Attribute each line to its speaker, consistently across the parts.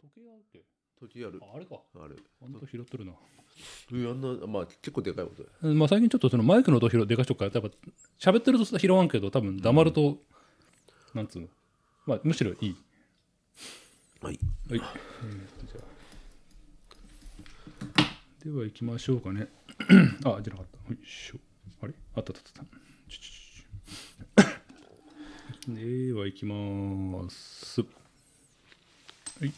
Speaker 1: 時計あるって
Speaker 2: 時計ある
Speaker 1: ああれか
Speaker 2: あれ
Speaker 1: あんと拾ってるな
Speaker 2: うんあんなまあ結構でかいことだよ
Speaker 1: まあ最近ちょっとそのマイクの音拾でかしとくからやっぱ喋ってると拾わんけど多分黙ると、なんつうのまあむしろいい
Speaker 2: はい
Speaker 1: はい、えーとじゃあでは行きましょうかねあ出なかったよいしょあれあったあったあったちょちょち ょでは行きますはい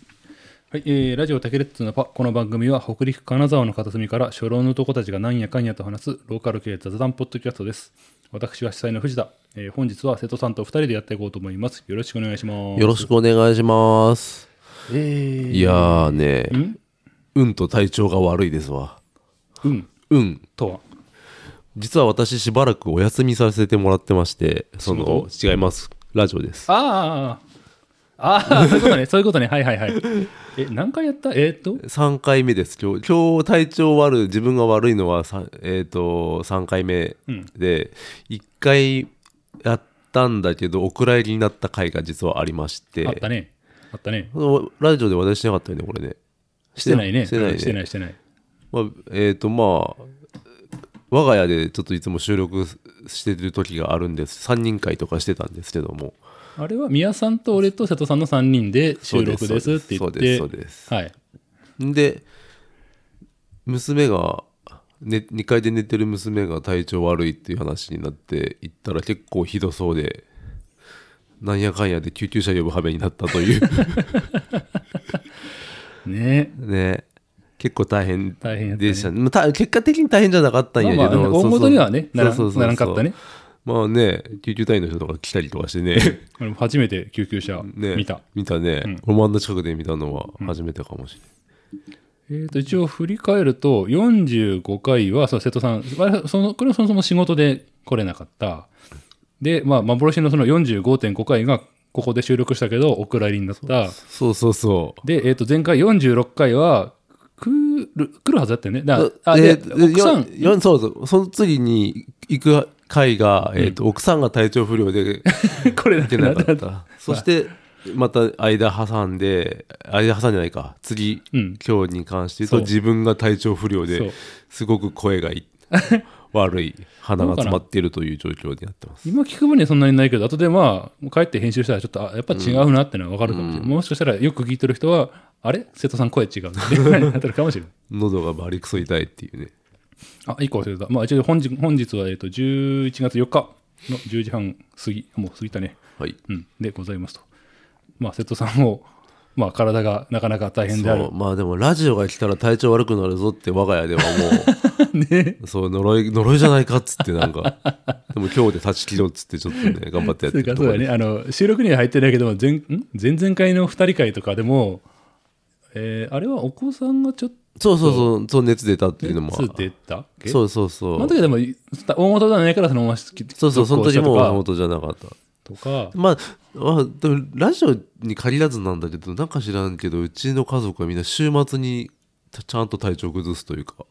Speaker 1: はい、えーラジオタケレッツのパ、この番組は北陸金沢の片隅から初老の男たちがなんやかんやと話すローカル系雑談ポッドキャストです。私は主催の藤田、えー本日は瀬戸さんと2人でやっていこうと思います。よろしくお願いします。
Speaker 2: よろしくお願いしますいやーねうんと体調が悪いですわ
Speaker 1: うん、
Speaker 2: うん
Speaker 1: とは。
Speaker 2: 実は私しばらくお休みさせてもらってましてそ
Speaker 1: 仕
Speaker 2: の違いますラジオです
Speaker 1: ああ、あ あ、そういうことね、そういうことね、はいはいはい。え、何回やったえーっと、
Speaker 2: 3回目です今日今日体調悪い自分が悪いのはさえっ、と3回目で、1回やったんだけどお蔵入りになった回が実はありまして
Speaker 1: あったね、あったね。
Speaker 2: このラジオで話題しなかったよねこれね
Speaker 1: してないね、
Speaker 2: してないね
Speaker 1: してない、してない。
Speaker 2: まあ、えっ、とまあ我が家でちょっといつも収録してる時があるんです3人会とかしてたんですけども
Speaker 1: あれは宮さんと俺と瀬戸さんの3人で収録ですって言
Speaker 2: そう
Speaker 1: っ
Speaker 2: です
Speaker 1: て
Speaker 2: そうですそうです、
Speaker 1: はい。
Speaker 2: で娘が、ね、2階で寝てる娘が体調悪いっていう話になって行ったら結構ひどそうでなんやかんやで救急車呼ぶ羽目になった という
Speaker 1: ね
Speaker 2: ね結構大変
Speaker 1: 大変やったね
Speaker 2: でしたねまあた結果的に大変じゃなかったんやけど、
Speaker 1: まあまあ
Speaker 2: そうそ
Speaker 1: 大
Speaker 2: う
Speaker 1: 事にはねならん
Speaker 2: そうそうそう
Speaker 1: ならんかったね
Speaker 2: まあね救急隊員の人とか来たりとかしてね
Speaker 1: 俺も初めて救急車
Speaker 2: ね
Speaker 1: 見た。
Speaker 2: 見たね、俺もあんな近くで見たのは初めてかもしれない、
Speaker 1: えー、と一応振り返ると45回はそう瀬戸さんあれそのこれはそもそも仕事で来れなかったで、まあ、幻のその45.5回がここで収録したけどお蔵入りになった
Speaker 2: そうそうそう
Speaker 1: で、えー、と前回46回は来る来るはずだったよねだからあ
Speaker 2: え
Speaker 1: で
Speaker 2: ーで
Speaker 1: 奥さ
Speaker 2: よ
Speaker 1: ん
Speaker 2: よそうそう。その次に行く回が、えーと奥さんが体調不良で
Speaker 1: これだ
Speaker 2: 行け
Speaker 1: け
Speaker 2: な
Speaker 1: な
Speaker 2: か
Speaker 1: か
Speaker 2: っ
Speaker 1: った
Speaker 2: た。そして、また間挟んで、間挟んじゃないか。次、
Speaker 1: うん
Speaker 2: 今日に関して言う
Speaker 1: そう
Speaker 2: と、自分が体調不良
Speaker 1: そう
Speaker 2: で、すごく声が い悪い、鼻が詰まっているという状況になってます。
Speaker 1: 今聞く分にはそんなにないけど後でまあもう帰って編集したらちょっとあやっぱ違うなってのは分かるかもしれない、もしかしたらよく聞いてる人はあれ瀬戸さん声違うねってなってるかもしれない
Speaker 2: 喉がバリクソ痛いっていうね。
Speaker 1: あ、一個忘れてた。まあ、一応本日、本日は、えっ、と、11月4日の10時半過ぎ、もう過ぎたね。
Speaker 2: はい。
Speaker 1: うん。でございますと。まあ、瀬戸さんも、まあ、体がなかなか大変であ
Speaker 2: そ
Speaker 1: る
Speaker 2: う。まあでもラジオが来たら体調悪くなるぞって我が家ではも う、そう呪い呪いじゃないかっつってなんかでも今日で断ち切ろうっつってちょっとね頑張って
Speaker 1: そ
Speaker 2: やって
Speaker 1: う
Speaker 2: る
Speaker 1: か、
Speaker 2: と
Speaker 1: そ
Speaker 2: こ
Speaker 1: う
Speaker 2: ろ
Speaker 1: だ
Speaker 2: で
Speaker 1: ね。あの、収録には入ってないけども、前、ん前々回の二人会とかでも、えーあれはお子さんがちょっ
Speaker 2: そうそうそうそう熱出たっていうのも
Speaker 1: と出たっけ
Speaker 2: そうそう
Speaker 1: あ
Speaker 2: そ
Speaker 1: の
Speaker 2: う
Speaker 1: 時はでも、大元じゃないからそのまま続行したと
Speaker 2: そう
Speaker 1: か、
Speaker 2: そうその時も本当じゃなかった
Speaker 1: とか、
Speaker 2: まあまあでもラジオに限らずなんだけどなんか知らんけどうちの家族はみんな週末にちゃちゃんと体調崩すという か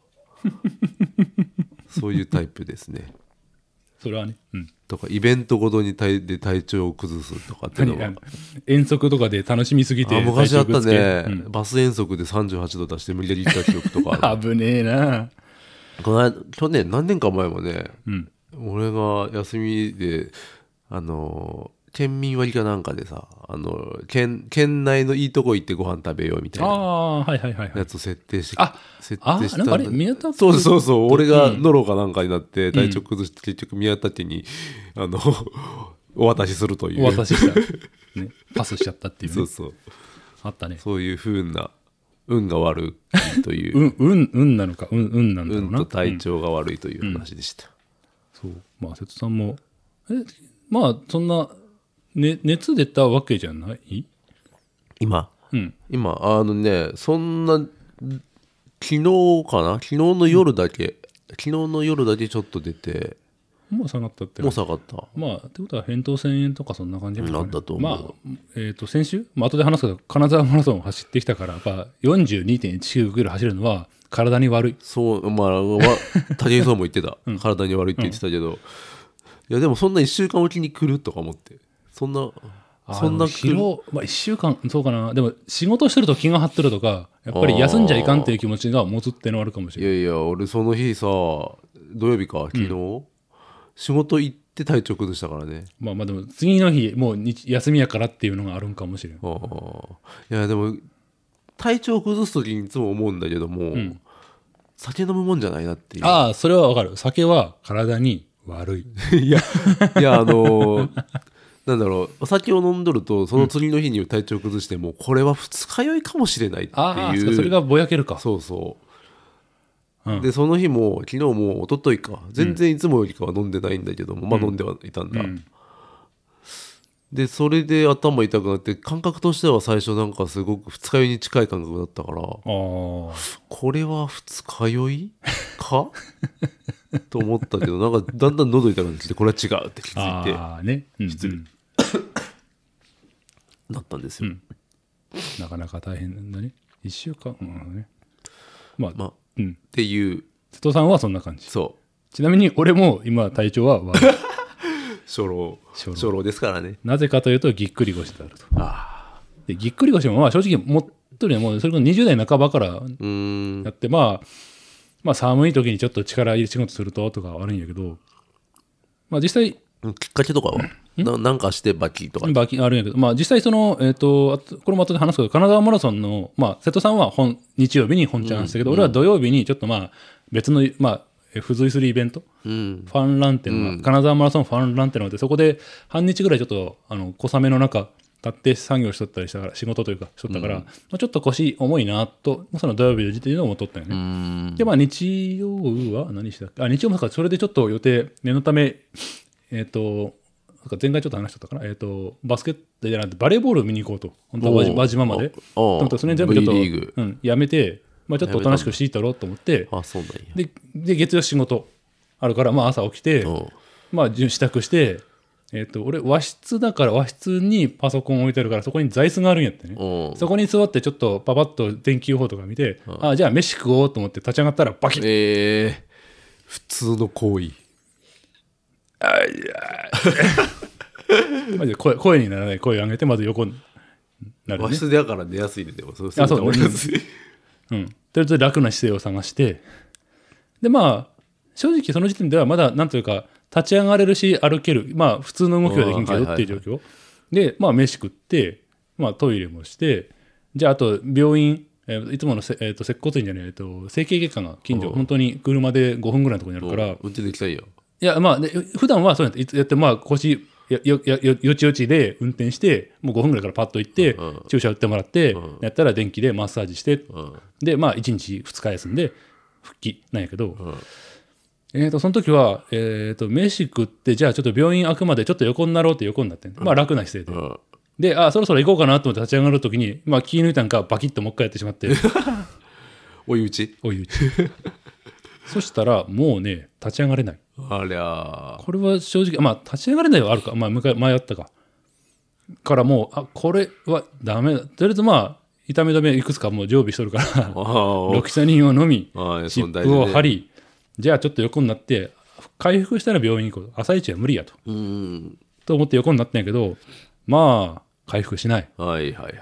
Speaker 2: そういうタイプですね
Speaker 1: それはね、うん。
Speaker 2: とかイベントごとに体で体調を崩すとかっていうの
Speaker 1: あ
Speaker 2: は
Speaker 1: の遠足とかで楽しみすぎて
Speaker 2: あ昔あった
Speaker 1: 体調崩
Speaker 2: ね、バス遠足で38度出して無理やり行った記憶と かあ
Speaker 1: すけど危ねえな
Speaker 2: るこの間去年何年か前もね、俺が休みであの県民割かなんかでさあの県県内のいいとこ行ってご飯食べようみたい
Speaker 1: あ
Speaker 2: な
Speaker 1: あ、はいはいはい、はい
Speaker 2: や。つを設定して
Speaker 1: あ
Speaker 2: 設
Speaker 1: あ
Speaker 2: 定した
Speaker 1: なん
Speaker 2: だ
Speaker 1: かあれ、港区
Speaker 2: そうそうそう、俺がノロかなんかになって体調崩して、結局宮田家にあの お渡しするという
Speaker 1: お渡しした、ね。パスしちゃったっていう、
Speaker 2: そ
Speaker 1: ね
Speaker 2: う。そう
Speaker 1: あったね。
Speaker 2: そういうふうな運が悪いという
Speaker 1: うん、うん、うんなのか、うん、うんなんだろう
Speaker 2: 運
Speaker 1: な。
Speaker 2: と体調が悪いという話でした、
Speaker 1: そう。まあ、瀬戸さんも、え、まあ、そんな、ね、熱出たわけじゃない
Speaker 2: 今
Speaker 1: うん。
Speaker 2: 今あのねそんな昨日かな昨日の夜だけ、昨日の夜だけちょっと出て
Speaker 1: もう下がったって
Speaker 2: もう下がった
Speaker 1: まあ、ってことは、扁桃腺炎とかそんな感じですかね
Speaker 2: なんだと思う
Speaker 1: まあ、えっ、と、先週、まあ、後で話すけど、金沢マラソンを走ってきたから、やっぱ42.195キロ走るのは、体に悪い。
Speaker 2: そうまあわ武井壮も言って た、体に悪いって言ってたけど、いやでもそんな1週間おきに来るとか思ってそんな
Speaker 1: あ
Speaker 2: そんな
Speaker 1: でも疲労、まあ、1週間、そうかな、でも仕事してると気が張ってるとか、やっぱり休んじゃいかんっていう気持ちが持つってのはあるかもし
Speaker 2: い
Speaker 1: れない。
Speaker 2: やいや俺その日さ土曜日か昨日、仕事行って体調崩したからね
Speaker 1: まあまあでも、次の日、もう日休みやからっていうのがあるんかもしれん。
Speaker 2: あーいやでも体調崩す時にいつも思うんだけども、
Speaker 1: ん
Speaker 2: 酒飲むもんじゃないなっていう
Speaker 1: ああ、それはわかる。酒は体に悪い。
Speaker 2: いやいやあのー なんだろうお酒を飲んどるとその次の日に体調崩しても、これは二日酔いかもしれないっていう
Speaker 1: ああ、そうかそれがぼやけるか。
Speaker 2: そうそう、
Speaker 1: うん
Speaker 2: でその日も昨日も一昨日か全然いつもよりかは飲んでないんだけども、まあ飲んではいたんだ、
Speaker 1: ん
Speaker 2: でそれで頭痛くなって感覚としては最初なんかすごく二日酔いに近い感覚だったから
Speaker 1: ああ。
Speaker 2: これは二日酔いかと思ったけどなんかだんだん喉痛くなってきてこれは違うって気づいて
Speaker 1: ああね、うんうん
Speaker 2: なったんですよ、
Speaker 1: なかなか大変だね1週間、うんね、まあ、
Speaker 2: まあっ
Speaker 1: うん
Speaker 2: ていう
Speaker 1: 瀬戸さんはそんな感じ
Speaker 2: そ
Speaker 1: ちなみに俺も今体調は悪い
Speaker 2: う初老
Speaker 1: 初老
Speaker 2: 初老ですからね
Speaker 1: なぜかというとぎっくり腰であると
Speaker 2: ああ
Speaker 1: でぎっくり腰もまあ正直もっとりもうそれこそ20代半ばから
Speaker 2: うーん
Speaker 1: やって、まあまあ寒い時にちょっと力入れ仕事するととかはあるんやけどまあ実際
Speaker 2: きっかけとかはななんかしてバキとか
Speaker 1: バキあるんやけど、まあ、実際その、えっとあとこれも後で話すけど金沢マラソンの、まあ、瀬戸さんは本日曜日に本ちゃんしたけど、俺は土曜日にちょっとまあ別の、まあ、え付随するイベント
Speaker 2: うん
Speaker 1: ファンランっていうのが、金沢マラソンファンランっていうのがあってそこで半日ぐらいちょっとあの小雨の中立って作業しとったりしたから仕事というかしとったから、まあちょっと腰重いなとその土曜日の時点で思っとったよね、
Speaker 2: うーん
Speaker 1: で、まあ、日曜は何したっけあ、日曜もそうか、それでちょっと予定、念のため、えっ、と、なんか前回ちょっと話しちゃったかな、えっ、と、バスケットじゃなくて、バレーボール見に行こうと、本当は輪
Speaker 2: お
Speaker 1: 島
Speaker 2: う
Speaker 1: 輪島まで。
Speaker 2: ああ
Speaker 1: と思ったらそれに全部ちょっと、
Speaker 2: V リーグ
Speaker 1: うん、やめて、まあ、ちょっとおとなしくしていたろうと思って、
Speaker 2: あそうなんや
Speaker 1: で、で月曜仕事あるから、まあ、朝起きて、
Speaker 2: うん
Speaker 1: まあ、じゅ支度して、えっ、と、俺、和室だから、和室にパソコン置いてあるから、そこに座椅子があるんやってね。
Speaker 2: うん
Speaker 1: そこに座ってちょっとパパッと天気予報とか見て、あじゃあ飯食おうと思って立ち上がったらバキッ
Speaker 2: えー、普通の行為
Speaker 1: まず声声にならない声を上げてまず横になる
Speaker 2: 和
Speaker 1: ね。
Speaker 2: 室だから寝やすいねでもそう
Speaker 1: あそうだね
Speaker 2: 俺やすい
Speaker 1: うん、とりあえず楽な姿勢を探してでまあ正直その時点ではまだなんというか立ち上がれるし歩けるまあ普通の動きはできんけ
Speaker 2: う
Speaker 1: ど
Speaker 2: ん
Speaker 1: っていう状況、でまあ飯食って、まあ、トイレもしてじゃああと病院、えーいつものせ、えー、と接骨院じゃない、えー、と整形外科が近所本当に車で5分ぐらいのところにあるから、
Speaker 2: うんちできたいよ
Speaker 1: いや、まあ、ね、普段はそうやって、いつやって、まあ、腰、よ、よ、よ、よよちよちで運転して、もう5分ぐらいからパッと行って、
Speaker 2: うん
Speaker 1: 注射打ってもらって、
Speaker 2: うん
Speaker 1: やったら電気でマッサージして、
Speaker 2: うん
Speaker 1: で、まあ、1日2日休んで、復帰なんやけど、
Speaker 2: ん
Speaker 1: えっ、と、その時は、えっ、と、飯食って、じゃあちょっと病院開くまでちょっと横になろうって横になってん、まあ、楽な姿勢
Speaker 2: う
Speaker 1: で。
Speaker 2: ん
Speaker 1: で、あ、そろそろ行こうかなと思って立ち上がる時に、まあ、気抜いたんか、バキッともう一回やってしまって、
Speaker 2: 追い打ち
Speaker 1: おい打ち。そしたら、もうね、立ち上がれない。
Speaker 2: ありゃー
Speaker 1: これは正直、まあ、立ち上がれないはあるか、まあ、向かい前あったか。からもう、あ、これはダメだ。とりあえずまあ、痛め止めいくつかもう常備しとるから、
Speaker 2: あー
Speaker 1: ロキサニンを飲み、
Speaker 2: あー
Speaker 1: チ
Speaker 2: そん
Speaker 1: ッ
Speaker 2: な
Speaker 1: プを
Speaker 2: 大事
Speaker 1: 貼
Speaker 2: だね
Speaker 1: り、じゃあちょっと横になって、回復したら病院行こう。朝一は無理やと。
Speaker 2: うん
Speaker 1: と思って横になったんやけど、まあ、回復しない。
Speaker 2: はいはいはい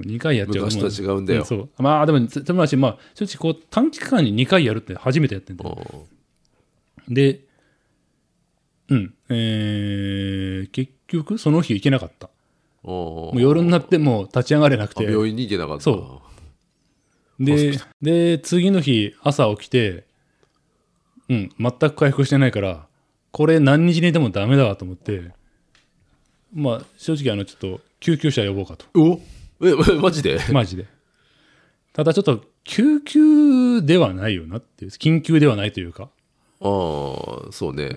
Speaker 1: 2回やっちゃう
Speaker 2: 昔とは違うんだよ
Speaker 1: うそう。まあ、でも、つつまり、まあ、正直、こう、短期間に2回やるって初めてやってんだよ
Speaker 2: うん
Speaker 1: で、うん、えー結局その日行けなかった。
Speaker 2: うん
Speaker 1: もう夜になってもう立ち上がれなく
Speaker 2: あ
Speaker 1: て。
Speaker 2: 病院に行けなかった
Speaker 1: そで、で、次の日朝起きて、うん、全く回復してないから、これ何日にでもダメだわと思って、まあ正直あのちょっと救急車呼ぼうかと。
Speaker 2: おえマジで
Speaker 1: マジで。ただちょっと救急ではないよなっていう、緊急ではないというか。
Speaker 2: ああそうね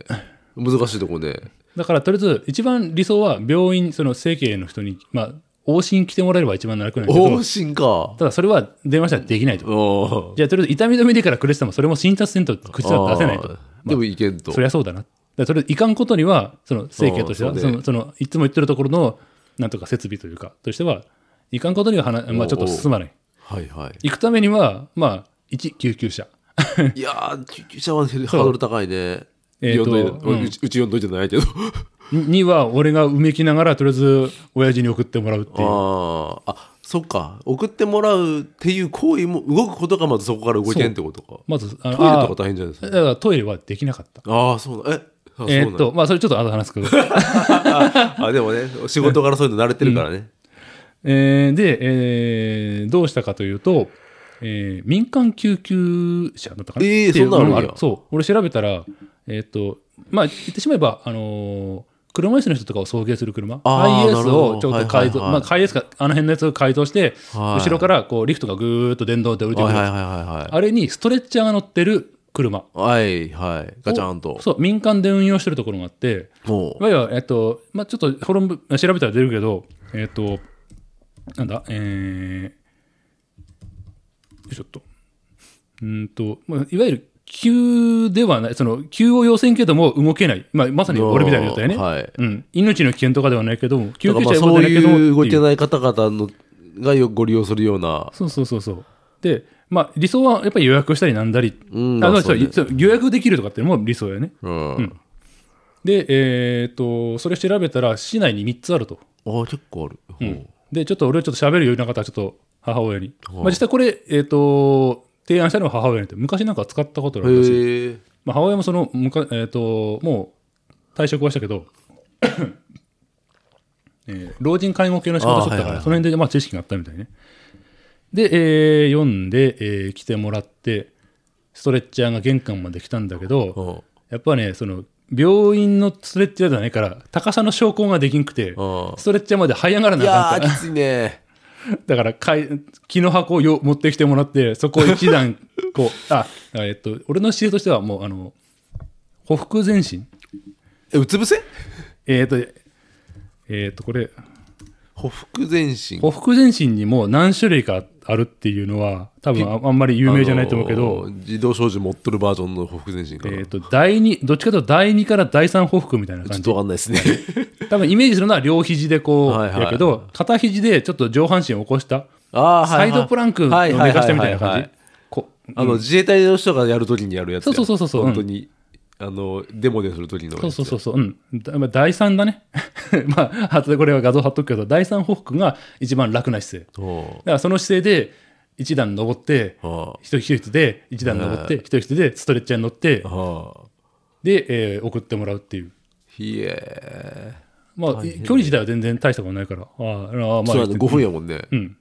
Speaker 2: 難しい とこね
Speaker 1: だからとりあえず一番理想は病院その整形の人にまあ往診来てもらえれば一番楽なんだけど
Speaker 2: 往診か
Speaker 1: ただそれは電話したらできないと
Speaker 2: あ
Speaker 1: じゃあとりあえず痛み止めでからくれててもそれも診察せんと口は出せないと
Speaker 2: でもいけんと
Speaker 1: そりゃそうだなだからとりあえずいかんことにはその整形として
Speaker 2: あ
Speaker 1: は
Speaker 2: ー
Speaker 1: そ,、
Speaker 2: そうね
Speaker 1: のそのいつも言ってるところのなんとか設備というかとしてはいかんことにははな、まあ、ちょっと進まない
Speaker 2: はいはい
Speaker 1: 行くためにはまあ1救急車
Speaker 2: いやー救急車はハードル高いね
Speaker 1: えーと
Speaker 2: 呼んどいて
Speaker 1: うん
Speaker 2: うちうち呼んどいてないけど
Speaker 1: には俺がうめきながらとりあえず親父に送ってもらうっていう
Speaker 2: あーあそっか送ってもらうっていう行為も動くことがまずそこから動けんってことか
Speaker 1: まずあ
Speaker 2: トイ
Speaker 1: の
Speaker 2: レと
Speaker 1: あ
Speaker 2: か大変じゃないです
Speaker 1: ー
Speaker 2: か
Speaker 1: だからトイレはできなかった
Speaker 2: ああそうなえあ
Speaker 1: え
Speaker 2: そう
Speaker 1: ーっ
Speaker 2: な
Speaker 1: と
Speaker 2: の
Speaker 1: まあそれちょっと後で話すけど
Speaker 2: あでもね仕事からそういうの慣れてるからね、
Speaker 1: えーで、えーどうしたかというと、えー民間救急車だったかな、
Speaker 2: えー
Speaker 1: っていう
Speaker 2: そんなのあるん
Speaker 1: が
Speaker 2: や
Speaker 1: そう俺調べたらえーっ、とまあ言ってしまえばあのー車椅子の人とかを送迎する車
Speaker 2: あーな
Speaker 1: IS
Speaker 2: るほ
Speaker 1: を
Speaker 2: ど
Speaker 1: ちょっと改造、
Speaker 2: はいはいは
Speaker 1: ま
Speaker 2: い
Speaker 1: あ IS かあの辺のやつを改造して、
Speaker 2: はい
Speaker 1: 後ろからこうリフトがぐーっと電動で降りてく
Speaker 2: は
Speaker 1: る、
Speaker 2: いはいはいはい
Speaker 1: あれにストレッチャーが乗ってる車
Speaker 2: はいはいはいガチャンと
Speaker 1: そう民間で運用してるところがあって
Speaker 2: も
Speaker 1: いわゆる、えっと、まあ、ちょっと、フォロム、調べたら出るけど、えっと、なんだ、えー、よいしょっと。うーんと、まあ、いわゆる、急ではない、その、急を要せんけども動けない。まあ、まさに俺みたいな状態ね。
Speaker 2: おーはい
Speaker 1: うん。命の危険とかではないけども、
Speaker 2: う
Speaker 1: 救
Speaker 2: だ
Speaker 1: 急
Speaker 2: からま
Speaker 1: 車
Speaker 2: あ
Speaker 1: は動
Speaker 2: そう
Speaker 1: けないけどもって
Speaker 2: い
Speaker 1: いう
Speaker 2: 動けない方々のがよご利用するような
Speaker 1: そうそうそうそう。で、まあ、理想はやっぱり予約したりなんだり。
Speaker 2: うん
Speaker 1: あ
Speaker 2: まあ
Speaker 1: そう
Speaker 2: そうね
Speaker 1: そう予約できるとかっていうのも理想よね。
Speaker 2: うん、
Speaker 1: で、えっと、それ調べたら、市内に3つあると。
Speaker 2: ああ結構ある、うん
Speaker 1: で、ちょっと俺はちょっと喋るような方はちょっと母親に。まあ、実際これ、えっ、と、提案したのは母親にって、昔なんか使ったことがあるらしい。
Speaker 2: へえ
Speaker 1: まあ、母親もその、むかえっ、と、もう退職はしたけど、 えー老人介護系の仕事をしとったから、
Speaker 2: あーはいはいはい
Speaker 1: その辺で、まあ、知識があったみたいね。で、えー読んで、えー来てもらって、ストレッチャーが玄関まで来たんだけど、
Speaker 2: うん
Speaker 1: やっぱね、その、病院のストレッチャーじゃないから、高さの昇降ができんくて、
Speaker 2: あ
Speaker 1: ストレッチャーまで這い上がら
Speaker 2: あい
Speaker 1: なあかん
Speaker 2: や
Speaker 1: から
Speaker 2: ー。きついね
Speaker 1: だからかい木の箱をよ持ってきてもらってそこを一段 こうあえっと俺の姿勢としてはもうあのほふ前進
Speaker 2: えうつ伏せ
Speaker 1: えっ、とえっ、とこれ
Speaker 2: ほふく前進
Speaker 1: ほふ前進にも何種類かあるっていうのは多分ああんまり有名じゃないと思うけど、
Speaker 2: あのー自動小銃持っとるバージョンのほふく前進かな、
Speaker 1: えっ、と第二どっちかというと第2から第3ほふみたいな
Speaker 2: ちょ
Speaker 1: 感
Speaker 2: っ
Speaker 1: じ
Speaker 2: とわかんないで すね
Speaker 1: 多分イメージするのは両肘でこう、
Speaker 2: はいはい
Speaker 1: やけど片肘でちょっと上半身を起こした
Speaker 2: あー
Speaker 1: サイドプランクを
Speaker 2: はい
Speaker 1: 寝
Speaker 2: はい
Speaker 1: か
Speaker 2: は
Speaker 1: し
Speaker 2: い
Speaker 1: たみたいな
Speaker 2: は
Speaker 1: 感
Speaker 2: は
Speaker 1: じこう
Speaker 2: あの自衛隊の人がやるときにやるやつや
Speaker 1: そうそうそうそう
Speaker 2: 本当に、あのデモでするときのやつ
Speaker 1: そうそうそうそう、うん。だまあ第3だね。 まあ、後でこれは画像貼っとくけど、第3報復が一番楽な姿勢。
Speaker 2: そ
Speaker 1: だからその姿勢で、一段登って、
Speaker 2: は
Speaker 1: 一人一人で、一段登って、一人一人で、ストレッチャーに乗って
Speaker 2: あ、はあ
Speaker 1: で、えー送ってもらうっていう。
Speaker 2: ひえ
Speaker 1: まあ、距離自体は全然大したことないから。あーあー、ま
Speaker 2: そうなんだ
Speaker 1: あ、
Speaker 2: 5分やもんね、
Speaker 1: うん。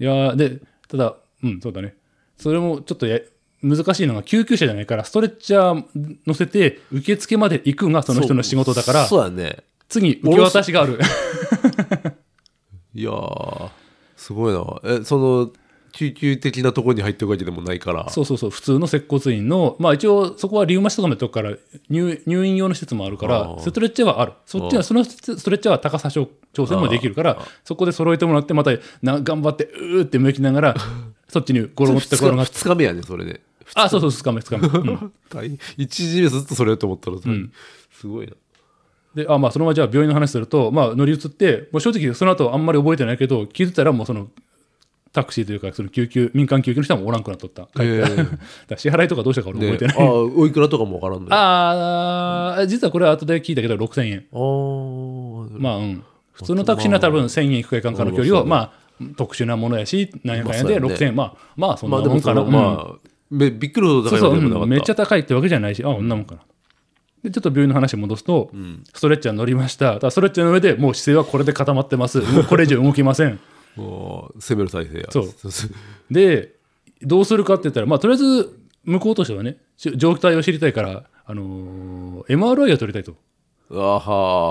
Speaker 1: いやーで、ただ、うん、そうだね。それもちょっとや難しいのが、救急車じゃないから、ストレッチャー乗せて、受付まで行くがその人の仕事だから、
Speaker 2: そうそうだね
Speaker 1: 次、受け渡しがある。
Speaker 2: いやーすごいなえその救急的なところに入ってるわけでもないから
Speaker 1: そうそうそう、普通の接骨院の、まあ一応そこはリウマチとかのとこから入入院用の施設もあるか
Speaker 2: あ
Speaker 1: ら、
Speaker 2: ー
Speaker 1: ストレッチャーはある。そっちは、そのストレッチャーは高さ調整もできるから、そこで揃えてもらって、またな頑張って、うーって向きなが ら、そっちにゴロゴロって転がって。
Speaker 2: 2日目やねそれで、
Speaker 1: あ、そうそう、つかめつかめ。 うん
Speaker 2: 1日目ずっとそれやと思ったら、すごいな
Speaker 1: で、あ、まあそのままじゃあ病院の話すると、まあ乗り移って、もう正直その後あんまり覚えてないけど、気づいたらもうその、タクシーというか、その救急、民間救急の人はもうおらんくなっとった。
Speaker 2: え
Speaker 1: だから支払いとかどうしたか俺覚えてない
Speaker 2: あ。あおいくらとかもわからんのよあ
Speaker 1: ああ、実はこれは後で聞いたけど、6000円。
Speaker 2: あー
Speaker 1: まあ、うん。普通のタクシーなら多分1000円いくかいかんかの距離を、まあ、特殊なものやし、何やかんやで
Speaker 2: まあそう
Speaker 1: 6000
Speaker 2: や
Speaker 1: 円。まあ、まあ、そん
Speaker 2: ま
Speaker 1: な
Speaker 2: あで
Speaker 1: も
Speaker 2: も
Speaker 1: ん
Speaker 2: そ
Speaker 1: かな。
Speaker 2: の
Speaker 1: うん
Speaker 2: まあめびっくりほど
Speaker 1: そう
Speaker 2: 高い
Speaker 1: そ
Speaker 2: わ
Speaker 1: う
Speaker 2: けでもなかっ
Speaker 1: う
Speaker 2: た
Speaker 1: んめっちゃ高いってわけじゃないし、あ、こんなもんかな。で、ちょっと病院の話に戻すと、ストレッチャー乗りました。ただストレッチャーの上でもう姿勢はこれで固まって ます。もうこれ以上動きません。
Speaker 2: もう攻める体勢や
Speaker 1: そうで、どうするかって言ったら、まあ、とりあえず、向こうとしてはね、し状態を知りたいから、あのー MRI を取りたいと。
Speaker 2: あ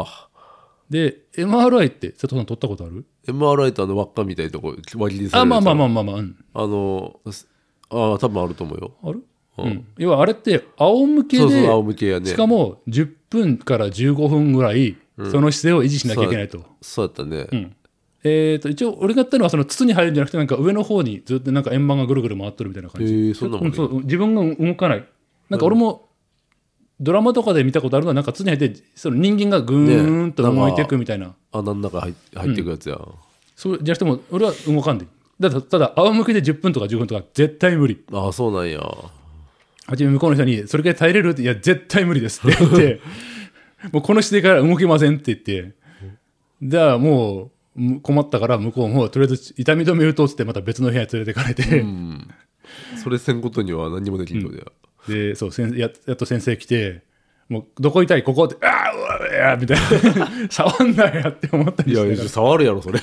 Speaker 2: は
Speaker 1: で、MRI って、瀬戸さん取ったことある
Speaker 2: MRI とあの輪っかみたいなとこ割りにされ
Speaker 1: あ、
Speaker 2: る
Speaker 1: まあまあま
Speaker 2: あ
Speaker 1: あまあまあ、うん。
Speaker 2: あのすああ多分あると思うよ
Speaker 1: あるうん。要はあれって、仰向け
Speaker 2: そうそう
Speaker 1: で、
Speaker 2: 仰向けやね
Speaker 1: しかも10分から15分ぐらい、その姿勢を維持しなきゃいけないと。
Speaker 2: そうやったね、
Speaker 1: うんえー、と一応、俺がやったのはその筒に入るんじゃなくて、なんか上の方にずっとなんか円盤がぐるぐる回ってるみたいな
Speaker 2: え
Speaker 1: 感じ。
Speaker 2: ーそんなも
Speaker 1: うんん
Speaker 2: ね、
Speaker 1: そう自分が動かない。なんか俺も、ドラマとかで見たことあるのは、なんか筒に入って、その人間がぐーんと動いていくみたいな。
Speaker 2: 穴の中入っ入っていくやつや、
Speaker 1: そうじゃなくても、俺は動かんでいい。だたただ、仰向けで10分とか15分とか、絶対無理。
Speaker 2: ああそうなんや
Speaker 1: はじめ向こうの人に、それくらい耐えれるって、いや、絶対無理ですって言って、もうこの姿勢から動けませんって言って、じゃあもうむ困ったから向こうもとりあえず痛み止め打とうっつってまた別の部屋に連れてかれて、
Speaker 2: それせんことには何もできんのでは、
Speaker 1: で、そう、先ややっと先生来て、もうどこ痛いここって、ああ、うわうわみたいな、 触んなやって思ったり
Speaker 2: い
Speaker 1: し
Speaker 2: や
Speaker 1: て
Speaker 2: いや触るやろそれ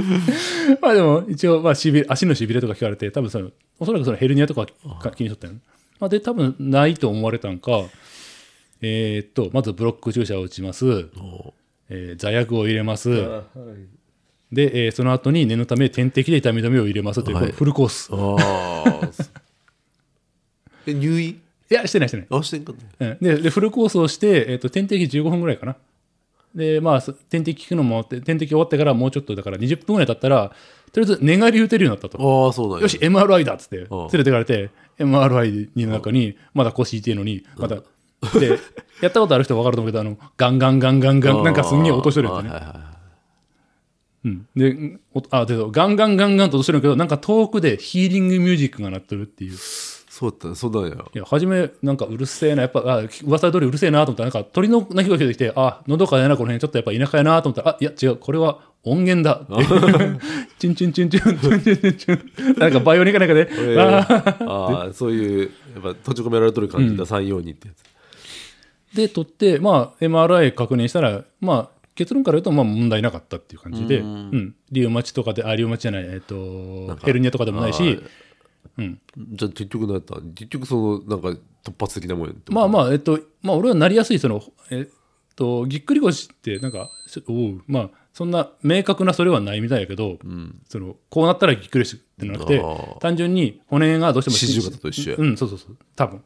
Speaker 1: まあでも一応、まあ、しびれ足のしびれとか聞かれて多分そのおそらくそのヘルニアとかか気にしとったんやまあ、で多分ないと思われたんかえーっとまずブロック注射を打ちます、えー座薬を入れますで、えーその後に念のため点滴で痛み止めを入れますという、
Speaker 2: はい
Speaker 1: これフルコース
Speaker 2: ああ え入院
Speaker 1: いやしてないしてない
Speaker 2: あしてんかね
Speaker 1: うんででフルコースをして、えー、と点滴15分ぐらいかなでまあそ点滴効くのもあって点滴終わってからもうちょっとだから20分ぐらい経ったらとりあえず寝返り打てるようになったと
Speaker 2: ああそうなんや
Speaker 1: よし、MRI だっつって、連
Speaker 2: ん
Speaker 1: れてかれて、MRI の中に、まだ腰痛いのに、まだ、で、やったことある人分かると思うけど、あの、ガンガンガンガンガ
Speaker 2: あ
Speaker 1: ン、
Speaker 2: ー
Speaker 1: なんかすんげえ落としてるよね。
Speaker 2: はいはいは
Speaker 1: うん。で、うんおあ、で、ガンガンガンガンと落としてるけど、なんか遠くでヒーリングミュージックが鳴ってるっていう。い
Speaker 2: いそうだったねそうなんや
Speaker 1: や、初め、なんかうるせえな、やっぱ、あ噂通りうるせえなと思ったら、なんか鳥の鳴き声が聞こえてきて、あ、のどかやな、この辺、ちょっとやっぱ田舎やなと思ったら、あ、いや、違う、これは音源だ って。チンチンチンチン、チンチンチンチン。なんかバイオリンかなんかで、
Speaker 2: えー
Speaker 1: あー
Speaker 2: あーそういうやっぱ閉じ込められとる感じだ三様にってやつ
Speaker 1: で取って、まあ、MRI 確認したら、まあ、結論から言うとまあ問題なかったっていう感じで、うんリウマチとかであリウマチじゃない、えっとヘルニアとかでもないし
Speaker 2: じゃあ結局何やった結局そのなんか突発的なもんやって
Speaker 1: まあまあ、えっとまあ、俺はなりやすいその、えっと、ぎっくり腰ってなんかしおう、まあ、そんな明確なそれはないみたいやけど、そのこうなったらぎっくり腰ってなくて
Speaker 2: あー
Speaker 1: 単純に骨がどうしても
Speaker 2: 四十肩と一緒や
Speaker 1: うん、そうそうそう、多分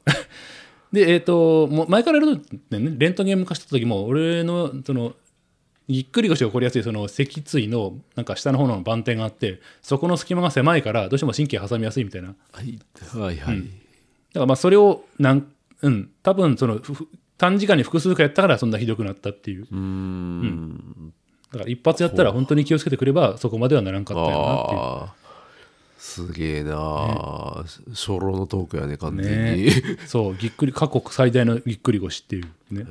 Speaker 1: で、えっ、と、もう前からやると、ね、レントゲン昔撮った時も、俺の、その、ぎっくり腰が起こりやすい、その、脊椎の、なんか下の方の番点があって、そこの隙間が狭いから、どうしても神経挟みやすいみたいな。だか
Speaker 2: はいはいはい、
Speaker 1: ら、まあ、それを、なん、うん、多分、その、ふふ短時間に複数回やったから、そんなひどくなったっていう。だから、一発やったら、本当に気をつけてくれば、そこまではならんかったよなっていう。
Speaker 2: ああすげえなあ、初老のトークやね完全に、
Speaker 1: ねそう、ぎっくり、過去最大のぎっくり腰っていうね。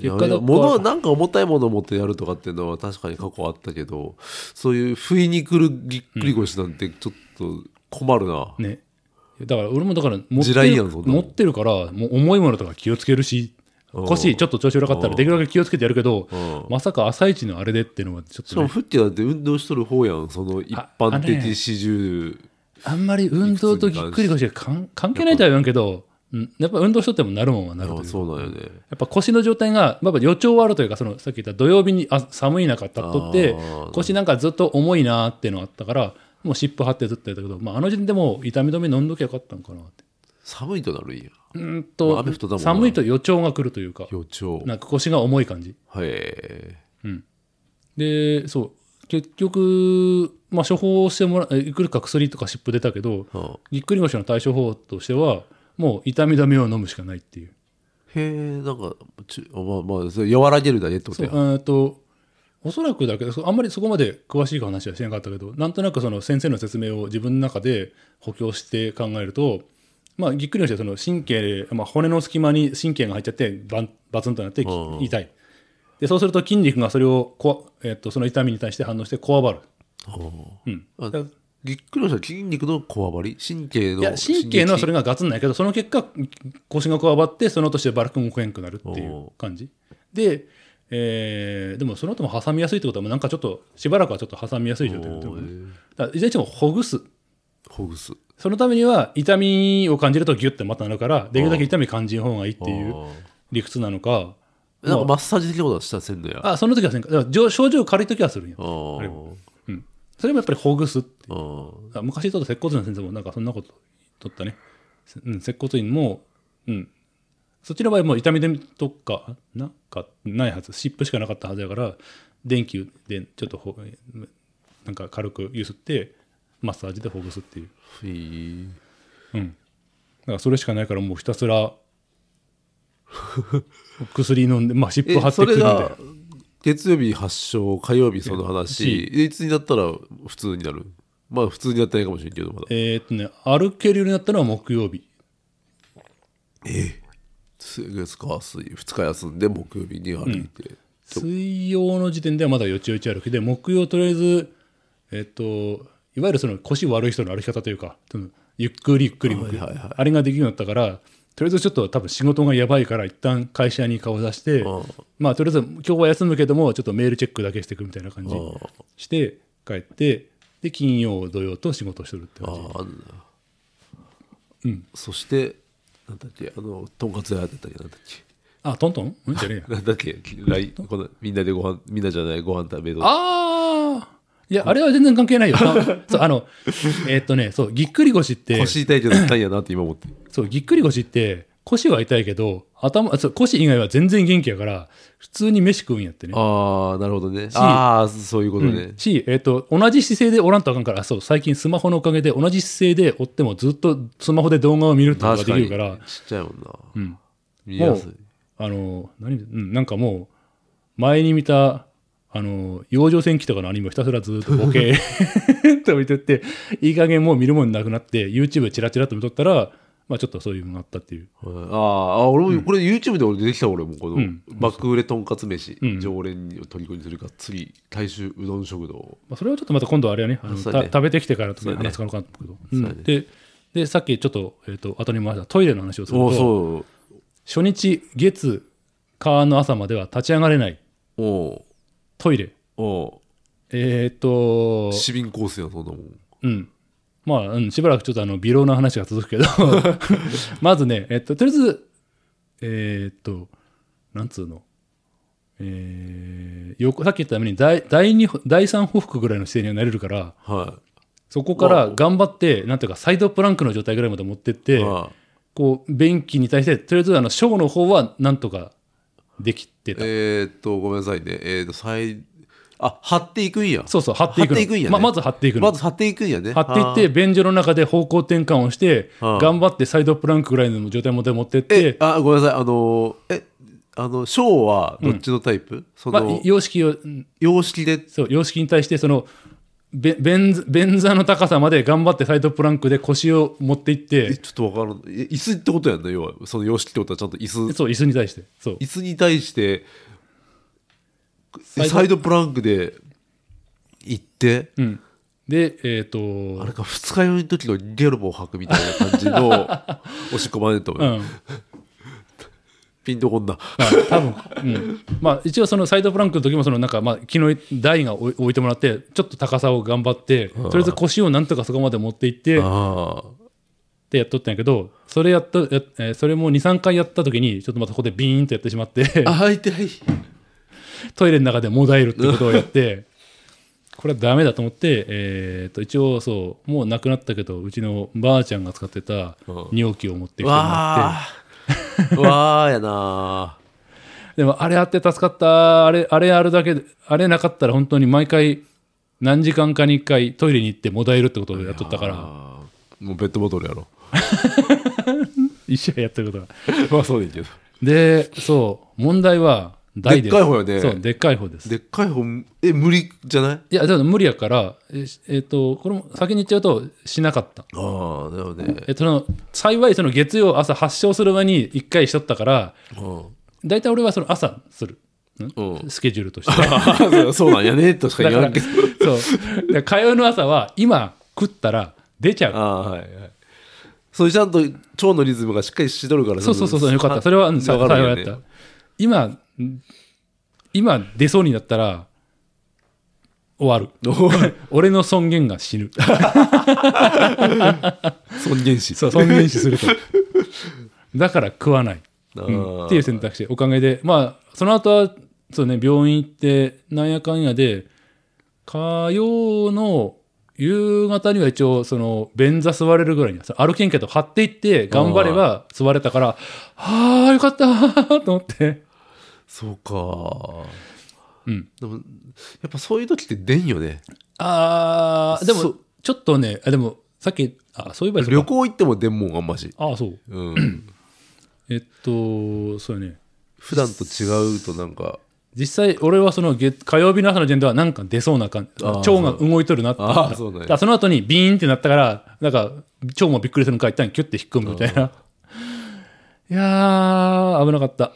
Speaker 2: え
Speaker 1: 結
Speaker 2: ー、
Speaker 1: 果
Speaker 2: いや
Speaker 1: どこ
Speaker 2: 物をなんか重たいものを持ってやるとかっていうのは確かに過去あったけどそういう不意に来るぎっくり腰なんてちょっと困るな、
Speaker 1: ね。だから俺もだから持って
Speaker 2: 地雷や
Speaker 1: る
Speaker 2: んそんなの
Speaker 1: 持ってるからもう重いものとか気をつけるし腰ちょっと調子悪かったらできるだけ気をつけてやるけどまさか朝一のあれでっていうのはちょっ
Speaker 2: し
Speaker 1: と
Speaker 2: か
Speaker 1: ね、
Speaker 2: もフッティだって運動しとる方やんその一般的四十、
Speaker 1: あんまり運動とぎっくり腰がかん関係ないとは言わんけど、うん、やっぱ運動しとってもなるもんはなる
Speaker 2: あ
Speaker 1: という
Speaker 2: そうなんよね
Speaker 1: やっぱ腰の状態が、まあ、予兆はあるというかそのさっき言った土曜日にあ寒い中立っとって
Speaker 2: あー
Speaker 1: 腰なんかずっと重いなーっていうのがあったからもう湿布貼ってずっとやったけど、まあ、あの時点でもう痛み止め飲んどきゃよかったのかなって
Speaker 2: 寒いとなるんや
Speaker 1: うーん
Speaker 2: まあ
Speaker 1: と
Speaker 2: 雨降っとったもんな
Speaker 1: 寒いと予兆が来るというか
Speaker 2: 予兆
Speaker 1: なんか腰が重い感じ。
Speaker 2: はいえ
Speaker 1: で、そう、結局、まあ、処方してもらえ、いくらか薬とか湿布出たけど、
Speaker 2: あ
Speaker 1: ぎっくり腰の対処法としては、もう痛み止めを飲むしかないっていう。
Speaker 2: へえんかちあまあまあそれ和らげるだねってこ
Speaker 1: そ
Speaker 2: と
Speaker 1: う、
Speaker 2: や
Speaker 1: えーっと、おそらくだけど、そうあんまりそこまで詳しい話はしてなかったけど、なんとなくその先生の説明を自分の中で補強して考えると、まあ、ぎっくり腰はその神経、まあ、骨の隙間に神経が入っちゃって、バンバツンとなってき
Speaker 2: うんうん
Speaker 1: 痛い。で、そうすると筋肉がそれをこわ、えーっと、その痛みに対して反応してこわばる。うん。
Speaker 2: あぎっくりした筋肉のこわばり神経の
Speaker 1: いや神経のそ
Speaker 2: れ
Speaker 1: れがガツンないけどその結果腰がこわばってその後してバラクも動けんくなるっていう
Speaker 2: おう
Speaker 1: 感じで、えーでもその後も挟みやすいってことはもうなんかちょっとしばらくはちょっと挟みやすい状態になってるのかなだからいずれにしてもほぐす
Speaker 2: ほぐすっ
Speaker 1: そのためには痛みを感じるとギュッてまたなるからできるだけ痛み感じん方がいいっていう理屈なのか
Speaker 2: なんかマッサージ的なことはしたらせんのやあ
Speaker 1: あその時はせんかだから上症状軽い時はするんや
Speaker 2: あー
Speaker 1: それもやっぱりほぐす
Speaker 2: あー
Speaker 1: あ昔ちょっと接骨院の先生もなんかそんなこと言っとったね、せうん、接骨院も、うん、そっちの場合もう痛み止めとかなんかないはず湿布しかなかったはずやから電球でちょっとほなんか軽くゆすってマッサージでほぐすっていう
Speaker 2: ふい
Speaker 1: だからそれしかないからもうひたすら 薬飲んでまあ湿布貼
Speaker 2: え
Speaker 1: って
Speaker 2: そ
Speaker 1: く
Speaker 2: れ
Speaker 1: るみたい
Speaker 2: が月曜日発症火曜日その話でいつになったら普通になるまあ普通になってないかもしれんけどまだ
Speaker 1: えーっとね歩けるようになったのは木曜日
Speaker 2: す月火水2日休んで木曜日に歩いて、
Speaker 1: 水曜の時点ではまだよちよち歩きで木曜とりあえずえっといわゆるその腰悪い人の歩き方というかそのゆっくりゆっくり向く、
Speaker 2: はいはいはい
Speaker 1: あれができるようになったからとりあえずちょっと多分仕事がやばいから一旦会社に顔出して
Speaker 2: うん
Speaker 1: まあとりあえず今日は休むけどもちょっとメールチェックだけしていくみたいな感じ
Speaker 2: うん
Speaker 1: して帰ってで金曜土曜と仕事をしてるって
Speaker 2: あ
Speaker 1: 感じ
Speaker 2: ああんな、うん、そしてなんだっけあのとんかつ屋だったっけなんだっけ
Speaker 1: あトントンうんじゃねえ や
Speaker 2: なんだっけ来このみんなでご飯みんなじゃないご飯食べと
Speaker 1: ああいやあれは全然関係ないよあそうあのえっとねそうぎっくり腰って
Speaker 2: 腰痛いけど痛いやなって今思って
Speaker 1: そう、ぎっくり腰って、腰は痛いけど、頭、あそう腰以外は全然元気やから、普通に飯食うんやってね。
Speaker 2: ああなるほどねああそういうことね、
Speaker 1: し、えっ、と、同じ姿勢でおらんとあかんから、あそう、最近スマホのおかげで同じ姿勢でおってもずっとスマホで動画を見るってことが
Speaker 2: 確
Speaker 1: で
Speaker 2: か
Speaker 1: きる
Speaker 2: に
Speaker 1: から、
Speaker 2: ちっちゃいもんな、
Speaker 1: うん。
Speaker 2: 見やすい
Speaker 1: もうあの、何、うん、なんかもう、前に見た、あの、養生戦記とかのアニメをひたすらずっとボ ケと見てって、いい加減もう見るもんなくなって、YouTube チラチラっと見とったら、まあちょっとそういうのがあったっていう。
Speaker 2: はいあーあ俺もこれ YouTube で俺出てきた俺もこの
Speaker 1: うん
Speaker 2: 爆売れとんかつ飯、
Speaker 1: うん
Speaker 2: 常連を虜にするがっつり大衆うどん食堂
Speaker 1: まあ、それはちょっとまた今度あれはね、あの
Speaker 2: そう
Speaker 1: た
Speaker 2: やね
Speaker 1: 食べてきてからと
Speaker 2: そう
Speaker 1: か
Speaker 2: やね
Speaker 1: 話そうかなと思うけ
Speaker 2: そう
Speaker 1: ど、
Speaker 2: やね
Speaker 1: うんでで、さっきちょっと、えっ、と、後に回したトイレの話をする
Speaker 2: おお
Speaker 1: と、
Speaker 2: そ
Speaker 1: 初日、月、火の朝までは立ち上がれない、
Speaker 2: うお
Speaker 1: トイレ。
Speaker 2: うお
Speaker 1: えっ、
Speaker 2: う
Speaker 1: と、
Speaker 2: 市民構成やんそんなもん
Speaker 1: うん。まあ、うん、しばらくちょっとあの、微量な話が続くけ ど、まずね、えっ、と、とりあえず、えっ、と、なんつうの、えー、よさっき言ったように第第二第3歩幅ぐらいの姿勢にはなれるから、
Speaker 2: は
Speaker 1: そこから頑張って、なんていうか、サイドプランクの状態ぐらいまで持ってっ
Speaker 2: い、
Speaker 1: て、
Speaker 2: ああ
Speaker 1: こう、便器に対して、とりあえず、あの、ショーの方は、なんとかできてた。
Speaker 2: えー、っとごめんなさいねえー、っと最あ貼っていくんや
Speaker 1: そうそう、張っていくの。
Speaker 2: 張っていくんやね
Speaker 1: ままず張っていくの。
Speaker 2: まず貼っていくんやね
Speaker 1: 張っていって、便所の中で方向転換をして、
Speaker 2: ああ
Speaker 1: 頑張ってサイドプランクぐらいの状態まで持ってっ
Speaker 2: え
Speaker 1: て、
Speaker 2: あごめんなさいあのーえあの小はどっちのタイプ、そ
Speaker 1: まあ
Speaker 2: の、、
Speaker 1: 様式を、うん
Speaker 2: 様式で
Speaker 1: そう、様式に対して、その、べ便便座の高さまで頑張ってサイドプランクで腰を持っていっ
Speaker 2: え
Speaker 1: て、
Speaker 2: ちょっとわからんえ椅子ってことやんな要はその様式ってことはちゃんと椅子
Speaker 1: そう、椅子に対して。そう。
Speaker 2: 椅子に対して
Speaker 1: サ
Speaker 2: サ
Speaker 1: イ
Speaker 2: イ
Speaker 1: ド
Speaker 2: ドプランクで行って、
Speaker 1: うん。で、えっ、
Speaker 2: あ
Speaker 1: と、
Speaker 2: れか二日酔いの時のゲロボを吐くみたいな感じ のおしっこまでと思
Speaker 1: う
Speaker 2: う、
Speaker 1: ん。
Speaker 2: ピンとこんな
Speaker 1: はい、多分、うん、まあ一応そのサイドプランクの時もそのなんかまあ昨日台が置い置いてもらってちょっと高さを頑張ってとりあえず腰をなんとかそこまで持っていってっ
Speaker 2: あ
Speaker 1: てやっとったんやけどそれやったやえーそれも23回やった時にちょっとまたここでビーンとやってしまって
Speaker 2: ああ痛い
Speaker 1: トイレの中でもだえるってことをやってこれはダメだと思って、えー、と一応そうもうなくなったけどうちのばあちゃんが使ってた容器を持ってきてもらって
Speaker 2: わ。あわあやな
Speaker 1: でもあれあって助かった、あれ、あれあるだけで、あれなかったら本当に毎回何時間かに一回トイレに行ってもだえるってことをやっとったから、
Speaker 2: あーもうペットボトルやろ
Speaker 1: 一緒やってることが。
Speaker 2: まあそうでいいけど
Speaker 1: で、そう、問題は大です。
Speaker 2: でっかい方よね
Speaker 1: そう、でっかい方です。
Speaker 2: でっかい本え無理じゃない
Speaker 1: いや、でも無理やから、えっ、えーと、これも先に言っちゃうとしなかった。
Speaker 2: ああだよね
Speaker 1: えっと、その幸いその月曜朝発症する前に一回しとったから、
Speaker 2: うん
Speaker 1: 大体俺はその朝する。
Speaker 2: うん
Speaker 1: ん、スケジュールとして。
Speaker 2: あーそうなんやねとしか
Speaker 1: だ
Speaker 2: 言
Speaker 1: から
Speaker 2: わんけど、
Speaker 1: そう。だから火曜の朝は、今食ったら出ちゃう。
Speaker 2: ああーはいはいそれちゃんと腸のリズムがしっかりしとるから
Speaker 1: そうそうそうそう、よかった。それは、うんさ幸
Speaker 2: 下が
Speaker 1: いだ
Speaker 2: るよ
Speaker 1: っ
Speaker 2: ね
Speaker 1: た。今、ん今出そうになったら、終 わる。俺の尊厳が死ぬ。
Speaker 2: 尊厳死
Speaker 1: そう尊厳死すると。だから食わない。
Speaker 2: あ
Speaker 1: うん
Speaker 2: ー
Speaker 1: っていう選択肢、おかげで。まあ、その後は、そうね、病院行って、なんやかんやで、火曜の夕方には一応、その、便座座れるぐらいには、その歩けんけど、張っていって、頑張れば座れたから、ああ、よかったーと思って。
Speaker 2: そうか
Speaker 1: うん。
Speaker 2: でもやっぱそういう時って出んよね
Speaker 1: ああ、で
Speaker 2: そ
Speaker 1: も
Speaker 2: う、
Speaker 1: ちょっとね、あでも、さっき、あ、そういえばです
Speaker 2: 旅行行っても出んもんあんまし、
Speaker 1: ああ、そう。
Speaker 2: うん、
Speaker 1: えっと、そうよね。
Speaker 2: 普段と違うとなんか
Speaker 1: 実際俺はその月火曜日の朝の時点ではなんか出そうな感じ
Speaker 2: あー
Speaker 1: 腸が動いとるなって
Speaker 2: そうあーそうなんや
Speaker 1: だからその後にビーンってなったからなんか腸もびっくりするのか一旦キュッて引っ込むみたいないやー、危なかった。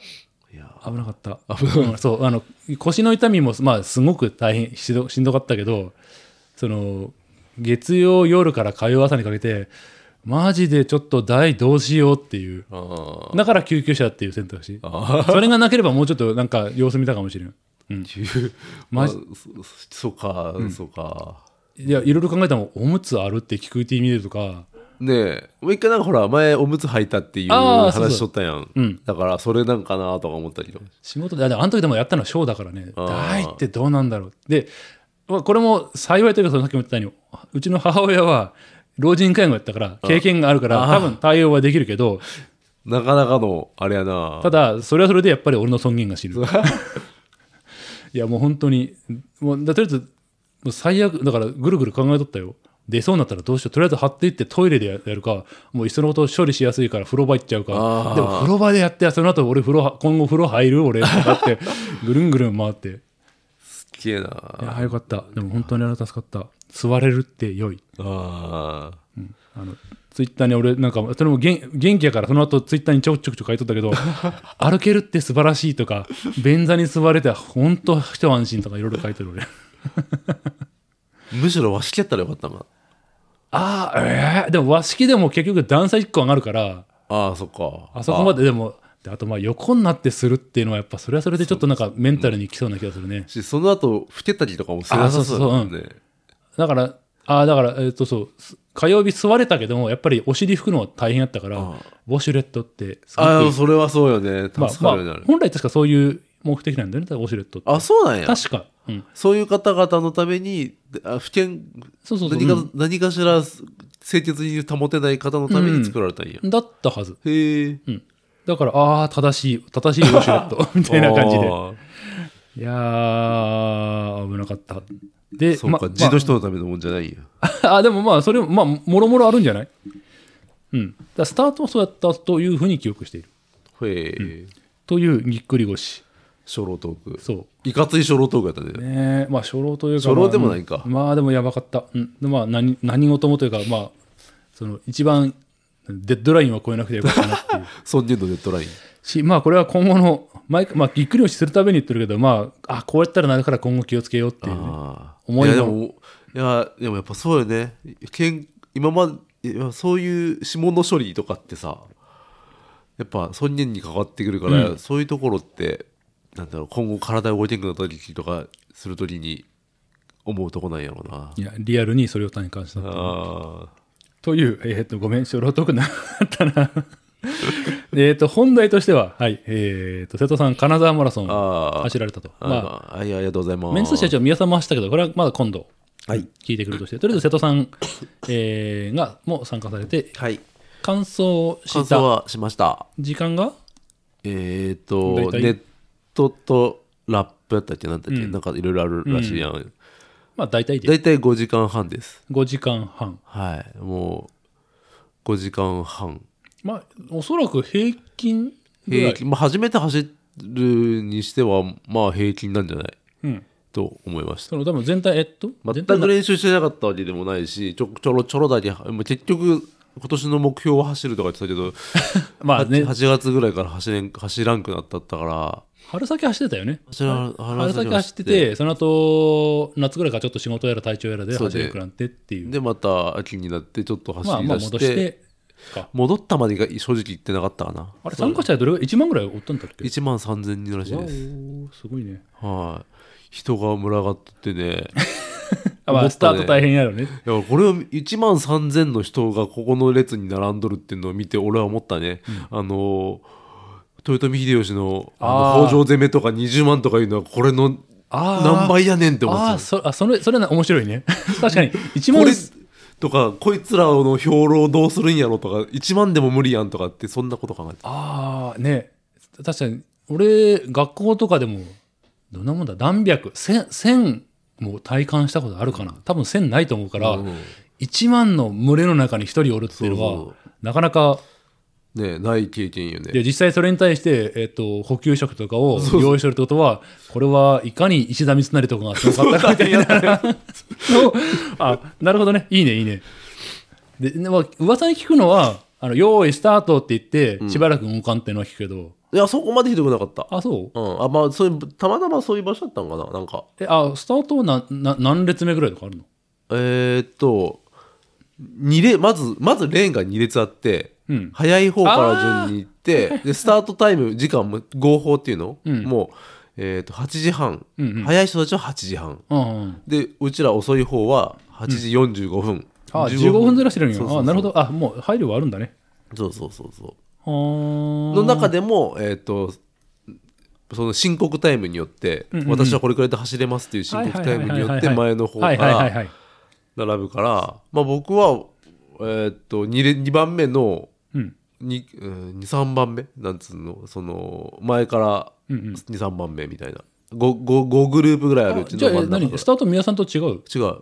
Speaker 2: いや
Speaker 1: 危なかった。
Speaker 2: 危なかった
Speaker 1: うんそう、あの、腰の痛みも、まあ、すごく大変、しどしんどかったけど、その、月曜夜から火曜朝にかけて、マジでちょっと台どうしようっていう。
Speaker 2: あー
Speaker 1: だから救急車っていう選択肢。
Speaker 2: あ
Speaker 1: それがなければもうちょっとなんか様子見たかもしれん。うん。
Speaker 2: ー
Speaker 1: マ
Speaker 2: ま
Speaker 1: ジ
Speaker 2: そそうか、そうか
Speaker 1: いや、いろいろ考えたら、おむつあるって聞くって意味でとか、
Speaker 2: ねえもう一回なんかほら前おむつ履いたっていう
Speaker 1: あーそうそう
Speaker 2: 話しとったやん
Speaker 1: うん
Speaker 2: だからそれなんかなとか思ったりとか
Speaker 1: 仕事で、あでもあの時でもやったのはショーだからね、
Speaker 2: あ
Speaker 1: 大
Speaker 2: ー
Speaker 1: ってどうなんだろう。で、まあこれも幸いというか、そのさっきも言ったように、うちの母親は老人介護やったから、経験があるから、
Speaker 2: あー
Speaker 1: 多分対応はできるけど、
Speaker 2: なかなかのあれやな
Speaker 1: ただ、それはそれでやっぱり俺の尊厳が死ぬ。 いや、もう本当に、もうだとりあえず、もう最悪、だからぐるぐる考えとったよ。出そうになったらどうしよう。とりあえず貼っていってトイレでややるか、もういっそのこと処理しやすいから風呂場行っちゃう
Speaker 2: あ
Speaker 1: か。
Speaker 2: ー
Speaker 1: でも風呂場でやって、その後俺風呂は、今後風呂入る俺とかって、ぐるんぐるん回って。い
Speaker 2: すっげえな
Speaker 1: や、よかった。でも本当にあれは助かった。座れるって良い。
Speaker 2: あー
Speaker 1: あのツイッターに俺なんかそれも元元気やからその後ツイッターにちょくちょくちょく書いとったけ ど歩けるって素晴らしいとか便座に座れて本当一安心とかいろいろ書いてる俺
Speaker 2: むしろわしきやったらよかったな
Speaker 1: ああええでも和式でも結局段差1個上がるから
Speaker 2: ああそっか
Speaker 1: あそこまででもであとまあ横になってするっていうのはやっぱそれはそれでちょっとなんかメンタルにきそうな気がするね
Speaker 2: しその後ふけたりとかもすなさそうだもんね
Speaker 1: だからああだからえっ、とそうす火曜日座れたけどもやっぱりお尻拭くのは大変やったから
Speaker 2: あ
Speaker 1: ウォシュレットってすごく
Speaker 2: ああそれはそうよね
Speaker 1: ま
Speaker 2: 助
Speaker 1: あ、ま
Speaker 2: か
Speaker 1: あ
Speaker 2: るようになる、
Speaker 1: 本来確かそういう目的なんだよね、ウォシュレットって。
Speaker 2: あそうなんや
Speaker 1: 確か。うん。
Speaker 2: そういう方々のためにあ不健
Speaker 1: そうそうそう
Speaker 2: 何か、
Speaker 1: うん
Speaker 2: 何かしら清潔に保てない方のために作られたんや、
Speaker 1: だったはず。
Speaker 2: へえ
Speaker 1: うん。だから、ああ、正しい、正しいウォシュレッ ト、みたいな感じで。いやー、危なかった。で、
Speaker 2: そうか、
Speaker 1: ま
Speaker 2: 地の人のためのもんじゃないんや、
Speaker 1: ま あ、あでもまあ、それも、まあ、もろもろあるんじゃないうん。だからスタートはそうやったというふうに記憶している。
Speaker 2: へえ、
Speaker 1: というぎっくり腰。
Speaker 2: 初老トーク
Speaker 1: そう。
Speaker 2: いかつい初老トークやったね
Speaker 1: ねえまあ初老というか
Speaker 2: 初老でもないか
Speaker 1: まあうんまあでもやばかった、うんでまあ、何何事もというかまあその一番デッドラインは超えなくてよかったなっていう
Speaker 2: ソン・ニュンのデッドライン
Speaker 1: しまあこれは今後の毎回、まあ、ぎっくり腰するたびに言ってるけどまああこうやったらなるから今後気をつけようっていう、ね、
Speaker 2: ああ
Speaker 1: 思い
Speaker 2: い
Speaker 1: も
Speaker 2: やでもいやでもやっぱそうよねけん今までいやそういう指紋の処理とかってさやっぱ尊厳に関わってくるから、そういうところってなんだろう今後体動いてんくなった時とかする時に思うとこなんやろうない
Speaker 1: やリアルにそれを体感した
Speaker 2: あ
Speaker 1: という、えーっとごめん初老トークなかったな えーっと本題としてははいえーっと瀬戸さん金沢マラソン
Speaker 2: ああ
Speaker 1: 走られたと
Speaker 2: あ、
Speaker 1: まあ
Speaker 2: あ、はいありがとうございます
Speaker 1: メンツ社長は宮さんも走ったけどこれはまだ今度
Speaker 2: はい
Speaker 1: 聞いてくるとして、とりあえず瀬戸さ ん、えーがも参加されて、
Speaker 2: はい
Speaker 1: 完走
Speaker 2: 感
Speaker 1: し
Speaker 2: 想
Speaker 1: た
Speaker 2: はしました
Speaker 1: 時間が
Speaker 2: え
Speaker 1: 大
Speaker 2: っ、と
Speaker 1: 体
Speaker 2: ネットとラップやったっけなんだっけ、なんかいろいろあるらしいやん
Speaker 1: まあ大体で
Speaker 2: 大体5時間半です
Speaker 1: 5時間半。
Speaker 2: はいもう5時間半
Speaker 1: まあおそらく平均ぐら
Speaker 2: 平
Speaker 1: い。
Speaker 2: 均、まあ、初めて走るにしてはまあ平均なんじゃない
Speaker 1: うん。
Speaker 2: と思いました
Speaker 1: その多分全体、えっと、
Speaker 2: 全
Speaker 1: 全体
Speaker 2: く
Speaker 1: な
Speaker 2: 練習してなかったわけでもないしちょちょろちょろだけまあ結局今年の目標は走るとか言ってたけど
Speaker 1: まあね、
Speaker 2: 8月ぐらいから走れん走らんくなったったから
Speaker 1: 春先走ってたよね。
Speaker 2: 走ら
Speaker 1: 春先走ってて、その後、夏ぐらいからちょっと仕事やら体調やらで
Speaker 2: そう
Speaker 1: 走
Speaker 2: で
Speaker 1: れなくなってっていう。
Speaker 2: でまた秋になってちょっと走
Speaker 1: まあ
Speaker 2: り
Speaker 1: まあ
Speaker 2: 出
Speaker 1: 戻
Speaker 2: し,、
Speaker 1: してて、か。
Speaker 2: 戻ったまでが正直言ってなかったかな
Speaker 1: あれ、参加者どれぐらい ?1 万ぐらいおったんだっけ
Speaker 2: 1万3000人らしい
Speaker 1: わ
Speaker 2: です
Speaker 1: おすごいね。
Speaker 2: はい、人が群がっててね
Speaker 1: あまあ、
Speaker 2: 思ったね
Speaker 1: スタート大変やろね。
Speaker 2: いやこれを1万3000の人がここの列に並んどるっていうのを見て俺は思ったね、あの豊臣秀吉のあ
Speaker 1: あー
Speaker 2: の北条攻めとか20万とかいうのはこれの
Speaker 1: あー
Speaker 2: 何倍やねんって思って
Speaker 1: あ
Speaker 2: た
Speaker 1: あそあそれそれな面白いね確かに1万
Speaker 2: これとかこいつらの兵糧どうするんやろとか1万でも無理やんとかってそんなこと考えてた
Speaker 1: ああね確かに俺学校とかでもどんなもんだ何百千千も体感したことあるかな多分千ないと思うから、
Speaker 2: うん
Speaker 1: 1万の群れの中に1人おるっていうのは
Speaker 2: そう
Speaker 1: なかなか
Speaker 2: ねない経験よ
Speaker 1: で
Speaker 2: ね
Speaker 1: 実際それに対して、えっと補給食とかを用意してるってことはこれはいかに石田三成とかがすごかったかみたいな のをあなるほどねいいねいいねで、でまあ、噂に聞くのはあの、用意スタートって言って、しばらく動かんってのは聞くけど、
Speaker 2: いやそこまでひどくなかった
Speaker 1: あ、そう
Speaker 2: うんあまあそういうたまたまそういう場所だったのかななんか
Speaker 1: え、あ、スタートはな、な、何列目ぐらいとかあるの
Speaker 2: えー、っと二列まずまずレーンが2列あって、
Speaker 1: うん
Speaker 2: 早い方から順に行ってでスタートタ イム時間も合法っていうの、もう、えー、と8時半、
Speaker 1: うんうん
Speaker 2: 早い人たちは8時半
Speaker 1: うんうん。
Speaker 2: でうちら遅い方は8時45分、
Speaker 1: あ、15分ずらしてるんや。
Speaker 2: そうそうそう
Speaker 1: あ、なるほど。あ、もう配慮はあるんだね。
Speaker 2: そうそうそうそ
Speaker 1: あー
Speaker 2: うの中でもえっ、とその申告タイムによって、
Speaker 1: うんうん
Speaker 2: 私はこれくらいで走れますっていう申告タイムによって前の方
Speaker 1: はいはいはい
Speaker 2: が
Speaker 1: はい。
Speaker 2: 並ぶから、まあ、僕は、えー、と 2, 2番目の
Speaker 1: うん。
Speaker 2: 23番目なんつうのその前から
Speaker 1: うんうん
Speaker 2: 23番目みたいな 5, 5, 5グループぐらいあるうち
Speaker 1: じゃ
Speaker 2: の
Speaker 1: あ、
Speaker 2: 真
Speaker 1: え
Speaker 2: ん中
Speaker 1: 何スタート宮さんと違う
Speaker 2: 違う
Speaker 1: ああ。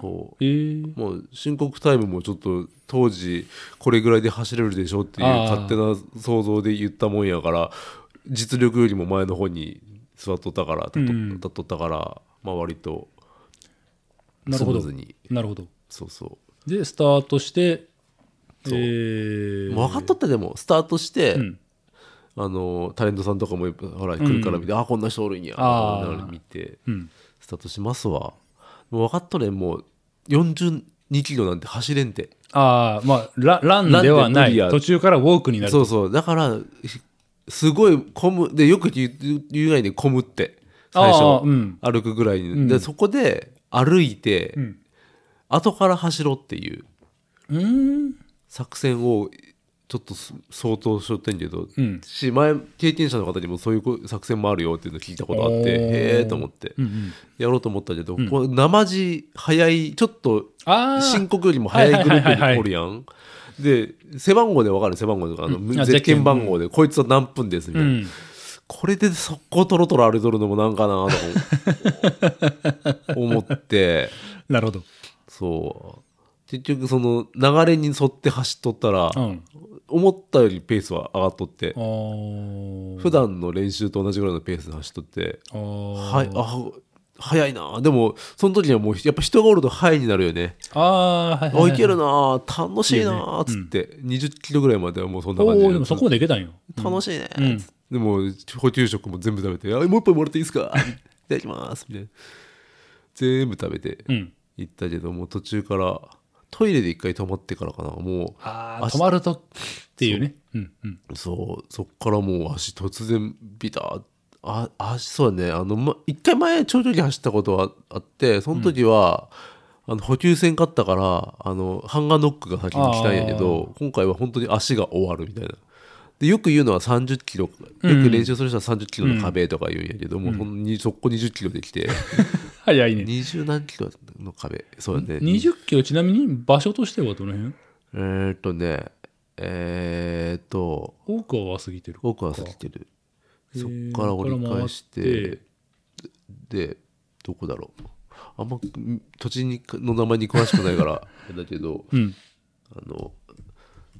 Speaker 2: そ
Speaker 1: えー
Speaker 2: うもう申告タイムもちょっと当時これぐらいで走れるでしょっていう
Speaker 1: あ
Speaker 2: 勝手な想像で言ったもんやから実力よりも前の方に座っとったから立っと
Speaker 1: うん
Speaker 2: 立っとったからまあ割と
Speaker 1: な
Speaker 2: ス
Speaker 1: るほ
Speaker 2: ムー
Speaker 1: ど。
Speaker 2: ズに
Speaker 1: なるほど。
Speaker 2: そうそう
Speaker 1: で、スタートして、え
Speaker 2: そう
Speaker 1: ー、
Speaker 2: 分かっとったでもスタートして、
Speaker 1: うん
Speaker 2: あのタレントさんとかもほら来るから見て、あこんな人おるんや
Speaker 1: あー
Speaker 2: なるほど見て
Speaker 1: うん。
Speaker 2: スタートしますわもう分かっとれんもう42キロなんて走れんて
Speaker 1: ああ、まあラ、ランでは
Speaker 2: ランで無
Speaker 1: ない。
Speaker 2: 理や
Speaker 1: 途中からウォークになる。
Speaker 2: そうそうだからひすごい混むでよく言う言う以外に混むって最初
Speaker 1: あーうん
Speaker 2: 歩くぐらいに、でそこで歩いて、
Speaker 1: ん
Speaker 2: 後から走ろうっていう
Speaker 1: うーん。
Speaker 2: 作戦をちょっとす相当しとってんけど、
Speaker 1: うん
Speaker 2: し前経験者の方にもそういうこ作戦もあるよっていうの聞いたことあって
Speaker 1: おー
Speaker 2: へえと思って、
Speaker 1: うんうん
Speaker 2: やろうと思ったけど、こう生地早いちょっと
Speaker 1: ああ。
Speaker 2: 申告よりも早いグループにおるやん。で背番号で分かる背番号とかあの、
Speaker 1: あ
Speaker 2: ゼッケン番号で、こいつは何分ですみた
Speaker 1: う
Speaker 2: いな、
Speaker 1: ん。
Speaker 2: これで速攻トロトロ歩いとるのもなんかな と思って
Speaker 1: なるほど。
Speaker 2: そう結局その流れに沿って走っとったら、
Speaker 1: うん。
Speaker 2: 思ったよりペースは上がっとって
Speaker 1: あー
Speaker 2: 普段の練習と同じぐらいのペースで走っとって
Speaker 1: あー。
Speaker 2: はいあ早いなでもその時にはもうやっぱ人がおると「はい」になるよね
Speaker 1: ああー、はいはい
Speaker 2: あ
Speaker 1: はい
Speaker 2: けるな楽しいなっつって、20キロぐらいまではもうそんな感じ
Speaker 1: おお
Speaker 2: で
Speaker 1: でもそこまでいけたんよ。
Speaker 2: 楽しいね、
Speaker 1: うん
Speaker 2: つってでも補給食も全部食べてあ「もう一杯もらっていいですか? 」 いただきます」みたいな全部食べて
Speaker 1: うん。
Speaker 2: 行ったけどもう途中からトイレで一回止まってからかなも
Speaker 1: ああ、止まるとっていうね。うんうん。
Speaker 2: うそうそっからもう足突然ビターあ足そうだねあの、ま、一回前長距離走ったことはあってその時は、あの補給戦勝ったからあのハンガーノックが先に来たんやけど今回は本当に足が終わるみたいなでよく言うのは3 0キロよく練習する人は3 0キロの壁とか言うんやけど、もうそのにそこ2 0キロでき て
Speaker 1: 早いね。
Speaker 2: 20何キロの壁そうだね
Speaker 1: 20キロ、ちなみに場所としてはどの辺
Speaker 2: えーっとねえーっと
Speaker 1: 多くは過ぎてる。
Speaker 2: 奥は過ぎてる
Speaker 1: へー
Speaker 2: そっから折り返して
Speaker 1: そっから回って
Speaker 2: でどこだろうあんまん土地にの名前に詳しくないから あれだけど
Speaker 1: うん。
Speaker 2: あの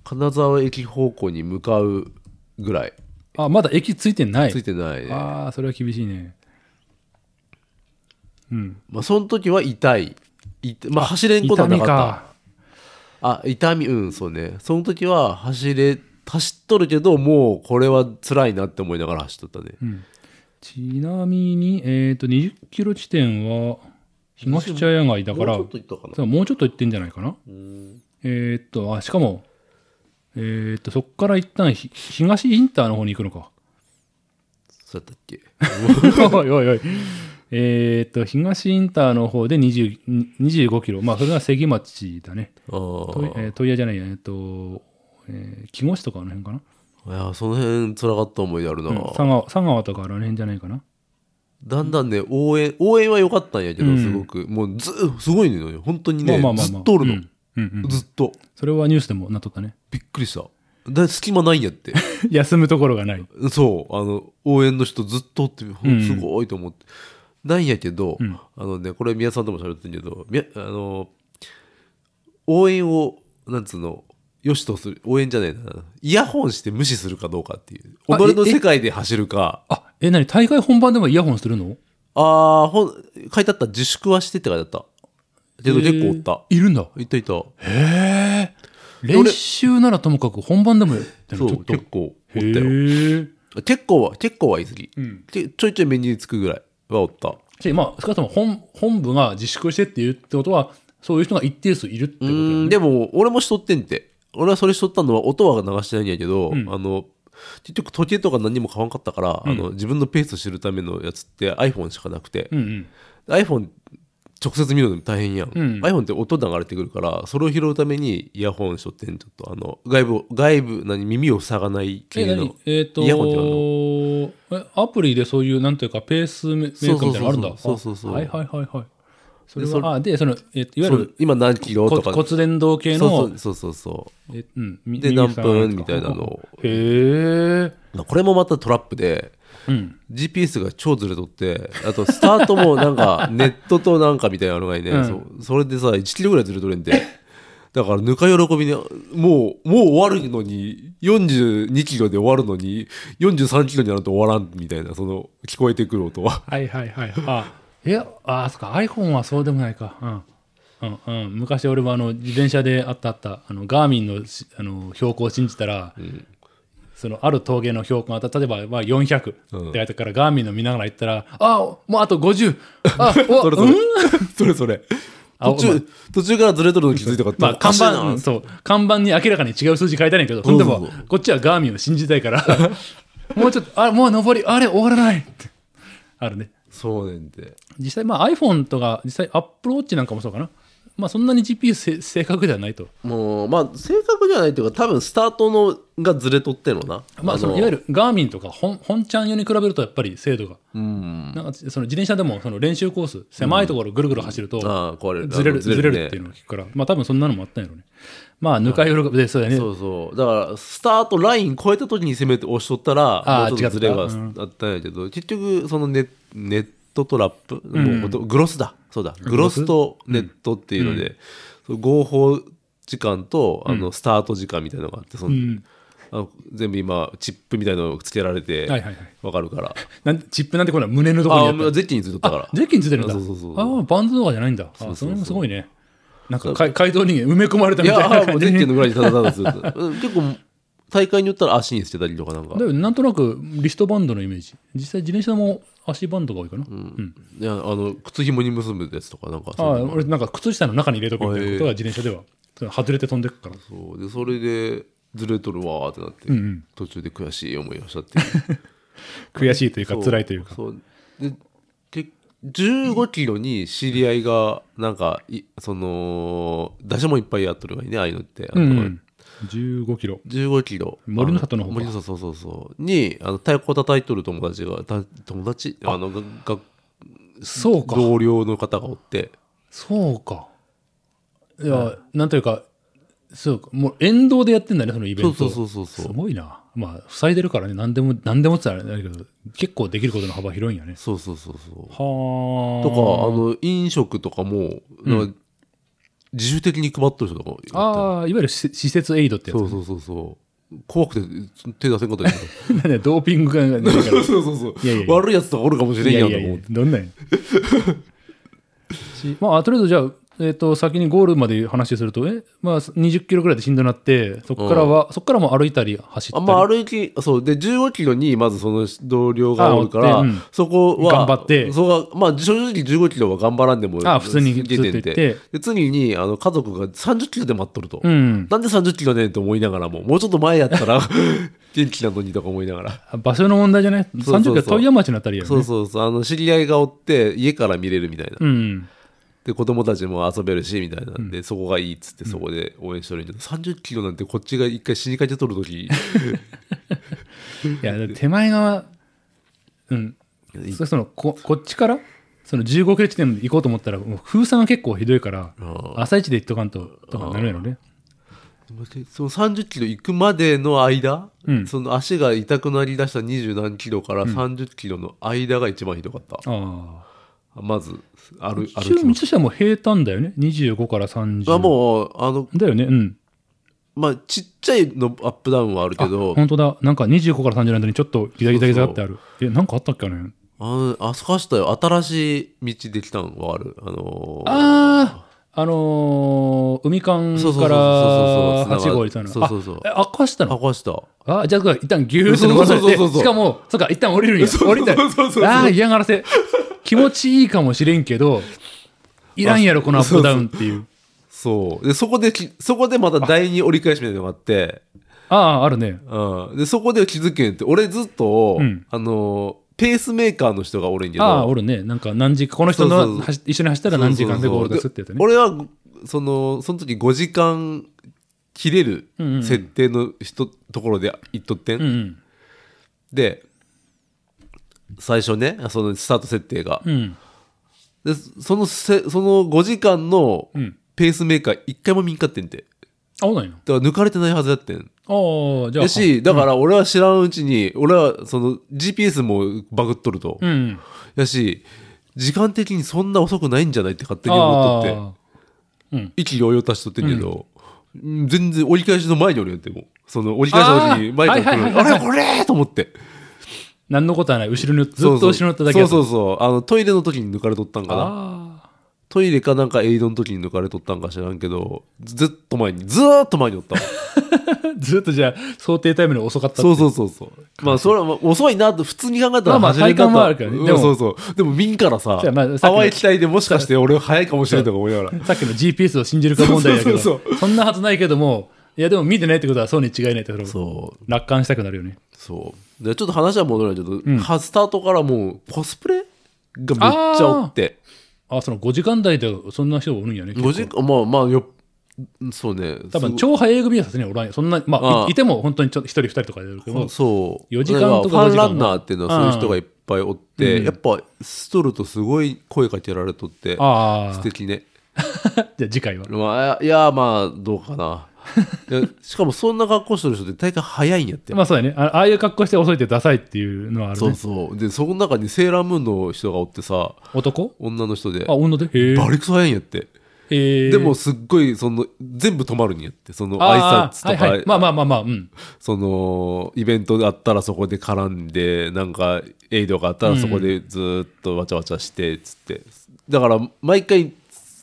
Speaker 2: 金沢駅方向に向かうぐらい
Speaker 1: あ、まだ駅ついてない
Speaker 2: つ。いてない、ね
Speaker 1: ああ、それは厳しいね。うん。
Speaker 2: まあ、その時は痛いいまあ、走れんことはなかったあ痛みうんそうねその時は走れ走っとるけどもうこれは辛いなって思いながら走っとったね
Speaker 1: ちなみに、えっ、と、20キロ地点は、東茶屋街だから、
Speaker 2: もうちょっと行ったかな
Speaker 1: そうもうちょっと行ってんじゃないかな。えっ、と、あ、しかも、えっ、と、そこから一旦ひ、東インターの方に行くのか。
Speaker 2: そうだったっけ
Speaker 1: おいおいおい。えっ、と、東インターの方で20 25キロ。まあ、それが関町だね。
Speaker 2: あ
Speaker 1: と
Speaker 2: ー
Speaker 1: えー問屋じゃないや、えっ、と、えー、木越とかあの辺かな。
Speaker 2: いやその辺辛かった思い出あるな、
Speaker 1: うん佐川佐川とかあの辺じゃないかな。
Speaker 2: だんだんね応援応援は良かったんやけど、
Speaker 1: うん
Speaker 2: すごくもうずすごいのよ本当にね、ずっとおるの、
Speaker 1: うんうんうん、
Speaker 2: ずっと
Speaker 1: それはニュースでもなっとったね。
Speaker 2: びっくりしただ隙間ないんやって
Speaker 1: 休むところがない。
Speaker 2: そうあの応援の人ずっとおってほ
Speaker 1: うん
Speaker 2: んすごいと思って、なんやけど、
Speaker 1: うん
Speaker 2: あのねこれ宮さんとも喋ってんけどみやあの応援をなんつうのよしとする応援じゃないなイヤホンして無視するかどうかっていう
Speaker 1: あ
Speaker 2: 己の
Speaker 1: ええ
Speaker 2: 世界で走るか
Speaker 1: あ、え、なに大会本番でもイヤホンするの
Speaker 2: ああ、ほん、書いてあった。自粛はしてって書いてあった。けど結構おった。
Speaker 1: えーいるんだ。
Speaker 2: いたいた。
Speaker 1: へえ。練習ならともかく本番でもやってる
Speaker 2: そ
Speaker 1: のちょ
Speaker 2: う
Speaker 1: っと。へ
Speaker 2: 結構おったよ
Speaker 1: え。
Speaker 2: 結構は結構は言い過ぎ、
Speaker 1: うん
Speaker 2: でちょいちょい目につくぐらいはおった
Speaker 1: じゃあまあ、少なくとも本本部が自粛してって言うってことは、そういう人が一定数いるってこと
Speaker 2: う
Speaker 1: だよ
Speaker 2: ん
Speaker 1: ね。
Speaker 2: でも俺もしとってんて俺はそれしとったのは音は流してないんやけど、
Speaker 1: ん
Speaker 2: あの結局時計とか何も買わんかったから、あの自分のペースを知るためのやつって iPhone しかなくて、
Speaker 1: うんうん。
Speaker 2: iPhone 直接見るのも大変やん、
Speaker 1: うん
Speaker 2: iPhone って音流れてくるからそれを拾うためにイヤホンしとってんちょっとあの外部外部何耳を塞がない
Speaker 1: え、
Speaker 2: 系の
Speaker 1: 何えっ、
Speaker 2: イヤホンってなんだ
Speaker 1: と、え、アプリでそういう、なんていうか、ペースメーカーみたいなのあるんだ。
Speaker 2: そうそうそうそうそうそう
Speaker 1: あはいはいはいはい。それ
Speaker 2: でそれ
Speaker 1: は、あ、で、その、えっといわゆ
Speaker 2: そう
Speaker 1: る
Speaker 2: 今何キロ
Speaker 1: こと
Speaker 2: か
Speaker 1: 骨伝導系の、
Speaker 2: そうそうそうそうそう
Speaker 1: えうん、
Speaker 2: で
Speaker 1: 耳
Speaker 2: 何
Speaker 1: 塞がるやつか
Speaker 2: 分みたいなの。を
Speaker 1: へえ。
Speaker 2: まあこれもまたトラップで
Speaker 1: うん。
Speaker 2: GPS が超ずれとってあとスタートもな んかネットとなんかみたいなのがいいね、
Speaker 1: うん
Speaker 2: そうそれでさ1キロぐらいずれとれんてだからぬか喜びにもうもう終わるのに42キロで終わるのに43キロになると終わらんみたいなその聞こえてくる音は
Speaker 1: はいはいはい。あ、え、あ、そっか、iPhone はそうでもないか。うん。うんうん、昔俺はあの自転車であったあったあのガーミンのしあの標高を信じたら、そのある峠の標高が例えばまあ400って
Speaker 2: うん
Speaker 1: やったからガーミンの見ながら行ったら「あもうあと50あ お
Speaker 2: それそ
Speaker 1: う
Speaker 2: れ、
Speaker 1: ん
Speaker 2: それそれ
Speaker 1: あ
Speaker 2: 途中途中からずれとるの気づいたかった、
Speaker 1: まあ、看板
Speaker 2: おかしいな
Speaker 1: そう看板に明らかに違う数字書いてあるんやけどそんで
Speaker 2: そう
Speaker 1: も
Speaker 2: そう
Speaker 1: こっちはガーミンを信じたいから もうちょっとあもう上りあれ終わらないってあるね
Speaker 2: そうねんて
Speaker 1: 実際、まあ、iPhone とか実際 Apple Watch なんかもそうかな、まあ、そんなに GPS せ正確ではないと、
Speaker 2: もうまあ正確じゃないというか多分スタートのがずれとってんのな
Speaker 1: まあ、そのいわゆるガーミンとか本本ちゃん用に比べるとやっぱり精度が、
Speaker 2: うん
Speaker 1: なんかその自転車でもその練習コース狭いところをぐるぐる走ると、
Speaker 2: ああ壊れる
Speaker 1: ずれ
Speaker 2: あの
Speaker 1: る
Speaker 2: ずれ
Speaker 1: ず
Speaker 2: る
Speaker 1: れ
Speaker 2: ね
Speaker 1: るっていうのを聞くから、まあ多分そんなのもあったんやろうねまあぬか喜びでそうだよね
Speaker 2: そうそうだからスタートライン超えた時に攻めて押しとったら
Speaker 1: あー
Speaker 2: もうちょっとズレが
Speaker 1: 違ったうん
Speaker 2: あったんやけど、結局そのネネットトラップ、もうことグロスだそうだグロスとネットっていうので、その合法時間とあのスタート時間みたいなのがあってその、
Speaker 1: ん
Speaker 2: あの全部今チップみたいなのをつけられ
Speaker 1: は
Speaker 2: て
Speaker 1: いはいはい
Speaker 2: わか るから、
Speaker 1: なんチップなんてこれは胸のとこ
Speaker 2: あ
Speaker 1: ろ
Speaker 2: あ
Speaker 1: にや
Speaker 2: も
Speaker 1: っ
Speaker 2: うゼッキンについとったから
Speaker 1: たゼッキンついてるんだ
Speaker 2: あそうそうそう
Speaker 1: ああバンズとかじゃないんだあ
Speaker 2: うそうそう
Speaker 1: それもすごいねなんかか怪盗人間埋め込まれた
Speaker 2: い
Speaker 1: みたい
Speaker 2: や
Speaker 1: な
Speaker 2: あーも
Speaker 1: 感
Speaker 2: う
Speaker 1: じ
Speaker 2: ゼッ
Speaker 1: に
Speaker 2: キンのぐらいでただただずっと うん結構大会によったら足につけたりとかなんか
Speaker 1: だよねなんとなくリストバンドのイメージ実際自転車も足バンドが多いかな、
Speaker 2: いやあの靴紐に結ぶやつとかなんか
Speaker 1: あ
Speaker 2: そうい
Speaker 1: あ
Speaker 2: うの
Speaker 1: 俺なんか靴下の中に入れとくみたいなことが自転車ではその外れて飛んでくから
Speaker 2: そうでそれでずれとるわーってなって、
Speaker 1: うんうん
Speaker 2: 途中で悔しい思いをしたっていう
Speaker 1: 悔しいというか
Speaker 2: そう
Speaker 1: 辛いというか
Speaker 2: そうでけ15キロに知り合いがなんかいその出しもいっぱいやっとるわいねああいうのって
Speaker 1: う
Speaker 2: あの、
Speaker 1: ん15キロ
Speaker 2: 15キロ
Speaker 1: 森の里の
Speaker 2: あ
Speaker 1: 方か
Speaker 2: 森の里そうそうそうにあの太鼓叩いとる友達がた友達あのがが
Speaker 1: そうか
Speaker 2: 同僚の方がおって
Speaker 1: そうかいや、なんというかそうかもう沿道でやってんだねそのイベン
Speaker 2: そ
Speaker 1: ト
Speaker 2: うそうそうそうそう
Speaker 1: すごいなまあ塞いでるからね何でも何でもって言ったらあれだけど結構できることの幅広いんやね
Speaker 2: そうそうそうそう
Speaker 1: はあ
Speaker 2: とか、あの、飲食とかも、なんか自主的に配ってる人とかいた
Speaker 1: ああいわゆる施施設エイドってやつ
Speaker 2: そうそうそうそう。怖くて手出せんかったりとか
Speaker 1: なんでドーピングが出てから
Speaker 2: そうそうそうそう
Speaker 1: いやいやいや
Speaker 2: 悪いやつとかおるかもしれんやんと思って。
Speaker 1: どんなんや しまあとりあえずじゃあえー、と先にゴールまで話すると、えまあ、20キロぐらいでしんどなって、そこからは、そこからも歩いたり走った
Speaker 2: あ
Speaker 1: り、
Speaker 2: んま歩き、そう。で、15キロにまずその同僚がおるから、
Speaker 1: あ追ってうん
Speaker 2: そこは、
Speaker 1: 頑張って
Speaker 2: そうまあ正直15キロは頑張らんでも
Speaker 1: あ普通に
Speaker 2: 続け
Speaker 1: ずっと行って
Speaker 2: で、次に、あの、家族が30キロで待っとると。
Speaker 1: うん、
Speaker 2: なんで30キロねんと思いながらも、もうちょっと前やったら 元気なのにとか思いながら。
Speaker 1: 場所の問題じゃない、
Speaker 2: そうそう
Speaker 1: 30キロ、富山町のあたりやね
Speaker 2: そうそうそうあの知り合いがおって家から見れるみたいな、
Speaker 1: うん、
Speaker 2: で子供たちも遊べるしみたいなんで、そこがいいっつってそこで応援してるんやけど、30キロなんてこっちが一回死にかけとる時
Speaker 1: いや手前側、うん、そそのここっちからその15キロ地点で行こうと思ったらもう封鎖が結構ひどいから
Speaker 2: あ
Speaker 1: 朝一で行っとかんととかなるやろね
Speaker 2: でその30キロ行くまでの間、
Speaker 1: うん
Speaker 2: その足が痛くなりだした20何キロから30キロの間が一番ひどかった、
Speaker 1: ああ
Speaker 2: まず歩歩
Speaker 1: 一応
Speaker 2: き
Speaker 1: 道
Speaker 2: ま
Speaker 1: としてはもう平坦だよね25から30
Speaker 2: あもうあの
Speaker 1: だよねうん
Speaker 2: まあちっちゃいのアップダウンはあるけど
Speaker 1: 本当だなんか25から30の間にちょっとギザギザギザってあるえなんかあったっけね
Speaker 2: あのあそこ走ったよ新しい道できたんはあるあのー
Speaker 1: あああのー海間
Speaker 2: そうそうそうそう
Speaker 1: から
Speaker 2: そうそうそう
Speaker 1: 8号にたの。
Speaker 2: そうそうそう
Speaker 1: あえ、悪化したの
Speaker 2: 明かした
Speaker 1: あ、じゃあ、一旦ギューって伸ばされ
Speaker 2: そうそう
Speaker 1: て、
Speaker 2: そうそう
Speaker 1: しかも、そうか、一旦降りるんや。
Speaker 2: そう
Speaker 1: 降りたい
Speaker 2: そうそうそうそう
Speaker 1: ああ、嫌がらせ。気持ちいいかもしれんけど、いらんやろ、このアップダウンっていう。
Speaker 2: そうでそこできそこでまた第二折り返しみたいなのがあって
Speaker 1: ああ、あるね。
Speaker 2: うん、でそこで気づけんって俺ずっと、
Speaker 1: うん
Speaker 2: あのペースメーカーの人がおるんやけど
Speaker 1: ああ、おるね。なんか何時間、この人
Speaker 2: そうそう
Speaker 1: の
Speaker 2: そう
Speaker 1: 走一緒に走ったら何時間でゴールですってやつね。
Speaker 2: そうそうそうで俺はそのその時5時間切れる
Speaker 1: うんうん
Speaker 2: 設定の人、ところで行っとってん、
Speaker 1: うん
Speaker 2: で最初ねそのスタート設定が、
Speaker 1: うん。うん。
Speaker 2: でそのせその5時間の
Speaker 1: うん。
Speaker 2: ペースメーカー1回も見んかってんて
Speaker 1: あ、おないの
Speaker 2: だから抜かれてないはずやってん
Speaker 1: ああ、じゃあ。
Speaker 2: やしだから俺は知らんうちに、俺はその GPS もバグっとると、
Speaker 1: うんうん。
Speaker 2: やし時間的にそんな遅くないんじゃないって勝手に思っとって
Speaker 1: あーうん。
Speaker 2: 意気揚々足しとってんけど、うん全然折り返しの前におるやんってもうその折り返した時に前から来る
Speaker 1: あーはいはいは
Speaker 2: あ
Speaker 1: いはい
Speaker 2: れこれと思って
Speaker 1: 何のことはない。後ろに、ずっと
Speaker 2: そうそう
Speaker 1: 後ろに乗っただけや
Speaker 2: そうそうそうあのトイレの時に抜かれとったんかな
Speaker 1: あ
Speaker 2: トイレかなんかエイドの時に抜かれとったんか知らんけどずずっと前にずーっと前に おったわ
Speaker 1: あ。ずっとじゃあ、想定タイムより遅かったってい
Speaker 2: そうそうそうそうまあそれはまあ遅いなと普通に考えたら
Speaker 1: まあまあ
Speaker 2: 走れんかっ
Speaker 1: 体感
Speaker 2: た
Speaker 1: もあるからね
Speaker 2: うん
Speaker 1: でも
Speaker 2: そうそうでも民からさ
Speaker 1: そうやまあさっきの
Speaker 2: 淡い期待でもしかして俺早いかもしれないとか思いながら
Speaker 1: さっきの GPS を信じるか問題だけど、
Speaker 2: そうそうそ
Speaker 1: そんなはずないけども、いやでも見てないってことはそうに違いないってこと
Speaker 2: そう
Speaker 1: 楽観したくなるよね。
Speaker 2: そうでちょっと話は戻るんだけど、はスタートからもうコスプレがめっちゃおって
Speaker 1: あ、その5時間台でそんな人がおるんやね。
Speaker 2: 5時間まあまあよそうね
Speaker 1: 多分
Speaker 2: す
Speaker 1: 超早い組はさすがにおらんよ。そんな、まあ、
Speaker 2: ああ
Speaker 1: いいても本当にちょっと1人2人とかでやるけ
Speaker 2: ご
Speaker 1: ど
Speaker 2: い、そう
Speaker 1: 4時間とか5
Speaker 2: だらフ
Speaker 1: 時
Speaker 2: ァンラ
Speaker 1: 間
Speaker 2: ンナーっていうのはそういう人がいっぱいおって、やっぱストルとすごい声かけられとって
Speaker 1: あ
Speaker 2: 素
Speaker 1: あ、
Speaker 2: 敵ね
Speaker 1: じゃあ次回は。
Speaker 2: まあいやまあどうか ないやしかもそんな格好してる人って大会早いんやって、
Speaker 1: まあそうだね。あああいう格好して遅いってダサいっていうのはある
Speaker 2: そう
Speaker 1: ね。
Speaker 2: そうでその中にセーラームーンの人がおってさ
Speaker 1: 男
Speaker 2: 女の人で
Speaker 1: あ、女でへえ
Speaker 2: バリクソ早いんやって
Speaker 1: へえ
Speaker 2: でもすっごいその全部止まるんやってその挨
Speaker 1: ああ
Speaker 2: 拶とか、
Speaker 1: はいはいまあまあまあまあ、うん。
Speaker 2: そのイベントがあったらそこで絡んでなんかエイドがあったらそこでずーっとわちゃわちゃしてっつって、だから毎回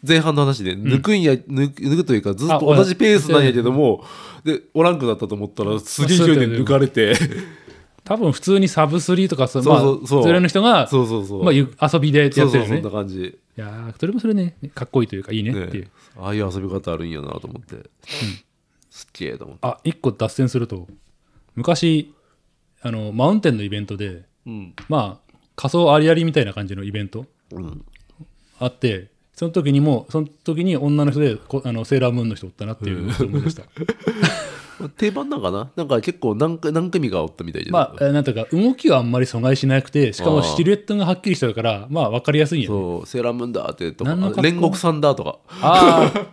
Speaker 2: 前半の話で抜くんや、抜く抜くというかずっ
Speaker 1: あ
Speaker 2: と同じペースなんやけどもでおらんくなったと思ったらすげえ勢いで抜かれて
Speaker 1: 多分普通にサブスリーとかそう、
Speaker 2: そう
Speaker 1: まあ、
Speaker 2: そうそう
Speaker 1: 連れの人が、
Speaker 2: そうそうそう、
Speaker 1: まあ、ゆ遊びでやって
Speaker 2: そ
Speaker 1: る
Speaker 2: うそう
Speaker 1: よ
Speaker 2: そん
Speaker 1: ね
Speaker 2: な。感じ、
Speaker 1: いやーそれもそれね、かっこいいというか、いいねっていう。
Speaker 2: ね、ああいう遊び方あるんやなと思って、すっげえと思って、
Speaker 1: あ、一個脱線すると、昔、あの、マウンテンのイベントで、
Speaker 2: うん
Speaker 1: まあ、仮想ありありみたいな感じのイベント
Speaker 2: うん、
Speaker 1: あって、その時にも、その時に女の人で、こあのセーラームーンの人おったなっていうのを思いま した。
Speaker 2: 定番なんかななんか結構何回何組かおったみたいじゃ
Speaker 1: まあ、えーなんとか、動きはあんまり阻害しなくて、しか
Speaker 2: あ
Speaker 1: も
Speaker 2: ー
Speaker 1: シルエットがはっきりしてるから、まあ、わかりやすいんやね。
Speaker 2: そう、セーラームーンだってとか、
Speaker 1: 何の格好
Speaker 2: 煉獄さんだとか、
Speaker 1: ああ、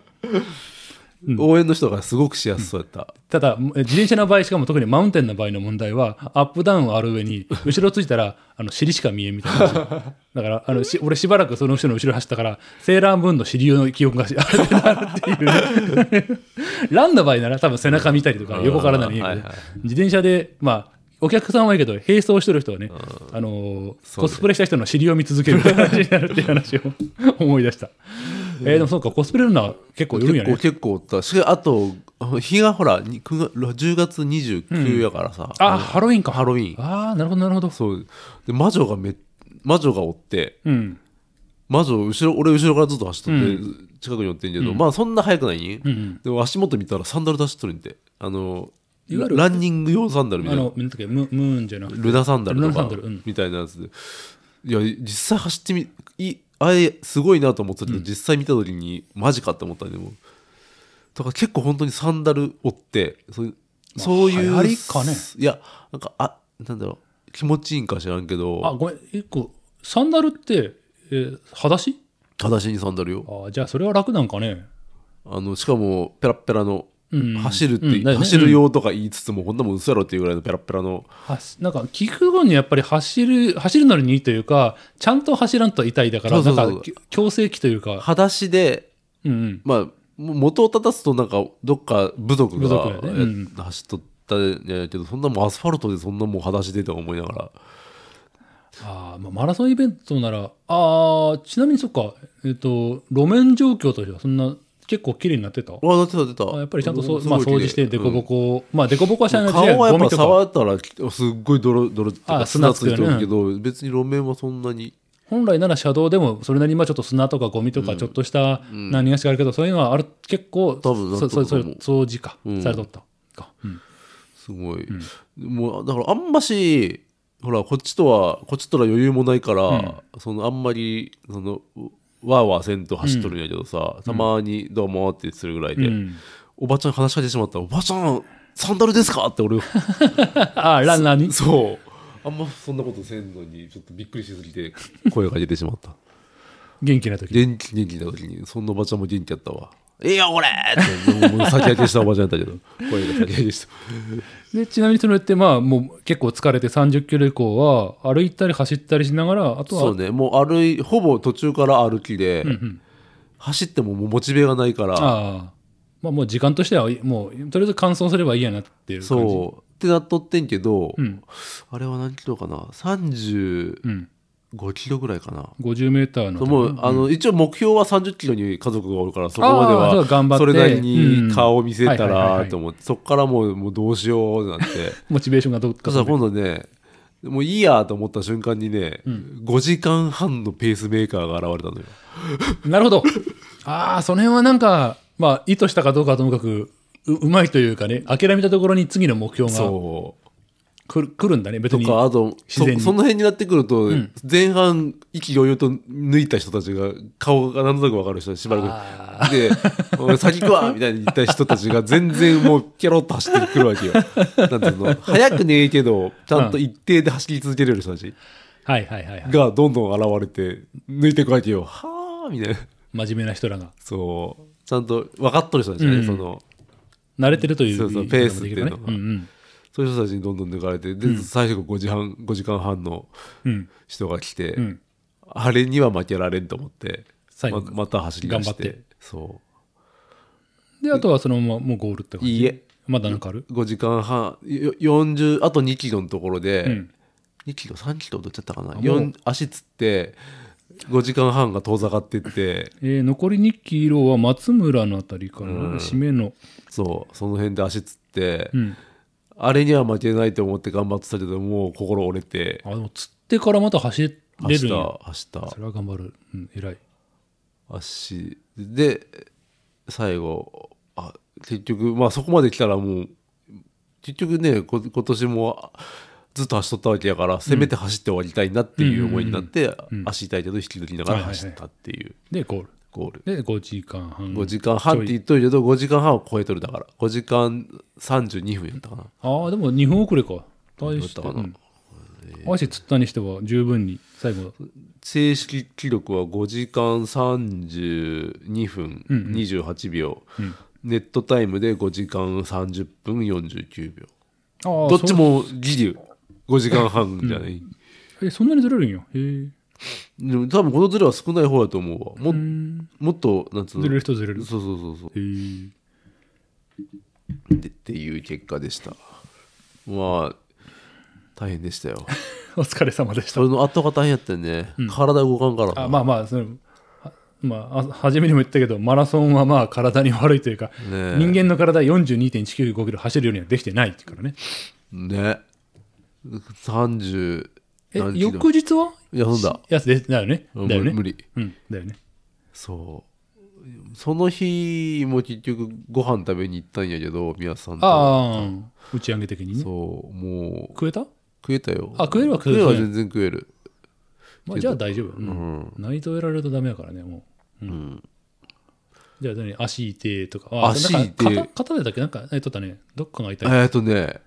Speaker 2: 応援の人がすごくしやすそうやった。
Speaker 1: ただ、え自転車の場合、しかも特にマウンテンの場合の問題は、アップダウンはある上に、後ろついたら、あの尻しか見えんみたいな話。 だからあのし、俺しばらくその人の後ろ走ったから、セーラームーンの支流の記憶があるっていう ね。ランの場合なら、多分背中見たりとか、横からなり、
Speaker 2: はいはい
Speaker 1: 自転車で、まあ、お客さんはいいけど、並走してる人はね、あのー
Speaker 2: そ
Speaker 1: コ
Speaker 2: うね
Speaker 1: スプレした人の尻を見続けるみたいな話になるっていう話を 思い出した。えーでもそうか、コスプレのは結構いるん
Speaker 2: 結
Speaker 1: やね
Speaker 2: 構、。結構おった。しあと、あの日がほら、に9が10月29やからさ、
Speaker 1: あ、ハロウィンか。
Speaker 2: ハロウィン。
Speaker 1: ああ、なるほど、なるほど。
Speaker 2: そう。で、魔女がめ、魔女がおって、
Speaker 1: うん。
Speaker 2: 魔女、後ろ、俺後ろからずっと走っとって、近くにおってんけど、まあそんな速くないん、
Speaker 1: うん
Speaker 2: でも足元見たらサンダル出しとるんで、あの、
Speaker 1: いわゆる
Speaker 2: ランニング用サンダルみ
Speaker 1: あ
Speaker 2: たいな。
Speaker 1: の、なんだっけ、ムムーンじゃなくて。
Speaker 2: ルナサンダルと
Speaker 1: ルナサ
Speaker 2: か
Speaker 1: ンダルうん
Speaker 2: みたいなやつで、いや実際走ってみいあれすごいなと思ってたけど、実際見た時にマジかって思ったねもうだから結構本当にサンダル追ってそういう、そういう
Speaker 1: 流行りかね
Speaker 2: いやなんかあなんだろう気持ちいいんか知らんけ
Speaker 1: あ、
Speaker 2: ど
Speaker 1: ごめん、一個、サンダルって、えー、裸足
Speaker 2: 裸足にサンダルよ
Speaker 1: あじゃあ、それは楽なんかね。
Speaker 2: あのしかもペラッペラの、
Speaker 1: うん
Speaker 2: 走るって、
Speaker 1: うんだよね
Speaker 2: 走るよとか言いつつも、こんなもん嘘やろっていうぐらいのペラッペラの
Speaker 1: はなんか、聞く分にやっぱり走る、走るのにいいというか、ちゃんと走らんと痛いだから、
Speaker 2: そうそうそう
Speaker 1: なんか、き強制期というか、
Speaker 2: 裸足で
Speaker 1: うんうん。
Speaker 2: まあ、もう元を立たすとなんかどっか部族
Speaker 1: 部
Speaker 2: が
Speaker 1: 族やねうん
Speaker 2: え走っとったんやけどそんなもんアスファルトでそんなもん裸足でとか思いながら
Speaker 1: あー、まあ、マラソンイベントなら、あーちなみにそっか、えっ、と、路面状況としてはそんな、結構綺麗になってた。
Speaker 2: あ、出てた出てた。
Speaker 1: あやっぱりちゃんとそう、まあ、
Speaker 2: すごい
Speaker 1: 掃
Speaker 2: 綺麗
Speaker 1: 除して、凸凹を、まあ、凸凹はしない
Speaker 2: うん
Speaker 1: の
Speaker 2: 顔はやっぱ
Speaker 1: か。
Speaker 2: 触ったら、すっごい泥、泥っていう
Speaker 1: あ
Speaker 2: か
Speaker 1: 砂
Speaker 2: 砂
Speaker 1: つ
Speaker 2: つ
Speaker 1: くよ
Speaker 2: い
Speaker 1: ね
Speaker 2: てるけど、別に路面はそんなに。
Speaker 1: 本来なら車道でも、それなりにまあちょっと砂とかゴミとか、ちょっとした何がしかあるけど、そういうのはある、結構、
Speaker 2: 多分なん
Speaker 1: そ
Speaker 2: と
Speaker 1: そ
Speaker 2: か
Speaker 1: そ
Speaker 2: も
Speaker 1: 掃除か、
Speaker 2: ん
Speaker 1: されとったか。うん
Speaker 2: すごい。もう、だからあんまし、ほら、こっちとは、こっちとら余裕もないから、そのあんまり、その、わーわーせんと走っとるんやけどさ、たまにどうもってするぐらいで、
Speaker 1: うん
Speaker 2: おばちゃんに話しかけてしまったら、おばちゃん、サンダルですかって 俺、
Speaker 1: あーランナーに
Speaker 2: そう。あんまそんなことせんのに、ちょっとびっくりしすぎて、声かけてしまった。
Speaker 1: 元気な時
Speaker 2: 元気元気な時に、そんなおばちゃんも元気やったわ。いいよ、これって、もう先明けしたおばちゃんだったけど、声が先明けした。
Speaker 1: でちなみにそれってまあもう結構疲れて30キロ以降は歩いたり走ったりしながらあと
Speaker 2: そう
Speaker 1: は
Speaker 2: ね、もう歩い、ほぼ途中から歩きで、走ってももうモチベがないから、
Speaker 1: ああまあもう時間としてはもうとりあえず完走すればいいやなっていう感じ
Speaker 2: そう。ってなっとってんけど、
Speaker 1: ん
Speaker 2: あれは何キロかな ?35
Speaker 1: うん、
Speaker 2: キロぐらいかな。
Speaker 1: 50メーターのとこ
Speaker 2: もう、あの、一応目標は30キロに家族がおるから、そこ
Speaker 1: あーそう頑張
Speaker 2: まで
Speaker 1: って
Speaker 2: は、それなり
Speaker 1: うん
Speaker 2: に顔を見せた
Speaker 1: はいはいはいは
Speaker 2: ら
Speaker 1: い
Speaker 2: と思って、そこからもう、もうどうしよ うってなって。
Speaker 1: モチベーションがどっ
Speaker 2: そ
Speaker 1: か
Speaker 2: したら
Speaker 1: で
Speaker 2: 今度ね、もういいやと思った瞬間にね、5時間半のペースメーカーが現れたのよ。
Speaker 1: なるほど ああその辺はなんかまあ意図したかどうかはともかくううまいというかね諦めたところに次の目標が
Speaker 2: そう。
Speaker 1: くるくるんだね別
Speaker 2: と
Speaker 1: に
Speaker 2: か、あと、
Speaker 1: 自
Speaker 2: そ
Speaker 1: 然に
Speaker 2: その辺になってくると、前半、意気揚々と抜いた人たちが、顔がなんとなくわかる人、しばらく。で、俺先行くわみたいに言った人た ちが、全然もう、キャロッと走ってくるわけよ。なんていうの、速くねえけど、ちゃんと一定で走り続けれる人たち
Speaker 1: はいはいはい、はい、
Speaker 2: が、どんどん現れて、抜いていくわけよ。はあみたいな。
Speaker 1: 真面目な人らが
Speaker 2: そう。ちゃんと分かっとる人たちね、
Speaker 1: うん
Speaker 2: その、
Speaker 1: 慣れてるという
Speaker 2: そうそ
Speaker 1: 言
Speaker 2: う
Speaker 1: い方
Speaker 2: ペース
Speaker 1: も
Speaker 2: って
Speaker 1: でき
Speaker 2: い
Speaker 1: る
Speaker 2: う
Speaker 1: ね
Speaker 2: のが
Speaker 1: うんうん
Speaker 2: そういう人たちにどんどん抜かれて、で、最初5時半、5時間半の
Speaker 1: うん
Speaker 2: 人が来て、
Speaker 1: うん
Speaker 2: あれには負けられんと思って、
Speaker 1: 最後
Speaker 2: ままた走り出して
Speaker 1: 頑張って
Speaker 2: そ
Speaker 1: であとはそのままもうゴールって
Speaker 2: う
Speaker 1: 感じ
Speaker 2: いいえ
Speaker 1: まだなんかある
Speaker 2: 5時間半よ40あと2キロのところで、
Speaker 1: うん
Speaker 2: 2キロ3キロどっちゃったかな
Speaker 1: もう
Speaker 2: 四足つって5時間半が遠ざかってって
Speaker 1: えー残り2キロは松村のあたりかな、
Speaker 2: うん
Speaker 1: 締めの、
Speaker 2: そうその辺で足つって、
Speaker 1: うん、
Speaker 2: あれには負けないと思って頑張ってたけどもう心折れて
Speaker 1: あでも釣ってからまた走れ
Speaker 2: 走
Speaker 1: る
Speaker 2: っ
Speaker 1: んや
Speaker 2: た走った
Speaker 1: それは頑張る、うん、偉い
Speaker 2: 足で最後あ結局まあそこまで来たらもう結局ねこ今年もあずっと走っとったわけやから、せめて走って終わりたいなっていう思いになって、足痛いけど引きずりながら走ったっていう
Speaker 1: でゴール
Speaker 2: ゴール、
Speaker 1: で5時間半
Speaker 2: 5時間半って言っとるけど5時間半を超えとるだから5時間32分やったかな
Speaker 1: ああでも2分遅れか大して
Speaker 2: どうだ
Speaker 1: う
Speaker 2: ったかな
Speaker 1: ん足釣ったにしては十分に最後
Speaker 2: 正式記録は5時間32分28秒、ネットタイムで5時間30分49秒
Speaker 1: あー
Speaker 2: どっちもギリ5時間半じゃない、
Speaker 1: そえそんなにずれるんよへえ
Speaker 2: でも多分このズレは少ない方だと思うわももっとなんつうの
Speaker 1: ずれる人ずれる
Speaker 2: そうそうそうそう
Speaker 1: へえ
Speaker 2: でっていう結果でしたまあ大変でしたよ
Speaker 1: お疲れ様でした
Speaker 2: それの後が大変やったよね、体動かんから
Speaker 1: あまあまあそれはまああ初めにも言ったけどマラソンはまあ体に悪いというか、
Speaker 2: え
Speaker 1: 人間の体42.195キロ走るようにはできてないっていうからね
Speaker 2: ね30
Speaker 1: え
Speaker 2: 何キロ
Speaker 1: 翌日は
Speaker 2: 休んだ
Speaker 1: やつでだよね
Speaker 2: うん
Speaker 1: だよね
Speaker 2: 無理
Speaker 1: うんだよね
Speaker 2: そうその日も結局ご飯食べに行ったんやけど宮さんと
Speaker 1: ああ打ち上げ的にね
Speaker 2: そうもう
Speaker 1: 食えた、
Speaker 2: 食えたよ
Speaker 1: あ食えるは食える
Speaker 2: 食えは全然食える
Speaker 1: まあ、じゃあ大丈夫、うん内臓やられるとダメやからねもう、うんじゃあ何足痛いとかあ
Speaker 2: 足
Speaker 1: なんか
Speaker 2: 痛い
Speaker 1: 肩肩でだっけなんかえっとったねどっかが痛い、
Speaker 2: えっとね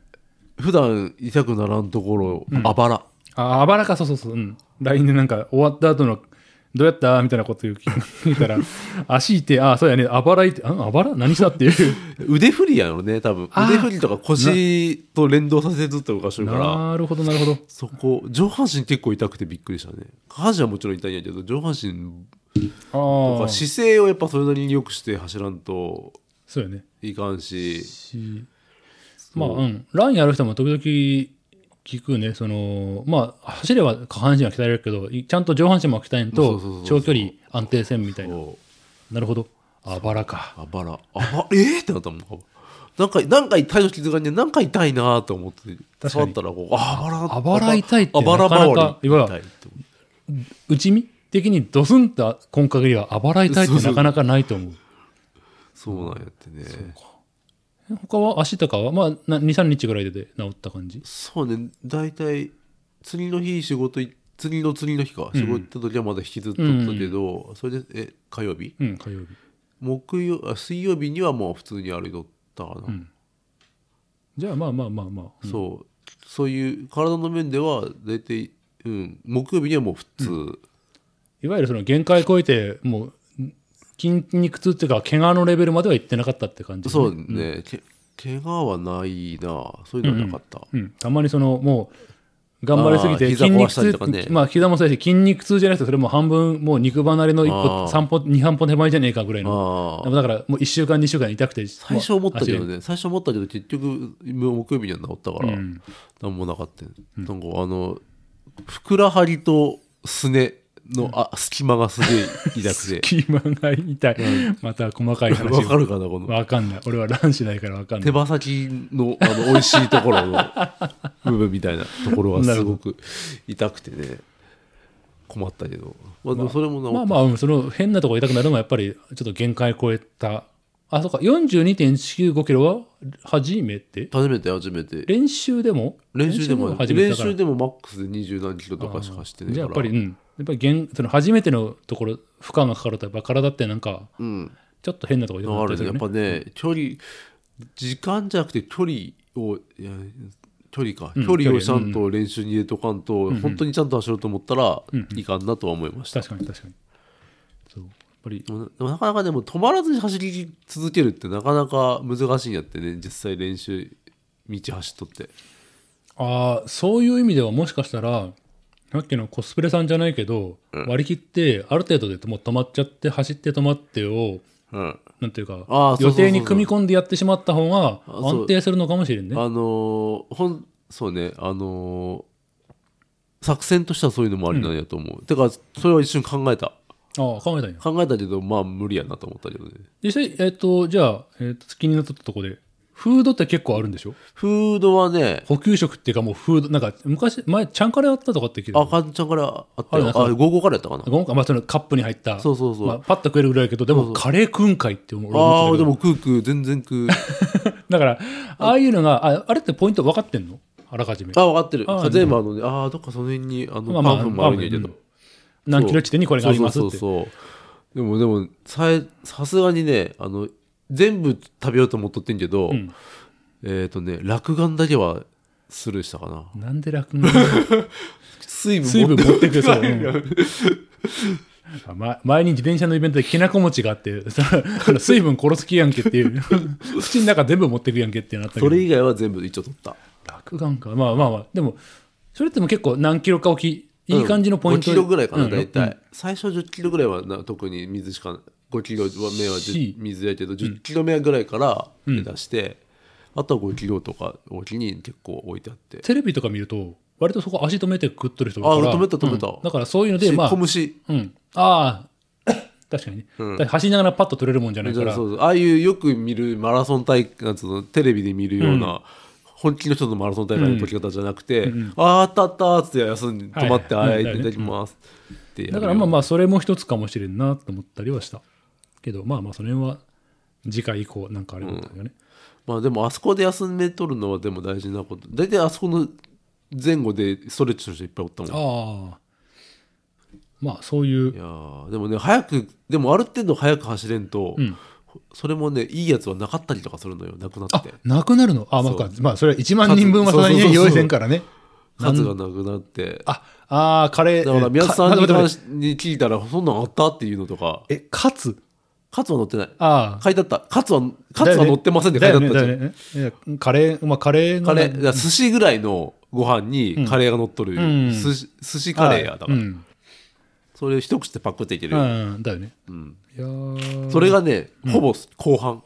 Speaker 2: 普段痛くならんところ、あばら
Speaker 1: ああばらかそうそうそう、うん、LINE でなんか終わった後のどうやったみたいなこと言う聞い たら足痛いああそうやねあばらいてああばら何したっていう
Speaker 2: 腕振りやろね多分
Speaker 1: あー
Speaker 2: 腕振りとか腰と連動させてずっと動かしてるから
Speaker 1: なるほどなるほど
Speaker 2: そこ上半身結構痛くてびっくりしたね下半身はもちろん痛いんやけど上半身と
Speaker 1: ああ
Speaker 2: か姿勢をやっぱそれなりに良くして走らんと
Speaker 1: そうやね
Speaker 2: いかんし
Speaker 1: しまあうんランやる人も時々聞聞くね、その、まあ、走れば下半身は鍛えられるけど、いちゃんと上半身も鍛えん
Speaker 2: そうそうそう
Speaker 1: と
Speaker 2: そ、う
Speaker 1: 長距離安定戦みたいな。
Speaker 2: お
Speaker 1: なるほど。あばらか。
Speaker 2: あばらあばえー、ってなったもんなんかなんか痛いの傷がねなんか痛いなと思って
Speaker 1: 確か
Speaker 2: 触
Speaker 1: に
Speaker 2: ったらこうああばら
Speaker 1: あばら痛いって
Speaker 2: あばら
Speaker 1: なかなか
Speaker 2: 周り痛いって思
Speaker 1: 内身的にドスンと今限りはあばら痛いってなかなかないと思う。
Speaker 2: そうなんやってね
Speaker 1: 他は足とかは、まあ、な2、3日ぐらいで治った感じ。
Speaker 2: そうね大体次の日仕事い次の次の日か、仕事行った時はまだ引きずっとったけど、それでえ火曜日
Speaker 1: うん、火曜日。
Speaker 2: 木曜あ水曜日にはもう普通に歩いとったかな、
Speaker 1: じゃあ、まあまあまあまあ。
Speaker 2: そうそういう体の面では大体、うん、木曜日にはもう普通、
Speaker 1: いわゆるその限界超えて、もうん筋肉痛っていうか、怪我のレベルまではいってなかったって感じ、
Speaker 2: そうね、け怪我はないなそういうのはなかった、
Speaker 1: うん、たまにそのもう頑張りすぎ
Speaker 2: あー
Speaker 1: て
Speaker 2: 膝
Speaker 1: 筋肉
Speaker 2: 壊したり
Speaker 1: 痛
Speaker 2: とかね
Speaker 1: まあ膝もそうやし筋肉痛じゃなくてそれもう半分もう肉離れの一
Speaker 2: あ
Speaker 1: 歩
Speaker 2: ー
Speaker 1: 三歩二半歩手前じゃねえかぐらいの
Speaker 2: あ
Speaker 1: で
Speaker 2: あ
Speaker 1: もだからもう1週間2週間痛くて
Speaker 2: 最初思ったけど
Speaker 1: もう
Speaker 2: ね最初思ったけど結局木曜日には治ったから、
Speaker 1: うん
Speaker 2: なんもなかったよ、なんかあのふくらはぎとすねのあ隙間がすげえ痛く て
Speaker 1: 隙間が痛い、また細かい話
Speaker 2: わかるかなこの
Speaker 1: わかんない俺は卵子ないからわかんな
Speaker 2: 手
Speaker 1: い
Speaker 2: 羽先のあの美味しいところの部分みたいなところがすごく痛くてね困ったけど、まあ、でもそれも治った、
Speaker 1: まあまあ、うん、その変なとこ痛くなるのもやっぱりちょっと限界超えたあそうか42.195キロは初めて
Speaker 2: 初めて初めて
Speaker 1: 練習でも
Speaker 2: 練習でも
Speaker 1: 初めて
Speaker 2: 練
Speaker 1: だから
Speaker 2: 習でもマックスで二十何キロとかしかしてねえ
Speaker 1: じ
Speaker 2: か
Speaker 1: ゃあ
Speaker 2: ら
Speaker 1: やっぱり、うん、やっぱり現その初めてのところ負荷がかかるとやっぱ体ってなんか
Speaker 2: うん
Speaker 1: ちょっと変なところ
Speaker 2: あるねやっ
Speaker 1: ね
Speaker 2: ぱね距離時間じゃなくて距離をいや距離か、
Speaker 1: ん
Speaker 2: 距離
Speaker 1: 距離
Speaker 2: をちゃんと練習に入れとかんと、本当にちゃんと走ろうと思ったら、いかんなとは思いました、
Speaker 1: 確かに確かにそうやっぱり
Speaker 2: でもでもなかなかでも止まらずに走り続けるってなかなか難しいんやってね実際練習道走っとって
Speaker 1: ああそういう意味ではもしかしたらさっきのコスプレさんじゃないけど、割り切ってある程度でもう止まっちゃって走って止まってを
Speaker 2: うん
Speaker 1: なんていうか
Speaker 2: あーそうそうそうそう
Speaker 1: 予定に組み込んでやってしまった方が
Speaker 2: そう
Speaker 1: 安定するのかもしれんね
Speaker 2: あのーほんそうねあのー作戦としてはそういうのもありなんやと思う、てかそれは一瞬考えた
Speaker 1: ああ考えたんや
Speaker 2: 考えたけどまあ無理やなと思ったけどね
Speaker 1: 実際えっ、とじゃあ、えー、と気になっとったとこでフードって結構あるんでしょ
Speaker 2: フードはね
Speaker 1: 補給食っていうかもうフードなんか昔前ちゃんカレーあったとかって聞いてた
Speaker 2: あかんちゃんからあったよ
Speaker 1: あ
Speaker 2: あ
Speaker 1: れ
Speaker 2: 午後からやったかな
Speaker 1: 今回まあそのカップに入った
Speaker 2: そうそうそう
Speaker 1: まあ、パッと食えるぐらいだけどでもカレー食うんかいって思う俺思って
Speaker 2: ああ
Speaker 1: たけ
Speaker 2: で
Speaker 1: ど
Speaker 2: も食う食う全然 食う
Speaker 1: だからああいうのがああれってポイント分かってんのあらかじめ
Speaker 2: あ分かってる
Speaker 1: あー
Speaker 2: 全部あのねああどっかその辺にあの
Speaker 1: まあまあ
Speaker 2: パンフもあるんやけ
Speaker 1: パンフ
Speaker 2: ど
Speaker 1: うん何キロ地点にこれがありますって
Speaker 2: そうそうそうそうでもでもさえさすがにねあの全部食べようと思っとってんけど、
Speaker 1: ん
Speaker 2: えっ、とね落眼だけはスルーしたかな
Speaker 1: なんで楽なの
Speaker 2: 水分
Speaker 1: 水
Speaker 2: 持
Speaker 1: 分
Speaker 2: って
Speaker 1: 持ってくそう、うんま前に自転車のイベントできなこ餅があってその水分殺す気やんけっていう 口の中全部持ってくやんけってなったけど
Speaker 2: それ以外は全部一応取った
Speaker 1: 落眼かまあまあまあでもそれっても結構何キロかおきいい感じのポイント
Speaker 2: 5キロぐらいかな
Speaker 1: うん
Speaker 2: 大体、最初10キロぐらいはな特に水しか5キロ目はじゅ
Speaker 1: し
Speaker 2: 水やけど10キロ目ぐらいから出して、あとは5キロとかおきに結構置いてあって
Speaker 1: テレビとか見ると割とそこ足止めて食っとる人が
Speaker 2: あ止めた止めた
Speaker 1: だからそういうのでまあ
Speaker 2: 小虫
Speaker 1: うんああ 確かにね、だから走りながらパッと取れるもんじゃない
Speaker 2: そ
Speaker 1: か
Speaker 2: う
Speaker 1: ら
Speaker 2: そうああいうよく見るマラソン大会そのテレビで見るような、本気の人のマラソン大会の解き方じゃなくて、あああったあったーっつって休んで
Speaker 1: はい
Speaker 2: 止まって、
Speaker 1: はい
Speaker 2: ああ
Speaker 1: う
Speaker 2: い
Speaker 1: ん
Speaker 2: ただきますってやる
Speaker 1: だからまあまあそれも一つかもしれんなと思ったりはしたけどまあまあその辺は次回以降なんかあれだったよね、
Speaker 2: まあでもあそこで休めとるのはでも大事なこと大体あそこの前後でストレッチの人いっぱいおったもん
Speaker 1: ああまあそういう
Speaker 2: いやーでもね早くでもある程度早く走れんと、それもねいいやつはなかったりとかするのよなくなって
Speaker 1: なくなるのあまあかまあそれは1万
Speaker 2: 数
Speaker 1: 人分はさすがに
Speaker 2: そう
Speaker 1: ね
Speaker 2: そうそうそう
Speaker 1: 用意せんからね
Speaker 2: 数がなくなって
Speaker 1: ああーカレー
Speaker 2: だから宮田
Speaker 1: え
Speaker 2: さん
Speaker 1: か
Speaker 2: に
Speaker 1: 待って
Speaker 2: 関
Speaker 1: 待って
Speaker 2: しに聞いたらそんなんあったっていうのとか
Speaker 1: えカツ
Speaker 2: カツは乗ってない
Speaker 1: ああ
Speaker 2: 書いてあったカツはカツは乗ってませんって
Speaker 1: だ
Speaker 2: 書いて
Speaker 1: よ
Speaker 2: あ
Speaker 1: ね
Speaker 2: ったじゃん、
Speaker 1: だよねだよねいやカレーまあカレーの
Speaker 2: カレーだから寿司ぐらいのご飯にカレーが乗っとる、
Speaker 1: ん
Speaker 2: 寿司寿司カレーやだから、
Speaker 1: うん、
Speaker 2: それ一口でパクっていける、
Speaker 1: うん、だよね、いやー
Speaker 2: それがね、ほぼ後半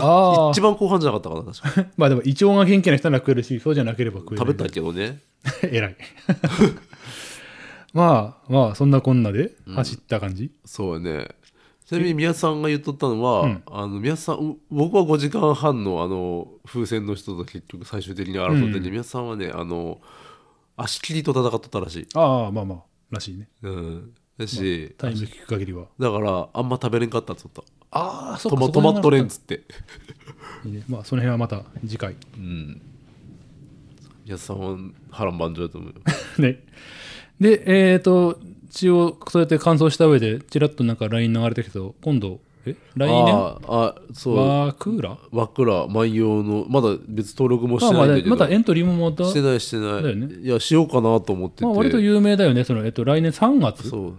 Speaker 1: ああ
Speaker 2: 一。番後半じゃなかったかな確か
Speaker 1: まあでも、胃腸が元気な人なら食えるし、そうじゃなければ食えない。
Speaker 2: 食べたけどね
Speaker 1: 偉い。まあまあ、そんなこんなで走った感じ。
Speaker 2: そうやねちなみに宮田さんが言っとったのは、
Speaker 1: うん
Speaker 2: あの宮田さんう僕は5時間半のあの風船の人と結局最終的に争ってて、宮田さんはねあの足切りと戦っとったらしい、
Speaker 1: ああ、まあまあ、らしいね。
Speaker 2: うん、だし、
Speaker 1: タイム聞く限りは。
Speaker 2: だからあんま食べれんかったっつった
Speaker 1: ああ、そ
Speaker 2: トマトマットレンっつって
Speaker 1: いいねまあ、その辺はまた次回。
Speaker 2: うん宮田さんは波乱万丈だと思うよ
Speaker 1: ね。で、えっ、と、一応、そうやって完走した上で、ちらっとなんか LINE 流れてきたけど、今度、え来年
Speaker 2: あああそう
Speaker 1: はクーラー
Speaker 2: 和倉万葉のまだ別登録もし
Speaker 1: まあ
Speaker 2: て
Speaker 1: ま
Speaker 2: な
Speaker 1: あ
Speaker 2: いんだ
Speaker 1: ね
Speaker 2: けど、
Speaker 1: まだエントリーもまた、
Speaker 2: してないしてない、
Speaker 1: だよね
Speaker 2: いやしようかなと思ってて、
Speaker 1: まあ、割と有名だよね。その、えっと、来年3月
Speaker 2: そう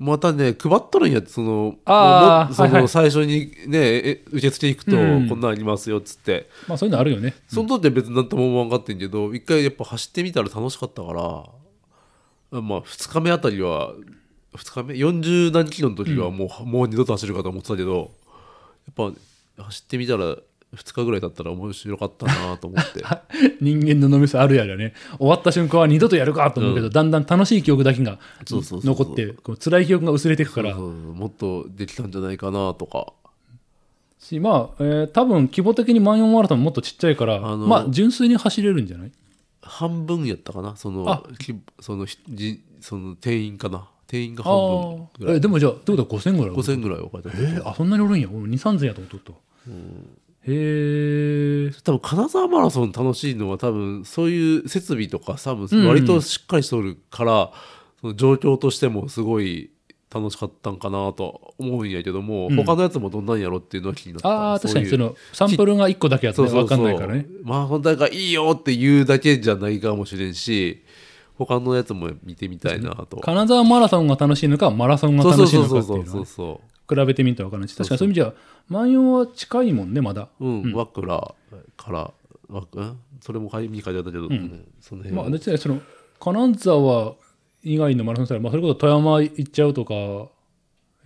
Speaker 2: またね配っとるんやってその
Speaker 1: あー
Speaker 2: もその、
Speaker 1: はいはい
Speaker 2: 最初にねえ受付行くとこ
Speaker 1: うん
Speaker 2: んなんありますよっつって、
Speaker 1: まあ、そういうのあるよね。
Speaker 2: その時は別に何とも思わんかってんけど一回やっぱ走ってみたら楽しかったからまあ2日目あたりは2日目40何キロの時はもう,、もう二度と走るかと思ってたけどやっぱ走ってみたら2日ぐらい経ったら面白かったなと思 って
Speaker 1: 人間の脳みそあるやるよね終わった瞬間は二度とやるかと思うけど、だんだん楽しい記憶だけが
Speaker 2: そうそうそう
Speaker 1: 残ってこう辛い記憶が薄れていくから
Speaker 2: そうそうもっとできたんじゃないかなとか
Speaker 1: しまあ、えー多分規模的に万葉マラソンもっとちっちゃいから、
Speaker 2: の
Speaker 1: まあ純粋に走れるんじゃない
Speaker 2: 半分やったかなそ
Speaker 1: あ
Speaker 2: のきそのひじその定員かな定員が
Speaker 1: あ
Speaker 2: 半分ぐ
Speaker 1: あ
Speaker 2: らい
Speaker 1: えでもじゃあってことは5000ぐらい
Speaker 2: 5000ぐらいは書いてあった、
Speaker 1: えーあそんなにおるんや俺23000やと思っとった、へえ
Speaker 2: 多分金沢マラソン楽しいのは多分そういう設備とか多
Speaker 1: んうん
Speaker 2: 分割としっかりしとるから、その状況としてもすごい楽しかったんかなと思うんやけども、他のやつもどんなんやろっていうのは気になった
Speaker 1: ああ確かに
Speaker 2: ういう
Speaker 1: そのサンプルが1個だけやった
Speaker 2: そう
Speaker 1: ら
Speaker 2: そう
Speaker 1: 分か
Speaker 2: そうん
Speaker 1: ないからね
Speaker 2: マラソン大会いいよって言うだけじゃないかもしれんし他のやつも見てみたいなと
Speaker 1: 金沢マラソンが楽しいのかマラソンが
Speaker 2: そうそ
Speaker 1: 楽
Speaker 2: う
Speaker 1: しい
Speaker 2: そう
Speaker 1: の
Speaker 2: そ
Speaker 1: か
Speaker 2: う
Speaker 1: ってい
Speaker 2: そうう
Speaker 1: の
Speaker 2: そ
Speaker 1: は
Speaker 2: う
Speaker 1: ね比べてみたら分からんし確かにそういう意味じゃ万葉は近いもんねまだ
Speaker 2: うん、ワクラから、ワクんそれも買いに書いてあったけど、ねその辺
Speaker 1: ま
Speaker 2: は、
Speaker 1: あ、だってその金沢以外のマラソンしたら、まあ、それこそ富山行っちゃうとか、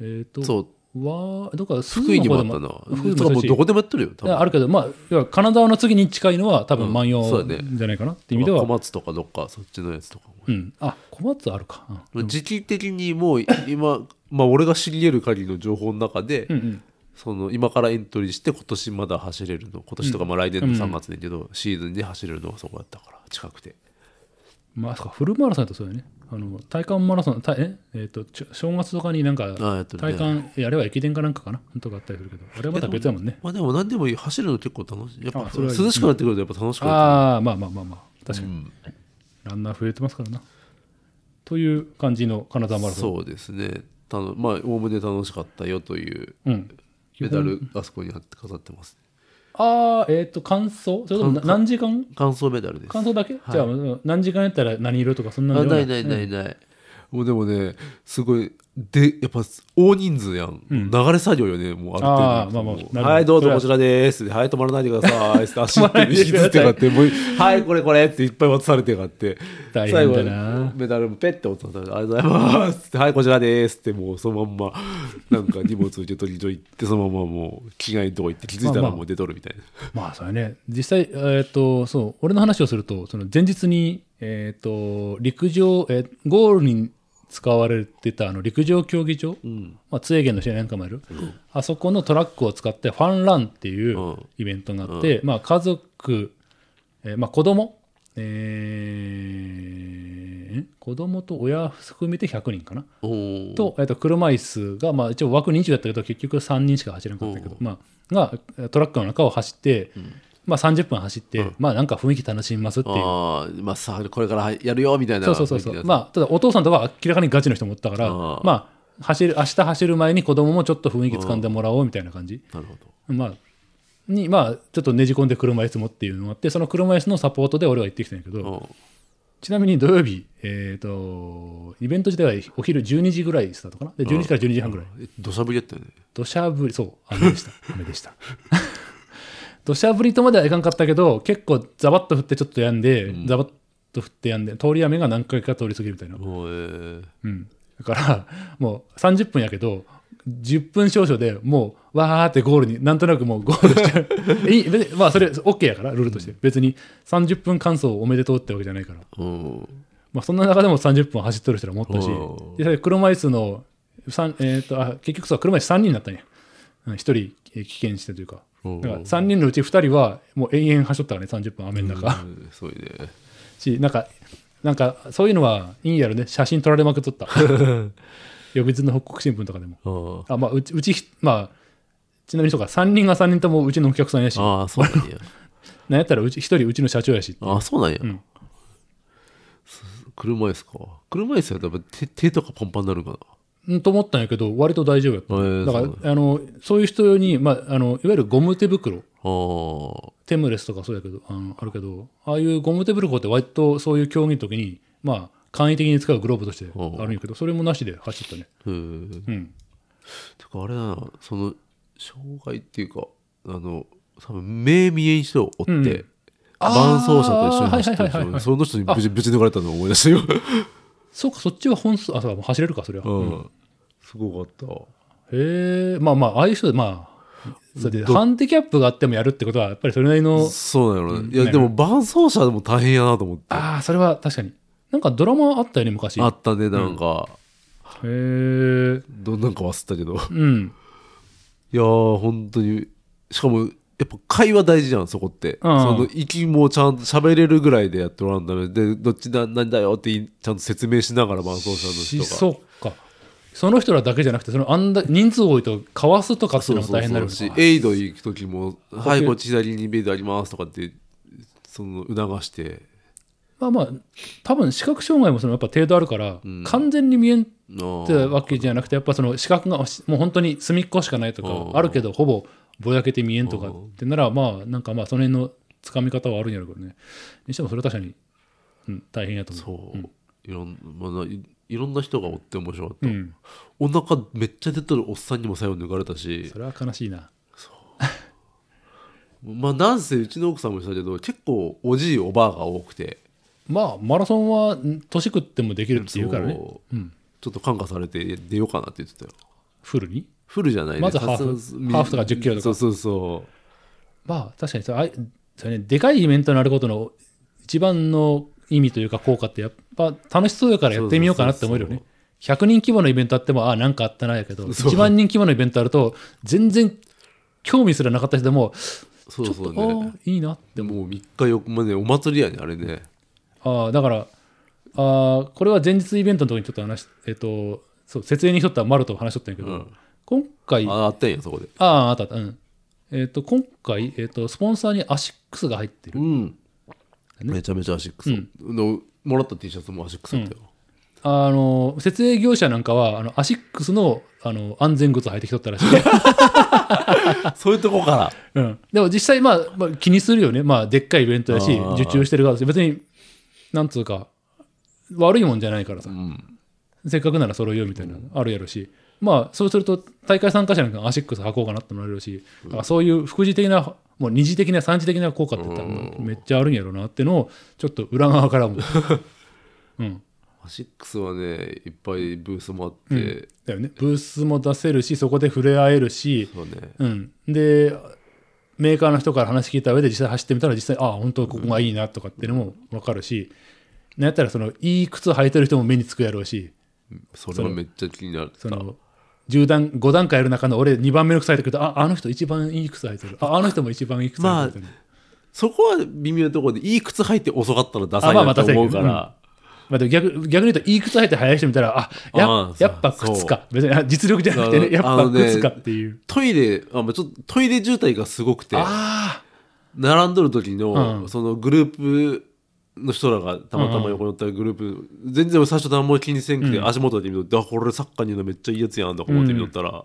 Speaker 1: えっ、と、
Speaker 2: そう、
Speaker 1: わどっか鈴
Speaker 2: 福井
Speaker 1: の
Speaker 2: に
Speaker 1: 方
Speaker 2: もあ
Speaker 1: で
Speaker 2: った
Speaker 1: も
Speaker 2: な。
Speaker 1: 福井
Speaker 2: とか
Speaker 1: もそうう
Speaker 2: も
Speaker 1: し
Speaker 2: どこでもやってるよ、多
Speaker 1: いや
Speaker 2: 分。
Speaker 1: あるけど、まあ、要は金沢の次に近いのは多分万
Speaker 2: うんそ
Speaker 1: 葉
Speaker 2: うだね
Speaker 1: じゃないかなって意味では、
Speaker 2: 小
Speaker 1: うん
Speaker 2: 松とかどっか、そっちのやつとかも。
Speaker 1: あ小松あるか、うん
Speaker 2: 時期的にもう今、 まあ俺が知り得る限りの情報の中で、
Speaker 1: うんうん
Speaker 2: その今からエントリーして今年まだ走れるの、今年とかまあ来年の3月だけど、シーズンで走れるのはそこだったから、近くて。
Speaker 1: まあ、そうかフルマラソンだとそうだよねあの体感マラソンたえ、えー、とちょ正月とかになんか
Speaker 2: ああやってるね
Speaker 1: 体感やれば駅伝かなんかかなとかあったりするけどあれはまた別だもんね
Speaker 2: まあでも何でもいい、走るの結構楽しい。やっぱ
Speaker 1: あそれはいい
Speaker 2: 涼しくなってくるとやっぱ楽しくなってくる。
Speaker 1: ああまあまあまあまあ確かに、
Speaker 2: うん
Speaker 1: ランナー増えてますからな。という感じの金沢マラソン。
Speaker 2: そうですねたのまあおおむね楽しかったよという
Speaker 1: うん、
Speaker 2: メダルあそこに貼って飾ってます
Speaker 1: ああ、えっ、と、感想それともな何時間
Speaker 2: 感想メダルです
Speaker 1: 感想だけ、じゃあ、何時間やったら何色とかそんな
Speaker 2: あ
Speaker 1: のでは
Speaker 2: ないないないない、もうでもねすごいでやっぱ大人数やん、流れ作業よねもうあ
Speaker 1: あ
Speaker 2: る
Speaker 1: ーまあま
Speaker 2: 程
Speaker 1: あなるほど
Speaker 2: 度はいどうぞこちらですはい止まらないでく ださいって足ってる引きつってかってもうはいこれこれっていっぱい渡されてかって
Speaker 1: 大変だな
Speaker 2: 最後メダルもペッて渡されてありがとうございますってはいこちらですってもうそのまんまなんか荷物受け取り所行ってそのままもう着替えのとこ行って気づい
Speaker 1: ま
Speaker 2: た
Speaker 1: あま
Speaker 2: ら
Speaker 1: あ
Speaker 2: もう出とるみたいな、
Speaker 1: まあ、それね、実際、えっ、と、そう、俺の話をすると、その前日に、えっ、と、陸上、えーゴールに使われてたあの陸上競技場、まあ、津江源の試合なんかもある、あそこのトラックを使ってファンランっていう
Speaker 2: うん
Speaker 1: イベントがあって、まあ、家族、えーまあ、子供えー、子供と親含めて100人かな、
Speaker 2: お
Speaker 1: と,、えっと車椅子が、まあ、一応枠20だったけど結局3人しか走らなかったけど、まあ、がトラックの中を走って、まあ、30分走って、まあなんか雰囲気楽しみますっていう。
Speaker 2: あーまあさこれからやるよみたいな
Speaker 1: そうそうそうそ
Speaker 2: 雰
Speaker 1: う
Speaker 2: 囲気のや
Speaker 1: まあただお父さんとかは明らかにガチの人もおったから
Speaker 2: あー
Speaker 1: まあ走る明日走る前に子供もちょっと雰囲気つかんでもらおうみたいな感じ、
Speaker 2: つなるほど
Speaker 1: まあにまあちょっとねじ込んで車椅子もっていうのがあってその車椅子のサポートで俺は行ってきたんやけど、
Speaker 2: うん
Speaker 1: ちなみに土曜日、えー、とイベント自体はお昼12時ぐらいスタートかなで12時から12時半ぐらい
Speaker 2: え土砂降りやったよね
Speaker 1: 土砂降りそう雨でした雨でした土砂降りとまではいかんかったけど結構ザバッと降ってちょっとやんで、ザバッと降ってやんで通り雨が何回か通り過ぎるみたいな、
Speaker 2: もうえー
Speaker 1: うん、だからもう30分やけど10分少々でもうわーってゴールになんとなくもうゴールしちゃういい別にまあそれ OK やからルールとして、別に30分間走おめでとうってわけじゃないから、
Speaker 2: うん
Speaker 1: まあ、そんな中でも30分走っとる人らもおったし
Speaker 2: おう
Speaker 1: でそれ車椅子の三えー、とあ結局そう車椅子3人になったんや1人えー棄権してというか
Speaker 2: おう
Speaker 1: だから3人のうち2人はもう永遠走っとったからね30分雨の中、
Speaker 2: うんそういね
Speaker 1: しなんかなんかそういうのはいいんやろね写真撮られまくっとった 翌日の北国新聞とかでも
Speaker 2: あ
Speaker 1: あまあうちうちまあちなみにそうか3人が3人ともうちのお客さんやしなん
Speaker 2: ああ そうなんや
Speaker 1: やったらうち1人うちの社長やし
Speaker 2: ああそうなんや、
Speaker 1: ん
Speaker 2: す車椅子か車椅子やったらやっぱ手手とかパンパンになるかなん
Speaker 1: と思ったんやけど割と大丈夫やった、
Speaker 2: へえ
Speaker 1: だ
Speaker 2: そう
Speaker 1: からあのそういう人に、まあ、あのいわゆるゴム手袋
Speaker 2: あー
Speaker 1: テムレスとかそうやけどあのあるけどああいうゴム手袋って割とそういう競技の時にまあ簡易的に使うグローブとしてあるんやけどそれもなしで走ったね
Speaker 2: うん
Speaker 1: うん
Speaker 2: てかあれだなその障害っていうかあの多分目見えん人おって、
Speaker 1: んあー
Speaker 2: 伴走者と一緒に走って
Speaker 1: は
Speaker 2: る人、
Speaker 1: いはいはいはい
Speaker 2: その人にぶちぶち抜かれたのを思い出した よ、
Speaker 1: そうかそっちは本数あそうか走れるかそれは、
Speaker 2: うん、すごかった
Speaker 1: へえまあまあああいう人でまあそれでハンディキャップがあってもやるってことはやっぱりそれなりの
Speaker 2: そうなのね、
Speaker 1: うん
Speaker 2: いやでも伴走者でも大変やなと思ってあ
Speaker 1: ああそれは確かになんかドラマあったよね昔へ
Speaker 2: ったねなんか、
Speaker 1: えうん
Speaker 2: どんなんか忘れたけどいやー本当にしかもやっぱ会話大事じゃんそこって、その息もちゃんと喋れるぐらいでやってもらうんだねでどっちな何だよっていちゃんと説明しながら伴走者の
Speaker 1: し
Speaker 2: 人が
Speaker 1: そっかその人らだけじゃなくてそのあんだ人数多いとかわすとかってい
Speaker 2: そうう
Speaker 1: のも
Speaker 2: そう
Speaker 1: 大変になる
Speaker 2: そうし
Speaker 1: のか
Speaker 2: エイド行く時も「
Speaker 1: け
Speaker 2: はいこっち左にベイドあります」とかってその促して
Speaker 1: まあまあ多分視覚障害もそのやっぱ程度あるから、完全に見えん
Speaker 2: あー
Speaker 1: ってわけじゃなくてやっぱその視覚がしもう本当に隅っこしかないと
Speaker 2: う
Speaker 1: か
Speaker 2: ん
Speaker 1: あるけどほぼぼやけて見えんとかってならまあなんかまあその辺のつかみ方はあるんやろうけどねにしてもそれは確かに、うん、大変やと思う
Speaker 2: そう、いろんまあないいろんな人がおって面白かった、
Speaker 1: うん
Speaker 2: お腹めっちゃ出てるおっさんにも最後抜かれたし
Speaker 1: それは悲しいな
Speaker 2: まあなんせうちの奥さんもしたけど結構おじいおばあが多くて
Speaker 1: まあマラソンはん年食ってもできるっていうからね
Speaker 2: そうちょっと感化されていや出ようかなって言ってたよ
Speaker 1: フルに
Speaker 2: フルじゃないね
Speaker 1: まずハーフ
Speaker 2: さすがに
Speaker 1: ハーフとか10キロとか
Speaker 2: そうそうそ
Speaker 1: まあ確かにそれあいそれ、ね、でかいイベントになることの一番の意味というか効果ってやっぱ楽しそうやからやってみようかなって思えるよね
Speaker 2: そう。
Speaker 1: 100人規模のイベントあってもああなんかあったなやけど
Speaker 2: そう
Speaker 1: 1万人規模のイベントあると全然興味すらなかった人でも
Speaker 2: うそうそう
Speaker 1: あ
Speaker 2: ね
Speaker 1: あいいな
Speaker 2: でもう3日4日までお祭りやねあれね
Speaker 1: ああだからああこれは前日イベントの時にちょっと話しえっ、とそう設営にしとった丸と話しとったんやけど、
Speaker 2: うん
Speaker 1: 今回あ
Speaker 2: ああったんやそこで
Speaker 1: ああったあったうんえっ、と今回、えっとスポンサーにアシックスが入ってる
Speaker 2: うん、めちゃめちゃアシックス、のもらった T シャツもアシックスだったよ、
Speaker 1: あの設営業者なんかはあのアシックスのあの安全靴履いてきとったら しい、
Speaker 2: そういうとこか
Speaker 1: う
Speaker 2: ら
Speaker 1: ん、でも実際、まあまあ、気にするよね、まあ、でっかいイベントだし
Speaker 2: あー
Speaker 1: 受注してる側だし別になんつうか悪いもんじゃないからさ
Speaker 2: うん
Speaker 1: せっかくなら揃えようみたいなのあるやろし、まあそうすると大会参加者なんかがアシックス履こうかなってもらえるし、だからそういう副次的なもう二次的な三次的な効果って多分めっちゃあるんやろうなってのをちょっと裏側から も、うん、
Speaker 2: アシックスはねいっぱいブースもあって、
Speaker 1: だよねブースも出せるしそこで触れ合えるし、
Speaker 2: そうね
Speaker 1: うん、でメーカーの人から話聞いた上で実際走ってみたら実際ああ本当ここがいいなとかっていうのも分かるし、なんやったらそのいい靴履いてる人も目につくやろうし
Speaker 2: それはめっちゃ気になる
Speaker 1: その10段5段階ある中の俺2番目の靴履いてくるとああの人一番いい靴履いてるああの人も一番いい靴履いてる、
Speaker 2: そこは微妙なところでいい靴履いて遅かったらダサい
Speaker 1: あまあ
Speaker 2: なと思うから、
Speaker 1: ままあ、でも逆逆に言うといい靴履いて速い人見たらあや
Speaker 2: ああ
Speaker 1: やっぱ靴か別にあ実力じゃなくてねやっ
Speaker 2: あ
Speaker 1: ぱ
Speaker 2: のね
Speaker 1: 靴かっていう
Speaker 2: トイレあ、まあ、ちょっとトイレ渋滞がすごくて
Speaker 1: あ
Speaker 2: 並んどる時の、
Speaker 1: うん
Speaker 2: そのグループの人らがたまたま横におったグループ、全然俺最初何も気にせんくて、足元で見とってあこれサッカーに言うのめっちゃいいやつやんとか思って見とったら、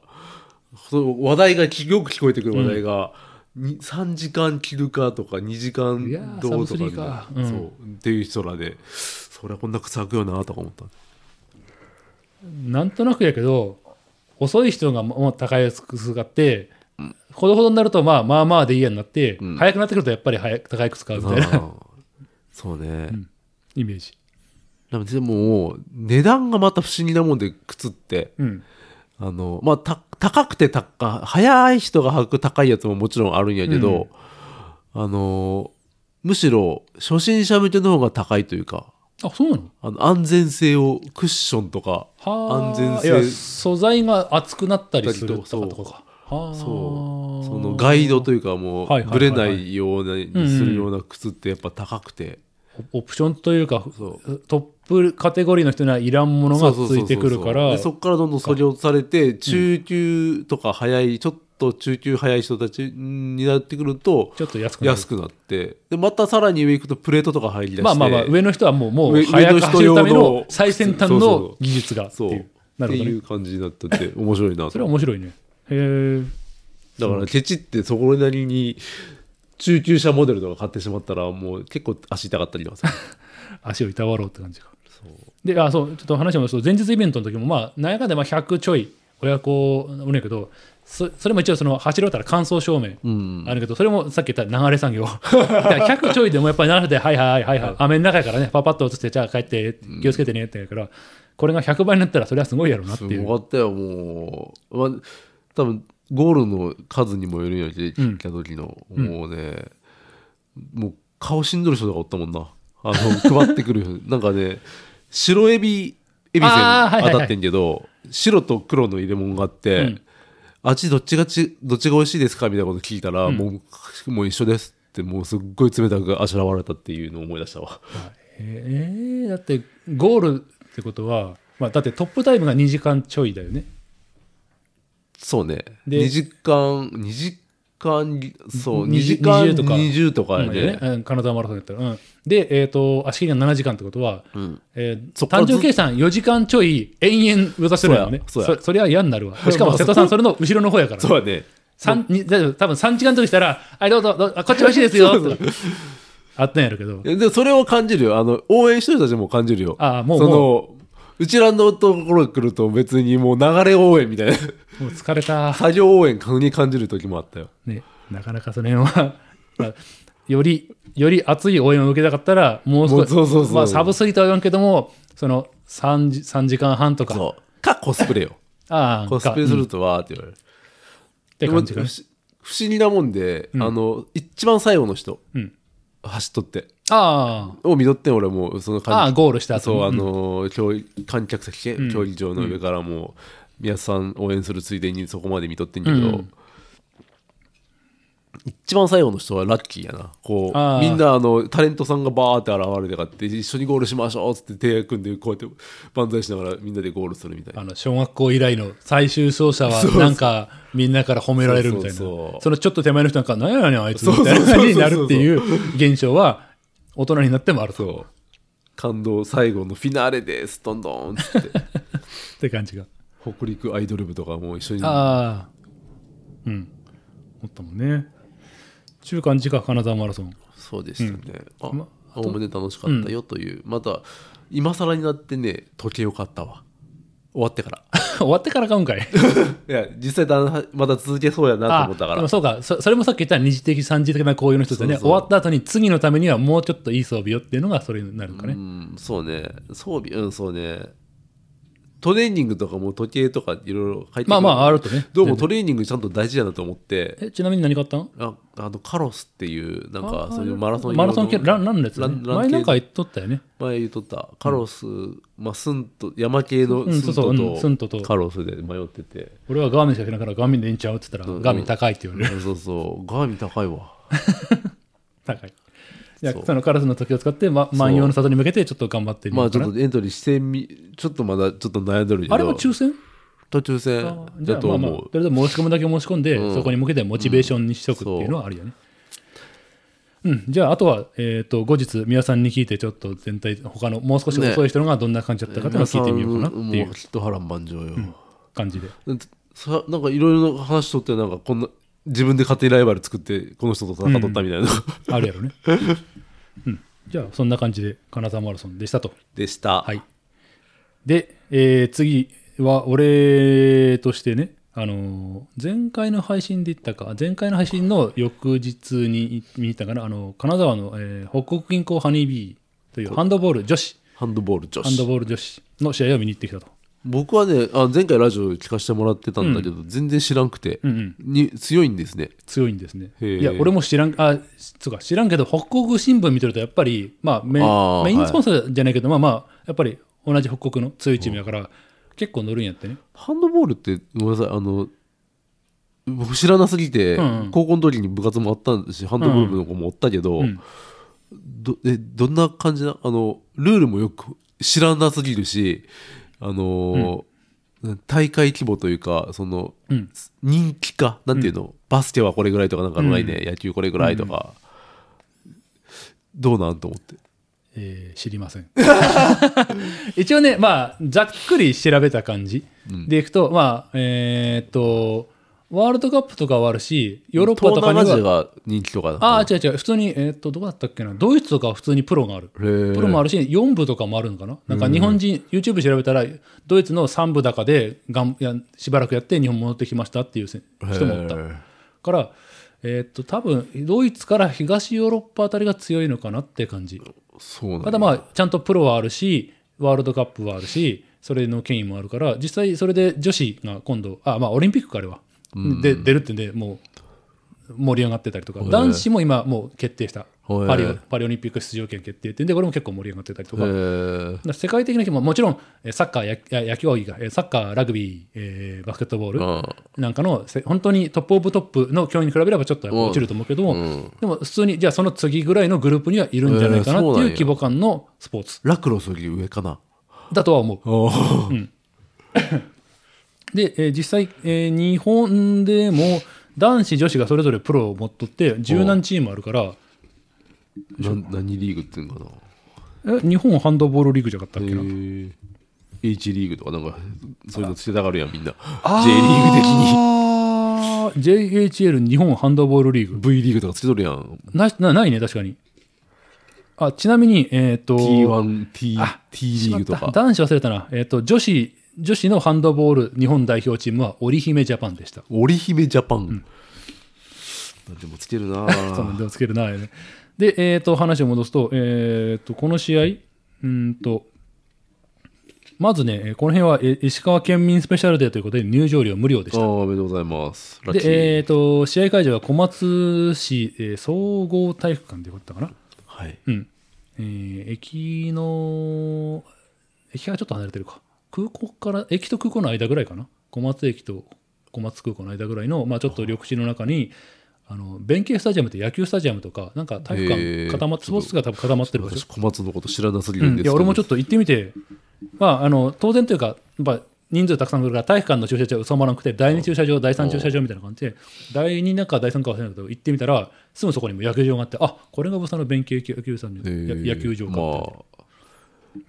Speaker 2: その話題がきよく聞こえてくる話題が、に3時間切るかとか2時
Speaker 1: いやー
Speaker 2: 間どう
Speaker 1: サブス
Speaker 2: とか,、
Speaker 1: リーかうん
Speaker 2: そうっていう人らでそりゃこんな靴履くよなとか思った
Speaker 1: あなんとなくやけど遅い人がもう高い靴買って、ほどほどになるとまあまあまあでいいやになって、
Speaker 2: ん
Speaker 1: 速くなってくるとやっぱり速い高い靴買うみたいな
Speaker 2: あーそうね、
Speaker 1: イメージ、
Speaker 2: でもでも値段がまた不思議なもんで靴って
Speaker 1: うん
Speaker 2: あのまあた高くて高早い人が履く高いやつももちろんあるんやけど、あのむしろ初心者向けの方が高いというか
Speaker 1: あそうなの
Speaker 2: あの安全性をクッションとか
Speaker 1: はあ
Speaker 2: 安全性
Speaker 1: いや素材が厚くなったりすると
Speaker 2: そう
Speaker 1: かとかかはあ
Speaker 2: そうそのガイドというかも
Speaker 1: はいうはい
Speaker 2: ぶ
Speaker 1: はいはい
Speaker 2: れないようにするような靴ってやっぱ高くて、
Speaker 1: オプションというか
Speaker 2: そ
Speaker 1: トップカテゴリーの人にはいらんものが
Speaker 2: そう
Speaker 1: ついてくるか
Speaker 2: そうそうそうそう
Speaker 1: ら
Speaker 2: でそこからどんどん削ぎ落とされて中級とか早い、ちょっと中級早い人たちになってくると
Speaker 1: ちょっと安くなる
Speaker 2: 安くなってでまたさらに上行くとプレートとか入りだして
Speaker 1: まあまあまあ上の人はもうもう
Speaker 2: 上
Speaker 1: 早く走るため
Speaker 2: 上の人用
Speaker 1: の
Speaker 2: の
Speaker 1: 最先端
Speaker 2: そうそうそ
Speaker 1: の
Speaker 2: う
Speaker 1: 技術がって
Speaker 2: そう
Speaker 1: いうな
Speaker 2: っ
Speaker 1: る
Speaker 2: て
Speaker 1: ほど
Speaker 2: い
Speaker 1: ね
Speaker 2: う感じになっ てて面白いな
Speaker 1: そ
Speaker 2: と
Speaker 1: れは面白いねへえ
Speaker 2: だからケチってそこなりに中級者モデルとか買ってしまったらもう結構足痛かったりとかさ
Speaker 1: 足をいたわろうって感じかであそうちょっと話しますと前日イベントの時もまあなんやかんでまあ100ちょい親子おるんやけどそそれも一応その走り終わったら乾燥証明
Speaker 2: うん
Speaker 1: あるけどそれもさっき言った流れ産業 だから100ちょいでもやっぱり流れで「はいはいはいはい雨の中やからねパパッと映してじゃあ帰って気をつけてね」って言うからこれが100倍になったらそれはすごいやろうなって
Speaker 2: す
Speaker 1: いう
Speaker 2: ごかったよもう、まあ、多分ゴールの数にもよるんやけど
Speaker 1: うん
Speaker 2: 来た時の、もうねもう顔死んどる人とかおったもんなあの 配ってくるなんかね白エビエビセン
Speaker 1: あーはいはいはい
Speaker 2: 当たってんけど、白と黒の入れ物があって、
Speaker 1: うん
Speaker 2: あっちどっちがちどっちが美味しいですかみたいなこと聞いたら、もうもう一緒ですってもうすっごい冷たくあしらわれたっていうのを思い出したわ
Speaker 1: えー、だってゴールってことは、まあ、だってトップタイムが2時間ちょいだよね
Speaker 2: そうね。
Speaker 1: で
Speaker 2: 2時間、2時間ぎ、そう、
Speaker 1: に
Speaker 2: 2時間
Speaker 1: 20とか
Speaker 2: 20とか
Speaker 1: 今
Speaker 2: や
Speaker 1: でね
Speaker 2: ね。
Speaker 1: うんカナダマラソンやったら、うん、で、えー、と足切りが7時間ってことは、
Speaker 2: ん
Speaker 1: えー
Speaker 2: そっから
Speaker 1: 単
Speaker 2: ず
Speaker 1: 純計算4時間ちょい延々目指してるよねそ
Speaker 2: そ
Speaker 1: う
Speaker 2: やそうや
Speaker 1: そりゃ嫌になるわしか
Speaker 2: ま
Speaker 1: も
Speaker 2: あ
Speaker 1: 瀬戸さんそれの後ろの方やから
Speaker 2: そうやね。
Speaker 1: 三にだけど多分3時間ちょいしたら「はいどうぞどうぞあこっち美味しいですよ」とかあったんやるけど
Speaker 2: いやでもそれを感じるよ。あの、応援してる人たちも感じるよ。
Speaker 1: ああもう
Speaker 2: そ
Speaker 1: も
Speaker 2: の、うちらのところに来ると別にもう流れ応援みたいな、
Speaker 1: もう疲れた
Speaker 2: 作業応援に感じる時もあったよ。
Speaker 1: ね、なかなかその辺は、まあより、より熱い応援を受けたかったら、もう
Speaker 2: も
Speaker 1: 少
Speaker 2: う
Speaker 1: し、
Speaker 2: そうそうそう
Speaker 1: まあ、サブスリーとは言わんけども、その3時 ,3 時間半とか、
Speaker 2: そう。か、コスプレよ。
Speaker 1: ああ、
Speaker 2: コスプレ
Speaker 1: か
Speaker 2: す
Speaker 1: うんっ
Speaker 2: るとわーって言われる。
Speaker 1: て感じ
Speaker 2: で
Speaker 1: が
Speaker 2: も。不思不思議なもんで、あの、一番最後の人、
Speaker 1: うん
Speaker 2: 走っとって、
Speaker 1: ああ、
Speaker 2: を見とって俺もうその
Speaker 1: あ
Speaker 2: 感
Speaker 1: あ、
Speaker 2: じ
Speaker 1: ゴールした後
Speaker 2: そう、あ
Speaker 1: うん
Speaker 2: の競技観客席、競技場の上からもう宮田さん応援するついでにそこまで見とってんけど、
Speaker 1: うん
Speaker 2: 一番最後の人はラッキーやなこ
Speaker 1: あー
Speaker 2: うみんなあのタレントさんがバーって現れてかって一緒にゴールしましょうっつって手組んでこうやって万歳しながらみんなでゴールするみたいな
Speaker 1: あの小学校以来の最終走者はなんかみんなから褒められるみたいな
Speaker 2: そうそうそう
Speaker 1: そのちょっと手前の人なんか「何やねんあいつ」み
Speaker 2: そうそう
Speaker 1: たい
Speaker 2: そう
Speaker 1: な
Speaker 2: そう
Speaker 1: 感じになるっていう現象は大人になってもあると
Speaker 2: そう感動最後のフィナーレですどんどんっつっ て
Speaker 1: って感じが
Speaker 2: 北陸アイドル部とかも一緒に
Speaker 1: ああうん思ったもんね中間時間金沢マラソン
Speaker 2: そうでしたね、あ
Speaker 1: ま
Speaker 2: おおむね楽しかったよという、また今更になってね時計を買ったわ終わってから
Speaker 1: 終わってから買うんかい
Speaker 2: いや実際だんまた続けそうやなと思ったか
Speaker 1: で
Speaker 2: ら
Speaker 1: もそうかそそれもさっき言った二次的三次的なこういうの一つでね
Speaker 2: そうそう
Speaker 1: 終わった後に次のためにはもうちょっといい装備をっていうのがそれになるのかね、
Speaker 2: うんそうね装備うんそうねトレーニングとかも時計とかいろいろ入ってくる
Speaker 1: まあまああるとね
Speaker 2: どうも
Speaker 1: 全然
Speaker 2: トレーニングちゃんと大事だなと思って
Speaker 1: えちなみに何買ったの
Speaker 2: ああのカロスっていうなんかそういうマラソン用の
Speaker 1: マラソン系ランランのやつ、ね、
Speaker 2: ランラン
Speaker 1: 前
Speaker 2: 系
Speaker 1: なんか言っとったよね
Speaker 2: 前言っとったカロス、まあ、スント山系の
Speaker 1: うん
Speaker 2: ス
Speaker 1: そうそう
Speaker 2: ント
Speaker 1: うん
Speaker 2: と
Speaker 1: スントと
Speaker 2: カロスで迷ってて、
Speaker 1: 俺はガーミンしか着ないからガーミンでいいんちゃうって言ったら、
Speaker 2: ん
Speaker 1: ガーミン高いって言わ れる
Speaker 2: そうそうガーミン高いわ
Speaker 1: 高いいや
Speaker 2: そう
Speaker 1: そのカラスの時を使って、ま、万葉の里に向けてちょっと頑張ってみよ
Speaker 2: まあ
Speaker 1: うか
Speaker 2: ち
Speaker 1: な、
Speaker 2: ょっとエントリーしてみちょっとまだちょっと悩んどるけど
Speaker 1: あれも抽選
Speaker 2: 途中
Speaker 1: あ
Speaker 2: 戦
Speaker 1: じゃ
Speaker 2: だ
Speaker 1: あ
Speaker 2: と
Speaker 1: まあ
Speaker 2: 思
Speaker 1: ま
Speaker 2: う、
Speaker 1: あとりあえず申し込むだけ申し込んで、
Speaker 2: うん
Speaker 1: そこに向けてモチベーションにしとくっていうのはあるよね。うん、じゃああとは、えー、と後日宮さんに聞いてちょっと全体他のもう少し遅い人のがどんな感じだったかっていうのを聞いてみようかなってい
Speaker 2: も
Speaker 1: う
Speaker 2: うきっと波乱万丈よ、
Speaker 1: 感じで、
Speaker 2: なんてさなんかいろいろ話しとってなんかこんな自分で勝手にライバル作ってこの人と戦っとったみたいな、
Speaker 1: あるやろね、うん、じゃあそんな感じで金沢マラソンでしたと
Speaker 2: でした、
Speaker 1: はいで、えー次は俺としてね、あのー前回の配信で言ったか、前回の配信の翌日に見に行ったかな、あの金沢の、えー北国銀行ハニービーというハンドボール女子、
Speaker 2: ハンドボール女
Speaker 1: ハンド
Speaker 2: 子
Speaker 1: ボール女子の試合を見に行ってきたと。
Speaker 2: 僕はねあ前回ラジオ聞かせてもらってたんだけど、全然知らんくて、
Speaker 1: うんうん
Speaker 2: に強いんですね
Speaker 1: 強いんですね。
Speaker 2: へえ
Speaker 1: いや、俺も知らん、あ、そうか、知らんけど、北国新聞見てると、やっぱり、まあメイン
Speaker 2: あー
Speaker 1: メインスポンサーじゃないけど、まあまあ、やっぱり同じ北国の強いチームだから、結構乗るんやってね。
Speaker 2: ハンドボールってごめんなさいあの僕知らなすぎて、
Speaker 1: うんうん
Speaker 2: 高校の時に部活もあったしハンドボールの子もおったけど、
Speaker 1: うん
Speaker 2: どえどんな感じなあのルールもよく知らなすぎるしあのー、大会規模というかその、
Speaker 1: うん
Speaker 2: 人気かなんていうの、バスケはこれぐらいとかなんかないね、野球これぐらいとか、どうなんと思って
Speaker 1: えー知りません。 一応ね、まあ、ざっくり調べた感じでいくと、まあ、えーっと、ワールドカップとかはあるし、ヨーロッパとかに
Speaker 2: 東南アジア
Speaker 1: は、
Speaker 2: が人気とか
Speaker 1: ああ、
Speaker 2: ゃ
Speaker 1: 違う違う、普通に、えーっと、どこだったっけな、ドイツとかは普通にプロがある。プロもあるし、4部とかもあるのかな、なんか日本人、YouTube 調べたら、ドイツの3部高でがんやしばらくやって、日本戻ってきましたっていうせ人もおった。から、えーっと多分ドイツから東ヨーロッパあたりが強いのかなって感じ。
Speaker 2: そうなん
Speaker 1: ただまあ、ちゃんとプロはあるし、ワールドカップはあるし、それの権威もあるから、実際それで女子が今度、あ、まあオリンピックかあれは、で出るってんで、もう盛り上がってたりとか、男子も今もう決定した。
Speaker 2: へえ
Speaker 1: パリパリオリンピック出場権決定ってんで、これも結構盛り上がってたりとか。
Speaker 2: えー
Speaker 1: だから世界的な規模もちろんえーサッカーやや野球はいいがえーサッカーラグビー、えーバスケットボール
Speaker 2: あ
Speaker 1: なんかのせ本当にトップオブトップの競技に比べればちょっとやっぱ落ちると思うけども、でも普通にじゃあその次ぐらいのグループにはいるんじゃないかなって
Speaker 2: えーそうなん
Speaker 1: いう
Speaker 2: や
Speaker 1: 規模感のスポーツ
Speaker 2: ラクロスより上かな
Speaker 1: だとは思う。で、えー実際、えー日本でも男子女子がそれぞれプロを持っとって十何チームあるから
Speaker 2: な何リーグっていうのかな
Speaker 1: え日本ハンドボールリーグじゃなかったっけな、
Speaker 2: えー H リーグとかなんかそういうのつけたがるやんみんな J
Speaker 1: あ
Speaker 2: リーグ的に
Speaker 1: ー JHL 日本ハンドボールリーグ
Speaker 2: V リーグとかつけとるやん
Speaker 1: ななないね確かにあちなみにえっ、と
Speaker 2: T1T
Speaker 1: あ
Speaker 2: T リーグ
Speaker 1: し
Speaker 2: と
Speaker 1: まっ
Speaker 2: か
Speaker 1: た男子忘れたな、えっと女子女子のハンドボール日本代表チームは織姫ジャパンでした
Speaker 2: 織姫ジャパン、なんでもつけるな
Speaker 1: そうなんでもつけるな、ね、で、えー、と話を戻すと,、えー、とこの試合うーんとまずねえーこの辺はえ石川県民スペシャルデーということで入場料無料でし
Speaker 2: あ
Speaker 1: た
Speaker 2: あおめでとうございますラッ
Speaker 1: で、
Speaker 2: キー、
Speaker 1: えー、と試合会場は小松市、えー総合体育館でよかったかな
Speaker 2: はい
Speaker 1: うんえー駅の駅からちょっと離れてるか空港から駅と空港の間ぐらいかな小松駅と小松空港の間ぐらいの、まあ、ちょっと緑地の中にあの弁慶スタジアムって野球スタジアムとかなんか体育
Speaker 2: へ
Speaker 1: 館
Speaker 2: ー
Speaker 1: 固まっスポーツが多分固まってる場所
Speaker 2: 私、小松のこと知らなすぎ
Speaker 1: う
Speaker 2: るん
Speaker 1: ん、
Speaker 2: で
Speaker 1: い
Speaker 2: すけ
Speaker 1: や
Speaker 2: ど、
Speaker 1: 俺もちょっと行ってみて、まあ、あの当然というかやっぱ人数たくさん来るから体育館の駐車場収まらなくて第2駐車場第3駐車場みたいな感じで第2なんか第3か忘れないけど行ってみたらすぐそこにも野球場があってあこれが噂の弁慶野球さんの
Speaker 2: えー
Speaker 1: や野球場かって、
Speaker 2: まあ、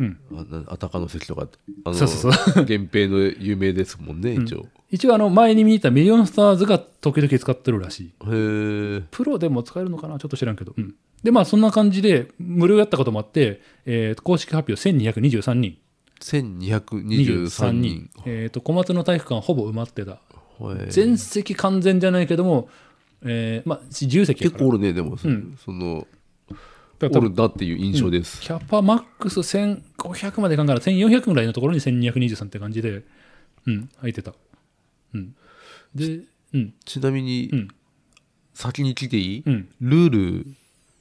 Speaker 2: うん、あたかの関とかあの
Speaker 1: そうそう
Speaker 2: 源平の有名ですもんね一応、
Speaker 1: 一応あの前に見に行ったミリオンスターズが時々使ってるらしい
Speaker 2: へえ
Speaker 1: プロでも使えるのかなちょっと知らんけど、うんでまあそんな感じで無料やったこともあって、えー公式発表1223人
Speaker 2: 1223人
Speaker 1: えー、と小松の体育館ほぼ埋まってた
Speaker 2: はい
Speaker 1: 全席完全じゃないけども、えーまあ、自由席や
Speaker 2: 結
Speaker 1: から
Speaker 2: 構おるねでも、その
Speaker 1: だから
Speaker 2: お
Speaker 1: 多分
Speaker 2: るなっていう印象です、
Speaker 1: キャパマックス1500までいかんから1400ぐらいのところに1223って感じで、うん、空いてた。うん、で、うん、
Speaker 2: ちなみに、
Speaker 1: うん
Speaker 2: 先に来ていい、
Speaker 1: うん
Speaker 2: ルール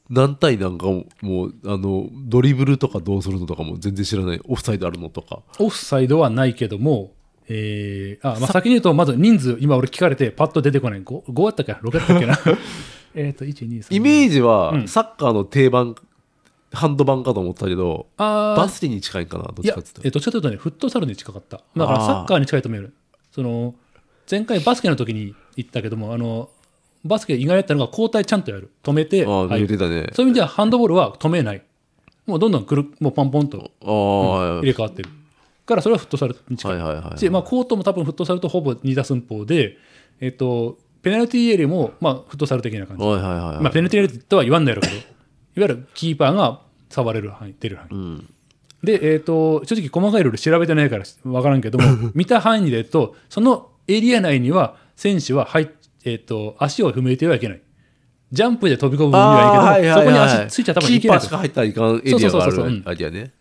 Speaker 2: 何対何かももうあのドリブルとかどうするのとかも全然知らないオフサイドあるのとか
Speaker 1: オフサイドはないけども、えーあまあ、先に言うと、まず人数、今俺聞かれて、パッと出てこない、5, 5やったっけな、6やったっけ な。えっと、1、2、3。
Speaker 2: イメージは、サッカーの定番ハンド版かと思ったけど
Speaker 1: あー
Speaker 2: バスケに近いかなどっ
Speaker 1: い
Speaker 2: ち
Speaker 1: や
Speaker 2: かっつっ、
Speaker 1: え
Speaker 2: て
Speaker 1: どっちかというとね、フットサルに近かった。だから
Speaker 2: あー
Speaker 1: サッカーに近いと思える。その、前回バスケの時に言ったけども、あの、バスケ意外だったのが交代ちゃんとやる。止めて、
Speaker 2: ああ
Speaker 1: は
Speaker 2: ー
Speaker 1: い
Speaker 2: 見れてたね、
Speaker 1: そういう意味ではハンドボールは止めない。もうどんどんくる、もうポンポンと
Speaker 2: ああ、
Speaker 1: 入れ替わってる。からそれはフットサルに近い。
Speaker 2: はいはいはい
Speaker 1: し、まあ、コートも多分フットサルとほぼ似た寸法で、えっと、ペナルティーエリアも、まあ、フットサル的な感じ。
Speaker 2: はいはいはい、
Speaker 1: まあ、ペナルティーエリアとは言わんのやろうけ ど、いわゆるキーパーが触れる範囲、出る範囲。
Speaker 2: うん、
Speaker 1: で、えー、と正直細かいルール調べてないから分からんけど も見た範囲で言うとそのエリア内には選手は入っ、えー、と足を踏み入れてはいけないジャンプで飛び込む分にはいいけども、そこに足ついちゃ多分いけない
Speaker 2: キーパーしか入ったらいかんエリアがあるわけやね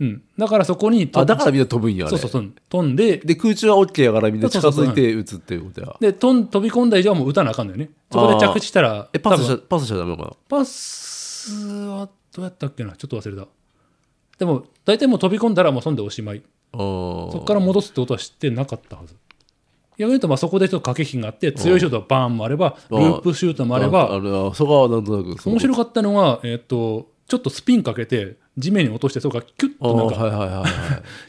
Speaker 1: うん。だからそこに飛
Speaker 2: あ
Speaker 1: ん
Speaker 2: だからみんな飛ぶんやあれ
Speaker 1: そうそうそう。飛んで、
Speaker 2: で空中は OK やからみんな近づいて打つっていうことや
Speaker 1: で、飛ん飛び込んだ以上はもう打たなあかんのよね。そこで着地したら、
Speaker 2: えパスし
Speaker 1: 多
Speaker 2: ちゃ
Speaker 1: 分
Speaker 2: パスしちゃダメかな
Speaker 1: パスはどうやったっけなちょっと忘れた。でも、大体もう飛び込んだらもうそんでおしまい。
Speaker 2: あー
Speaker 1: そこから戻すってことは知ってなかったはず。逆に言うと、まあそこでちょっと駆け引きがあって、強いシュートはバーンもあれば、ル
Speaker 2: うん
Speaker 1: ープシュートもあれば
Speaker 2: あ、れはそこはなんとなく
Speaker 1: 面白
Speaker 2: く
Speaker 1: かったのは、えーっと、ちょっとスピンかけて、地面に落として、そこがキュッ
Speaker 2: あー
Speaker 1: となん
Speaker 2: は
Speaker 1: か、
Speaker 2: いは いはいはい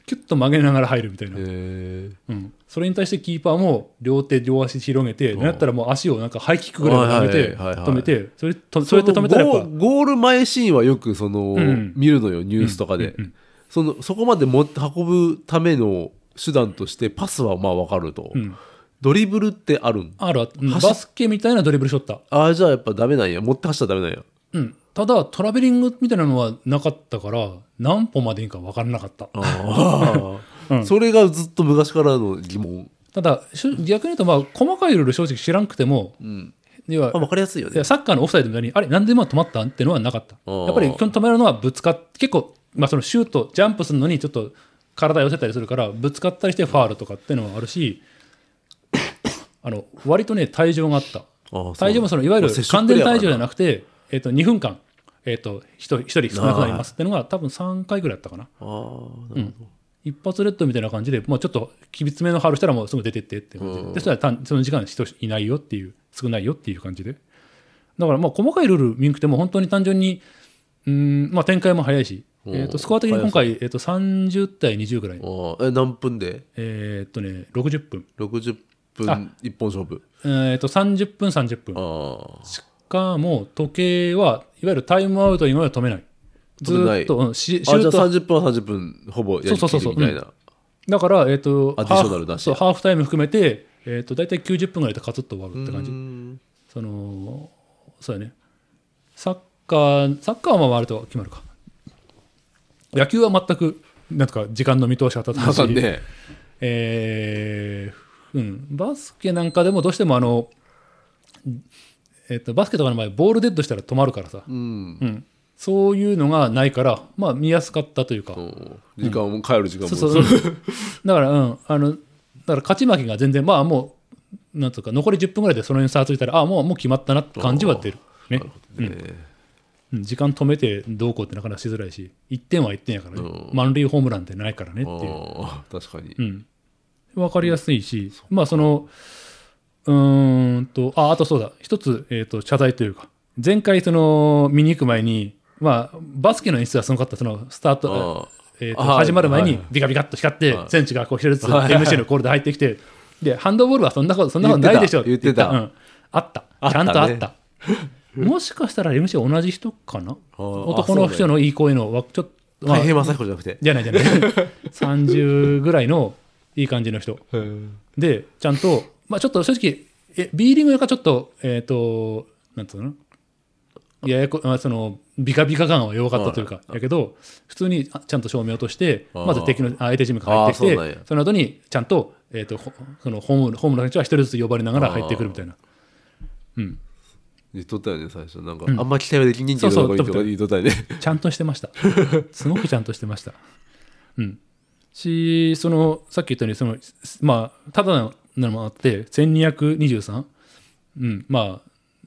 Speaker 1: キュッと曲げながら入るみたいな。
Speaker 2: へえ
Speaker 1: うん、それに対してキーパーも両手両足広げて、なんやったらもう足をなんかハイキックぐらいまで止めて、
Speaker 2: はいはいはいはい
Speaker 1: 止めて、それとそうやって止めたらや
Speaker 2: ゴ
Speaker 1: っぱ
Speaker 2: ーゴール前シーンはよくその、
Speaker 1: ん
Speaker 2: 見るのよニュースとかで、そのそこまでも運ぶための手段としてパスはまあ分かると、
Speaker 1: ん
Speaker 2: ドリブルってあるん
Speaker 1: あるあるうんバ
Speaker 2: 走っ
Speaker 1: スケみたいなドリブルしとった。
Speaker 2: ああじゃあやっぱダメなんや持って走ったらダメなんや
Speaker 1: うん、ただ、トラベリングみたいなのはなかったから、何歩までいいか分からなかった。
Speaker 2: ああ、
Speaker 1: うん
Speaker 2: それがずっと昔からの疑問、
Speaker 1: ただ、しゅ逆に言うと、まあ、細かいルール正直知らんくても、
Speaker 2: うん、
Speaker 1: 要は
Speaker 2: あ分かりやすいよ
Speaker 1: い
Speaker 2: ね
Speaker 1: やサッカーのオフサイドみたいに、あれ、なんで今止まったんっていうのはなかった。
Speaker 2: あー
Speaker 1: やっぱり基本止めるのはぶつかっ結構、まあ、そのシュート、ジャンプするのにちょっと体寄せたりするから、ぶつかったりしてファールとかっていうのはあるし、あの割とね、退場があった。
Speaker 2: ああ
Speaker 1: 退場もそのいわゆる完全退場じゃなくて、えっと2分間、えっと 1, 人少なくなりますっていうのが、多分3回ぐらいあったかな。
Speaker 2: ああーなるほど
Speaker 1: 一発レッドみたいな感じで、まあ、ちょっと厳しめのファウルしたらもうすぐ出てってって感じで,、でそしたら単その時間人いないよっていう少ないよっていう感じでだからまあ細かいルール見んくても本当に単純にうーん、まあ、展開も早いし、え
Speaker 2: おー
Speaker 1: ー、とスコア的に今回、えー、と30対20ぐらい、
Speaker 2: ああえ何分で
Speaker 1: えーっとね、60分、
Speaker 2: 60
Speaker 1: あ
Speaker 2: 分一本勝負
Speaker 1: えー、と30分30分
Speaker 2: ああ
Speaker 1: しかも時計はいわゆるタイムアウト今まで止めないず
Speaker 2: 止めない
Speaker 1: ーっと、うんしシ
Speaker 2: あ
Speaker 1: ュ
Speaker 2: じゃあ
Speaker 1: ート
Speaker 2: 30分は30分ほぼやりきる
Speaker 1: そうそうそう
Speaker 2: みたいな
Speaker 1: だから、えー、と
Speaker 2: アディショナルだし
Speaker 1: ハーフそうハーフタイム含めて、えー、と大体90分ぐらいでカツッと終わるって感じ
Speaker 2: うーん
Speaker 1: そのそうやねサッカーサッカーはまあ割と決まるか野球は全くなんとか時間の見通しが立たな
Speaker 2: あ
Speaker 1: いし
Speaker 2: かんね
Speaker 1: えーうん、バスケなんかでもどうしてもあの、えっとバスケとかの場合ボールデッドしたら止まるからさ、
Speaker 2: うん
Speaker 1: うん、そういうのがないから、まあ、見やすかったというか、
Speaker 2: そう時間も帰る時間も
Speaker 1: そうそうそう。 だから、うん、あの、だから勝ち負けが全然、まあもう、なんとか、残り10分ぐらいでその辺差ついたら、ああ、もう、もう決まったなって感じは出る。ね。
Speaker 2: ね
Speaker 1: うん時間止めてどうこうってなかなかしづらいし、1点は1点やからね。満塁ホームランってないからねっていう。
Speaker 2: ああ確かに
Speaker 1: うん。わかりやすいし、まあその、うーんと、あ、あとそうだ、一つ、えっ、と、謝罪というか、前回、その、見に行く前に、まあ、バスケの演出はすごかった、その、スタート、
Speaker 2: あ
Speaker 1: えーと
Speaker 2: はい
Speaker 1: 始まる前
Speaker 2: は
Speaker 1: に
Speaker 2: い
Speaker 1: ビカビカっと光って、
Speaker 2: はい
Speaker 1: 選手がこう一人ずつ
Speaker 2: はい
Speaker 1: MC のコールで入ってきて、でハンドボールはそんなことそんなことないでしょ
Speaker 2: 言ってた
Speaker 1: う
Speaker 2: 言
Speaker 1: ん、あった
Speaker 2: あっ
Speaker 1: ち
Speaker 2: た
Speaker 1: ゃん
Speaker 2: ね
Speaker 1: とあったもしかしたら MC 同じ人かな
Speaker 2: あー
Speaker 1: 男の
Speaker 2: あそ
Speaker 1: 人
Speaker 2: う
Speaker 1: のいい声のわちょっと、
Speaker 2: あ
Speaker 1: まあ
Speaker 2: 大変正彦じゃなくて
Speaker 1: じゃないじ ゃない30ぐらいのいい感じの人でちゃんと、まあ、ちょっと正直え B リーグよりかちょっとえっ、となんつうのややこあそのビカビカ感は弱かったというかやけど普通にあちゃんと照明を落として
Speaker 2: あー
Speaker 1: まず敵のあ相手チームが入ってきて
Speaker 2: あーそうなんや
Speaker 1: その後にちゃんと,、えー、とほそのホームホームの選手は一人ずつ呼ばれながら入ってくるみたいな
Speaker 2: 言っとったよね最初なんかあんま期待はできねえんけ
Speaker 1: そう
Speaker 2: ど
Speaker 1: そう
Speaker 2: とか言っとったよね
Speaker 1: ちゃんとしてました。すごくちゃんとしてました。うん。し、その、さっき言ったように、その、すまあ、ただなのもあって、1223? うん、まあ、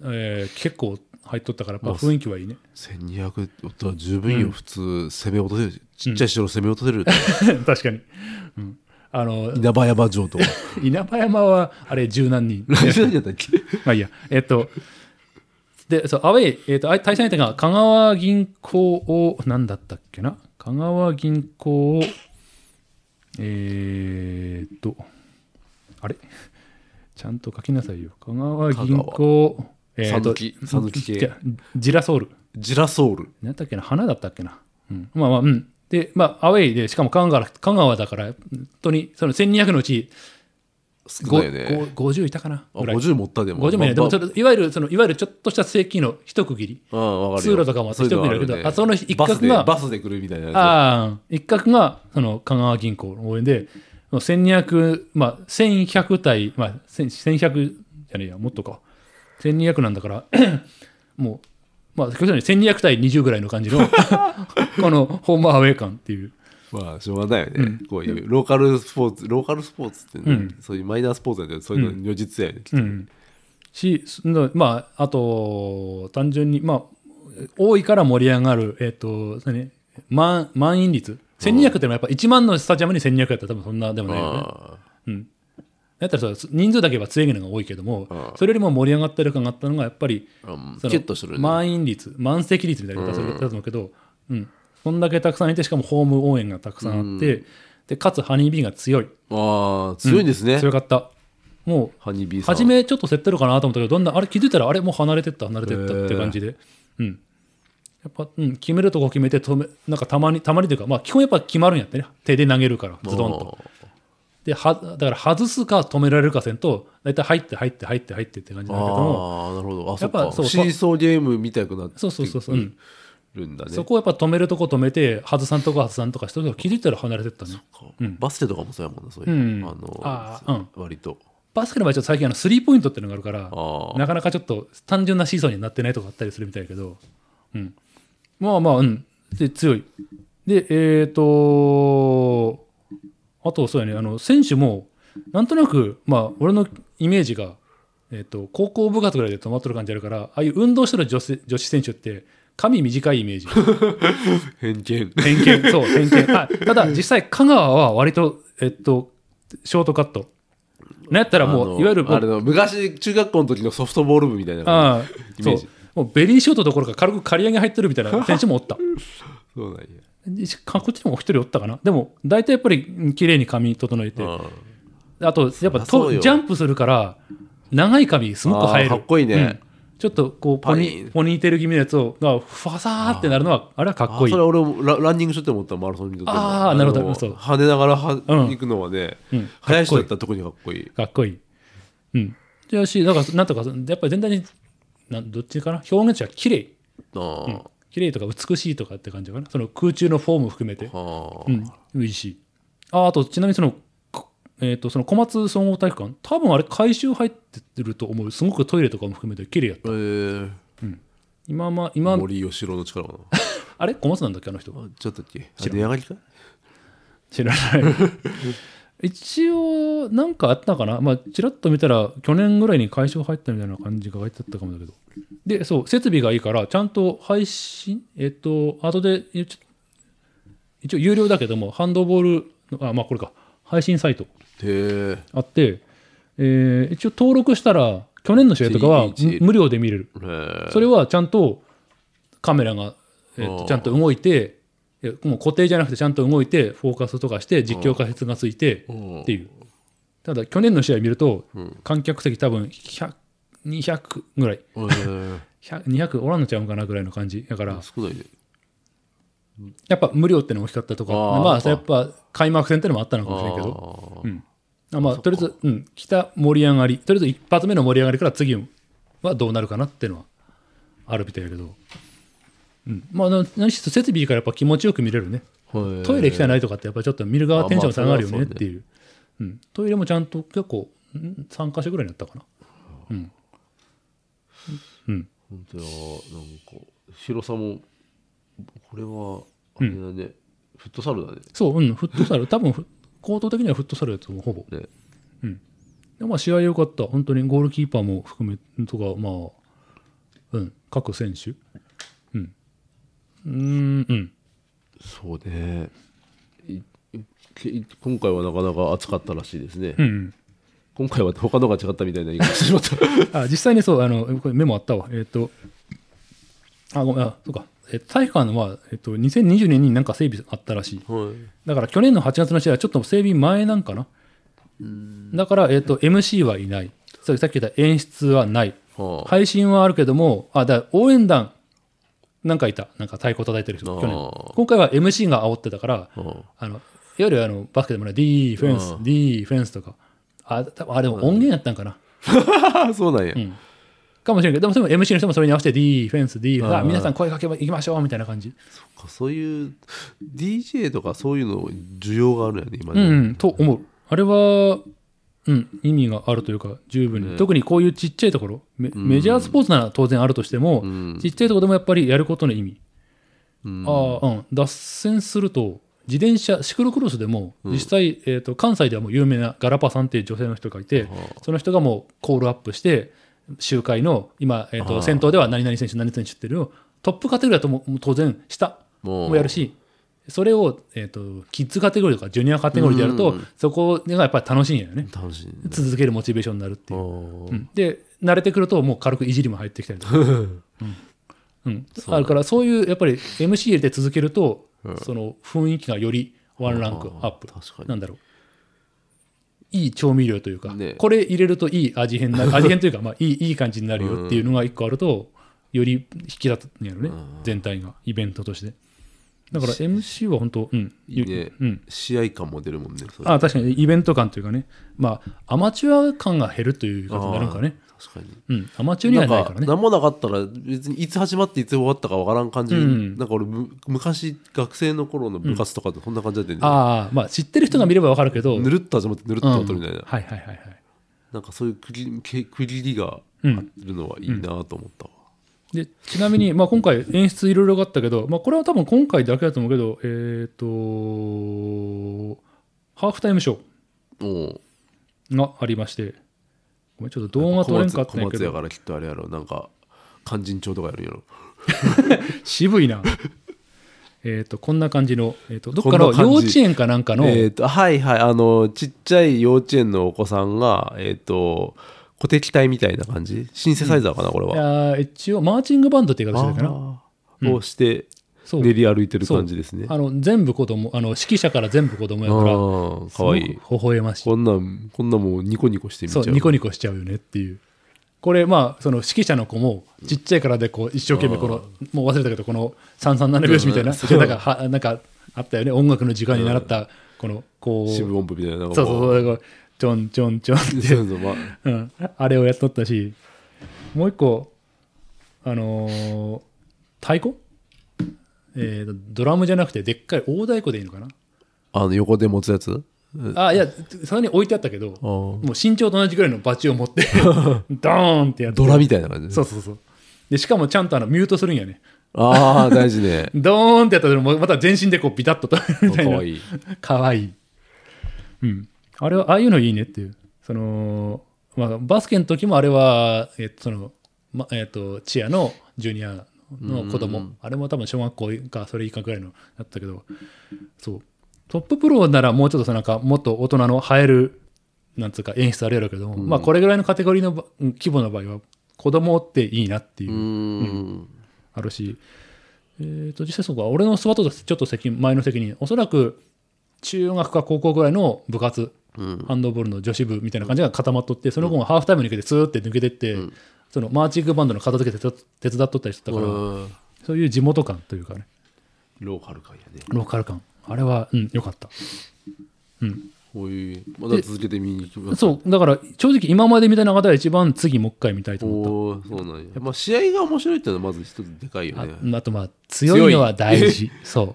Speaker 1: えー結構入っとったから、まあ、雰囲気はいいね。
Speaker 2: 1200おったら十分よ普通攻め落とせるちっちゃい城攻め落とせる
Speaker 1: 確かに。うん。あの、
Speaker 2: 稲葉山城 とか
Speaker 1: 稲葉山は、あれ、十何人。
Speaker 2: 何時代だったっけ
Speaker 1: まあいいや。えっと、で、そう、アウェイ、えっと、あ対戦相手が香川銀行を、なんだったっけな香川銀行を、えーっと、あれちゃんと書きなさいよ。香川銀行、えーっと
Speaker 2: 讃岐讃岐系
Speaker 1: じゃジラソール。
Speaker 2: ジラソール
Speaker 1: なんだっけな花だったっけな。うん、まあまあ、うん。で、まあ、アウェイで、しかも香川香川だから、本当に、その1200のうち、
Speaker 2: 少
Speaker 1: ご
Speaker 2: ないよね
Speaker 1: ご50いたかな
Speaker 2: あ
Speaker 1: ぐらい
Speaker 2: 50持ったでも
Speaker 1: 50もいないで
Speaker 2: ま
Speaker 1: も
Speaker 2: あ
Speaker 1: それいわゆるそのいわゆるちょっとした正規の一区切り
Speaker 2: まあうんわかる
Speaker 1: 通
Speaker 2: よ
Speaker 1: 路とかもあって
Speaker 2: そういうのるよ
Speaker 1: 一人でやるけどあその一角が
Speaker 2: バスでバスで来るみたいなやつ
Speaker 1: ああ一角がその香川銀行の応援でその1200まあ1100対まあ1000 1100じゃねえやもっとか1200なんだから もうまあ極端に1200対20ぐらいの感じのこのホームアウェイ感っていう
Speaker 2: まあしょうがないよね、
Speaker 1: うん
Speaker 2: こういうローカルスポーツローカルスポーツって、ね
Speaker 1: うん
Speaker 2: そういうマイナースポーツだけどそういうの如実やね、
Speaker 1: うん、しそのまああと単純にまあ多いから盛り上がるえっ、とそれね満満員率1200ってのはやっぱ1万のスタジアムに1200やったら多分そんなでもないよね
Speaker 2: あ
Speaker 1: うん、だったらそう人数だけは強いのが多いけども
Speaker 2: うん
Speaker 1: それよりも盛り上がってる感があったのがやっぱり
Speaker 2: あうん
Speaker 1: その
Speaker 2: キュッとするね、
Speaker 1: 満員率満席率みたいな言い方するだと思うけど、うん、こんだけたくさんいてしかもホーム応援がたくさんあって、でかつハニービーが強い
Speaker 2: ああ強いんですね、
Speaker 1: 強かったもう
Speaker 2: ハニービーさん
Speaker 1: 初めちょっと競ってるかなと思ったけどどんどんあれ気づいたらあれもう離れてった離れてった
Speaker 2: へー
Speaker 1: って感じで、うんやっぱ、うん、決めるとこ決めて止めなんかたまにたまにというか、まあ、基本やっぱ決まるんやってね手で投げるからズドンとではだから外すか止められるかせんと大体入って入って入って入ってって感じ
Speaker 2: あ
Speaker 1: なんだけども
Speaker 2: ーあーなるほどあ
Speaker 1: や
Speaker 2: そ
Speaker 1: っ
Speaker 2: っ
Speaker 1: ぱ
Speaker 2: か
Speaker 1: そう
Speaker 2: シーソーゲームみたいくなって
Speaker 1: そうそうそうそう、うん
Speaker 2: るんだね
Speaker 1: そこをやっぱ止めるとこ止めて外さんとこ外さんとかしてると気づいたら離れてったねうん
Speaker 2: バスケとかもそうやもんなそういう、
Speaker 1: うん
Speaker 2: あの
Speaker 1: あーうん
Speaker 2: 割と
Speaker 1: バスケの場合ちょっと最近あのスリーポイントっていうのがあるから
Speaker 2: ああ
Speaker 1: なかなかちょっと単純なシーソーにはなってないとこあったりするみたいだけど、うん、まあまあうんで強いでえっ、とあとそうやねあの選手もなんとなくまあ俺のイメージが、えー、と高校部活ぐらいで止まってる感じあるからああいう運動してる女子女子選手って髪短いイメージ
Speaker 2: 偏見
Speaker 1: 偏 見、そう、偏見。あただ、実際、香川は割と、えっと、ショートカット。なんやったら
Speaker 2: あ
Speaker 1: も
Speaker 2: の
Speaker 1: う、いわゆるも
Speaker 2: あれ
Speaker 1: う、
Speaker 2: の昔中学校の時のソフトボール部みたいな
Speaker 1: ああ
Speaker 2: イ
Speaker 1: そ
Speaker 2: メ
Speaker 1: う
Speaker 2: ージ、
Speaker 1: もうベリーショートどころか軽く刈り上げ入ってるみたいな 選手もおった。
Speaker 2: そうなんや
Speaker 1: でしかこっちにもお一人おったかな。でも、大体やっぱりうん綺麗に髪整えて、
Speaker 2: あ
Speaker 1: あと、やっぱ
Speaker 2: そりゃそう
Speaker 1: と
Speaker 2: よ
Speaker 1: ジャンプするから、長い髪すごく生える。
Speaker 2: あーかっこいいね
Speaker 1: うんちょっとこうポ
Speaker 2: パリ
Speaker 1: ニ
Speaker 2: ーン
Speaker 1: ポニーテール気味のやつをがファサーってなるのはあれはか
Speaker 2: あ
Speaker 1: っこいい
Speaker 2: それ俺もラランニングしようって思ったマラソンにとっても
Speaker 1: あーなるほど
Speaker 2: あの
Speaker 1: そう
Speaker 2: 跳ねながらは、
Speaker 1: うん
Speaker 2: 行くのはね、
Speaker 1: うん
Speaker 2: 速い人だったら特にかっこいい
Speaker 1: かっこいい。うん。じゃあし、だから、なんとか、やっぱり全体に、なんどっちかな、表現としては綺麗
Speaker 2: あー、
Speaker 1: 綺麗とか美しいとかって感じかな。その空中のフォーム含めて。
Speaker 2: はあ
Speaker 1: うん。いいし。あ、あと、ちなみにその、こえっ、と、その小松総合体育館、多分あれ、改修入ってると思う。すごくトイレとかも含めて綺麗やった。
Speaker 2: えー
Speaker 1: 今ま、今、
Speaker 2: 森喜朗の力かな
Speaker 1: あれ小松なんだっけ、あの人。
Speaker 2: あちょっとっけあ値上がりか
Speaker 1: 知らない。一応、なんかあったかな、まあ、ちらっと見たら、去年ぐらいに会社入ったみたいな感じが書いてあったかもだけど。で、そう、設備がいいから、ちゃんと配信、えっと、後で、えちょ一応、有料だけども、ハンドボールの、あ、まあ、これか、配信サイト
Speaker 2: へえ
Speaker 1: あって、えー一応、登録したら、去年の試合とかは
Speaker 2: 1H
Speaker 1: 無無料で見れる。それはちゃんとカメラが、えっと
Speaker 2: あー
Speaker 1: ちゃんと動いていやもう固定じゃなくてちゃんと動いてフォーカスとかして実況解説がついて
Speaker 2: うん
Speaker 1: っていうただ去年の試合見ると
Speaker 2: うん
Speaker 1: 観客席多分100200ぐらい
Speaker 2: えー
Speaker 1: 100 200おらんのちゃうんかなぐらいの感じだから
Speaker 2: 少ないね
Speaker 1: やっぱ無料ってのが大きかったとか
Speaker 2: あー
Speaker 1: まあ
Speaker 2: そ
Speaker 1: や
Speaker 2: う
Speaker 1: っぱ開幕戦ってのもあったの
Speaker 2: あ
Speaker 1: かもしれんけど
Speaker 2: ー
Speaker 1: あまあとりあえず、うん、北盛り上がりとりあえず一発目の盛り上がりから次はどうなるかなっていうのはあるみたいだけど、うん、まあな何しろ設備いいからやっぱ気持ちよく見れるねトイレ行きたい
Speaker 2: な
Speaker 1: ないとかってやっぱちょっと見る側テンション下がるよ
Speaker 2: あま
Speaker 1: ねっ
Speaker 2: あそれはそうね
Speaker 1: ていう,、うん、トイレもちゃんと結構3か所ぐらいになったかなうん、うん、
Speaker 2: 本当やなんか広さもこれはあれだね、フットサルだね
Speaker 1: そう、うん、フットサル多分フ口頭的にはフットサルやと思うほぼ
Speaker 2: ね
Speaker 1: でまあ試合良かった本当にゴールキーパーも含めとかまあうん各選手うんうーんうん
Speaker 2: そうねいい今回はなかなか暑かったらしいですね、
Speaker 1: うん
Speaker 2: 今回は他のが違ったみたいな言い方してしまっ た
Speaker 1: あ実際にそうあのこれメモあったわえっ、とあごめんあそうか、え体育館は、えっと2020年になんか整備あったらしい
Speaker 2: はい
Speaker 1: だから去年の8月の試合はちょっと整備前なんかなだから、えっと MC はいないそうさっき言った演出はない
Speaker 2: はあ
Speaker 1: 配信はあるけども、あ、だから応援団、なんかいた、なんか太鼓叩いてる人、
Speaker 2: あー
Speaker 1: 去年。今回は MC が煽ってたから、
Speaker 2: は
Speaker 1: あのいわゆるあのバスケでもね、ディフェンス
Speaker 2: う、ん
Speaker 1: ディフェンスとか、あ、多分あれも音源やったんかな、
Speaker 2: あそうなんや、
Speaker 1: んかもしれんけど、でもでも MC の人もそれに合わせて、ディフェンス、ディフェンス、あ
Speaker 2: うん
Speaker 1: 皆さん声かけばいきましょうみたいな感じ。
Speaker 2: そういう DJ とかそういうの需要があるよね今
Speaker 1: う
Speaker 2: ね、
Speaker 1: ん、うん、と思う。あれは、うん、意味があるというか、十分に、特にこういうちっちゃいところ、メメジャースポーツなら当然あるとしても、
Speaker 2: ん
Speaker 1: ちっちゃいところでもやっぱりやることの意味。
Speaker 2: うん
Speaker 1: ああ、うん、脱線すると、自転車シクロクロスでも実際、えー、と関西ではもう有名なガラパさんっていう女性の人がいてその人がもうコールアップして周回の今、えー、
Speaker 2: あ
Speaker 1: と
Speaker 2: ー
Speaker 1: 先頭では何々選手何々選手っていうのをトップカテゴリーだともうもう当然下
Speaker 2: も
Speaker 1: もやるしそれを、えー、とキッズカテゴリーとかジュニアカテゴリーでやると、
Speaker 2: うん
Speaker 1: そこがやっぱり楽しいんやよね
Speaker 2: 楽しいね
Speaker 1: 続けるモチベーションになるっていう
Speaker 2: あ。
Speaker 1: う
Speaker 2: ー
Speaker 1: んで慣れてくるともう軽くいじりも入ってきたりとか、うんうんあるからそういうやっぱり MC 入れて続けると、その雰囲気がよりワンランクアップ
Speaker 2: あー確かに
Speaker 1: なんだろういい調味料というか、
Speaker 2: ね
Speaker 1: これ入れるといい味変に なる味変というか、まあ、いいいい感じになるよっていうのが一個あるとより引き立つんやろね、全体がイベントとしてだから MC は本当うん
Speaker 2: いいね
Speaker 1: うん
Speaker 2: 試合感も出るもんねそれ
Speaker 1: あ確かにイベント感というかねまあアマチュア感が減るということになるのかね
Speaker 2: あー確かに
Speaker 1: うん、アマチュアにはないからね。
Speaker 2: なんか何もなかったら別にいつ始まっていつ終わったかわからん感じ、
Speaker 1: うん
Speaker 2: なんか俺む昔学生の頃の部活とかってそんな感じだったよね、
Speaker 1: ああ、まあ知ってる人が見ればわかるけど、
Speaker 2: ぬるっと始まってぬるっと終わったみたいな、
Speaker 1: うんはいはいはいはい。
Speaker 2: なんかそういう区切りけ区切りが
Speaker 1: う
Speaker 2: あ
Speaker 1: ん、
Speaker 2: るのはいいなと思ったわ、
Speaker 1: でちなみに、まあ、今回演出いろいろあったけど、まあ、これは多分今回だけだと思うけど、えっ、と、ハーフタイムショ
Speaker 2: おう
Speaker 1: ーがありまして、ごめん、ちょっと動画撮れんかったん
Speaker 2: 小
Speaker 1: やけ
Speaker 2: 松やか
Speaker 1: ど、
Speaker 2: らきっとあれやろなんか勧進帳とかやるんやろ
Speaker 1: 渋いな。 えっと、こんな感じの、えっ、と、どっかの
Speaker 2: こんな感
Speaker 1: 幼
Speaker 2: じ
Speaker 1: 稚園かなんかの、
Speaker 2: えー、とはいはいあのちっちゃい幼稚園のお子さんがえっ、と小敵隊みたいな感じシンセサイザーかな、これ
Speaker 1: い
Speaker 2: は
Speaker 1: やー一応、マーチングバンドって言い方してたかな。
Speaker 2: あーをして
Speaker 1: そう
Speaker 2: 練り歩いてる感じですね
Speaker 1: あの全部子供あの指揮者から全部子供や
Speaker 2: あ
Speaker 1: から
Speaker 2: ーかわいい
Speaker 1: すごく微笑ましい
Speaker 2: こんなんこんなもうニコニコして見ちゃ
Speaker 1: そううニコニコしちゃうよねっていうこれまあその指揮者の子もちっちゃいからでこう一生懸命このもう忘れたけどこの三三七拍子みたいな、
Speaker 2: うん
Speaker 1: そうなんかはなんかあったよね音楽の時間に習ったこのこう、
Speaker 2: 四
Speaker 1: そう
Speaker 2: 分音符みたいななんか
Speaker 1: そう
Speaker 2: こう
Speaker 1: そうこうちょんちょんちょんって
Speaker 2: そうそうまあ
Speaker 1: うん、あれをやっとったしもう一個あのー太鼓えーとドラムじゃなくてでっかい大太鼓でいいのかな
Speaker 2: あの横で持つやつうん
Speaker 1: あいやさらに置いてあったけど
Speaker 2: あー
Speaker 1: もう身長と同じぐらいのバチを 持ってドーンってやって
Speaker 2: ドラみたいな感じ
Speaker 1: そうそうそうでしかもちゃんとあのミュートするんやね
Speaker 2: ああ大事ね
Speaker 1: ドーンってやったらもうまた全身でこうビタッと止めるみ
Speaker 2: か
Speaker 1: たいな
Speaker 2: わいい
Speaker 1: かわいい。うん。あれは、ああいうのいいねっていう。その、まあ、バスケの時もあれは、えっと、その、ま、えっと、チアのジュニアの子供、あれも多分小学校かそれ以下ぐらいのだったけど、そう。トッププロならもうちょっとさ、なんか、もっと大人の映える、なんつうか演出あるやろうけども、まあ、これぐらいのカテゴリーのば規模の場合は、子供っていいなっていう。
Speaker 2: うーん
Speaker 1: あるし、えー、と実際そうか俺の座ったとちょっと席前の席におそらく中学か高校ぐらいの部活、ハンドボールの女子部みたいな感じが固まっとってその後もハーフタイムに抜けてスーって抜けてって、そのマーチングバンドの片付け手伝手伝っとったりしてたから、
Speaker 2: うん
Speaker 1: そういう地元感というかね
Speaker 2: ローカル感やね
Speaker 1: ローカル感あれはうん良かった
Speaker 2: こういうまだ続けて見に行きます
Speaker 1: そうだから正直今まで見た中では一番次もう一回見たいと思った
Speaker 2: おおーそうなんや、まあ、試合が面白いってのはまず一つでかいよね
Speaker 1: ああとまあ強いのは大事 そう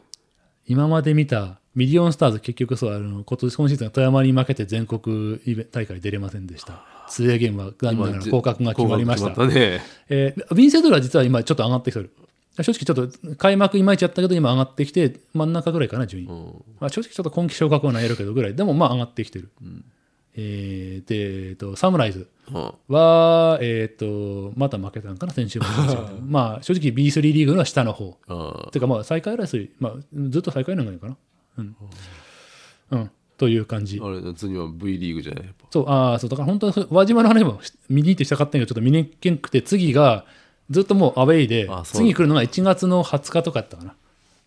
Speaker 1: 今まで見たミリオンスターズ結局そうあの今年今シーズンは富山に負けて全国イベ大会出れませんでした強いゲームは残念ながら降格が決まりました
Speaker 2: 降格決まったね
Speaker 1: えーヴィンセントルは実は今ちょっと上がってきてる正直ちょっと開幕いまいちやったけど今上がってきて真ん中ぐらいかな順位、まあ、正直ちょっと今季昇格はないやろうけどぐらいでもまあ上がってきてる、えーで、えーとサムライズ
Speaker 2: うん
Speaker 1: は、えっ、と、また負けたんかな、先 週も。まあ、正直 B3 リーグの下の方。
Speaker 2: あ
Speaker 1: ていうか、まあ、最下位争い、まあ、ずっと最下位なんじゃないかな。うん。うん。という感じ。
Speaker 2: あれ夏には V リーグじゃないやっぱ
Speaker 1: そう、ああ、そう、だから本当は、輪島の話も見に行ってしたかったんやけど、ちょっと見に行けんくて、次が、ずっともうアウェイで
Speaker 2: あ、そう
Speaker 1: 次来るのが1月の20日とかやったかな。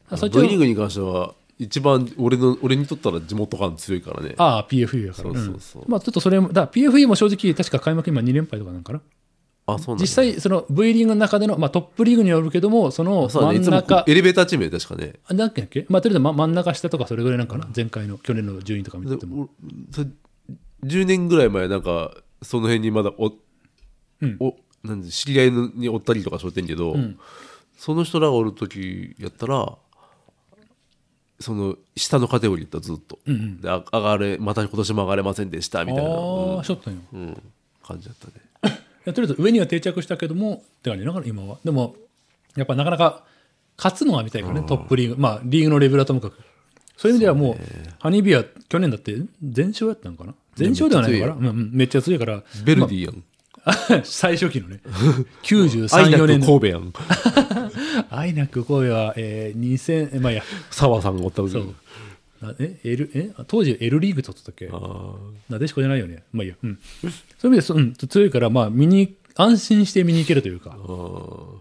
Speaker 1: あそっち
Speaker 2: V リー
Speaker 1: の
Speaker 2: グに関しては一番俺の俺にとったら地元感強いからね
Speaker 1: ああ、PFU やから。
Speaker 2: そうそうそうん
Speaker 1: まあ、ちょっとそれも、だから PFU も正直、確か開幕今2連敗とかなんかな。
Speaker 2: あそうなん
Speaker 1: 実
Speaker 2: だ
Speaker 1: 際、その V リーグの中での、まあ、トップリーグによるけども、その
Speaker 2: そうだね
Speaker 1: 真
Speaker 2: い
Speaker 1: ん
Speaker 2: つも
Speaker 1: 中、
Speaker 2: エレベーターチームや確かね
Speaker 1: あなんだっけ、まあ、とりあえずま真ん中下とかそれぐらいなんかな、前回の去年の順位とか見
Speaker 2: で
Speaker 1: てても。
Speaker 2: おそ10年ぐらい前なんかその辺にまだお、
Speaker 1: うん
Speaker 2: おなんで知り合いのにおったりとかしょってんけど、その人らがおる時やったらその下のカテゴリーだったずっと、であ上がれまた今年も上がれませんでしたみたいな、
Speaker 1: ああ、しょったんよ。い
Speaker 2: うんうん感じだったね
Speaker 1: やとりあえず上には定着したけども、って感じだから今は。でも、やっぱなかなか勝つのは見たいからね、トップリーグ、まあ、リーグのレベルはともかく。そういう意味ではもう、ハニービア、去年だって全勝やったのかな全勝ではないのかなうんうんめっちゃ強いから、
Speaker 2: ベルディやん。
Speaker 1: 最初期のね、93、
Speaker 2: アイナ
Speaker 1: 4
Speaker 2: ク
Speaker 1: 年
Speaker 2: 神戸やん。
Speaker 1: アイナック神戸は、えー、2000、えまあいいや、
Speaker 2: 澤さんがおったわけ
Speaker 1: そう。なえ、L、え当時 L リーグ取ってたっけ
Speaker 2: あー
Speaker 1: なでしこじゃないよね。まあいいや。うん。そういう意味でそ、うん、強いから、まあ、見に、安心して見に行けるというか、
Speaker 2: あー。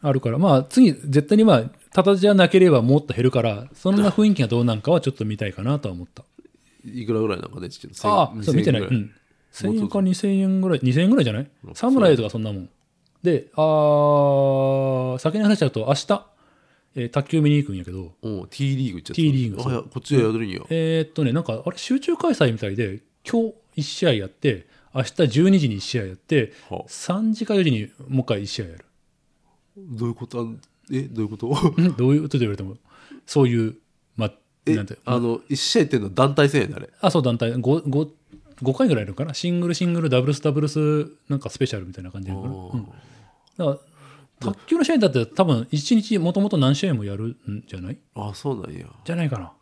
Speaker 1: あるから、まあ、次、絶対にまあ、ただじゃなければもっと減るから、そんな雰囲気がどうなんかはちょっと見たいかなとは思った。
Speaker 2: いくらぐらいなんかね、ちょっと千
Speaker 1: ああ、そう、
Speaker 2: 2000
Speaker 1: 見てない。う
Speaker 2: ぐら
Speaker 1: ん。1000円か2000円ぐらい、2000円ぐらいじゃないサムライズがそんなもん。で、あー先に話しちゃうと、明日、えー卓球見に行くんやけど、
Speaker 2: おう T リーグ行っちゃった。
Speaker 1: T リーグ
Speaker 2: あいやこっちでやるんや。
Speaker 1: えーっとね、なんか、あれ、集中開催みたいで、今日1試合やって、明日12時に1試合やって、
Speaker 2: は
Speaker 1: 3時か4時にもう一回1試合やる。
Speaker 2: どういうことあんえ、どういうこと
Speaker 1: うんどういうこと言われても、そういう、ま、
Speaker 2: え
Speaker 1: なんて、
Speaker 2: あの、一試合っていうのは団体戦やね、あれ。
Speaker 1: あ、そう、団体、5、5、5回ぐらいいるのかなシングル、シングル、ダブルス、ダブルス、なんかスペシャルみたいな感じでやるのかな。うんだから、卓球の試合だって多分、1日もともと何試合もやるんじゃない
Speaker 2: あ、そうなんや。
Speaker 1: じゃないかな。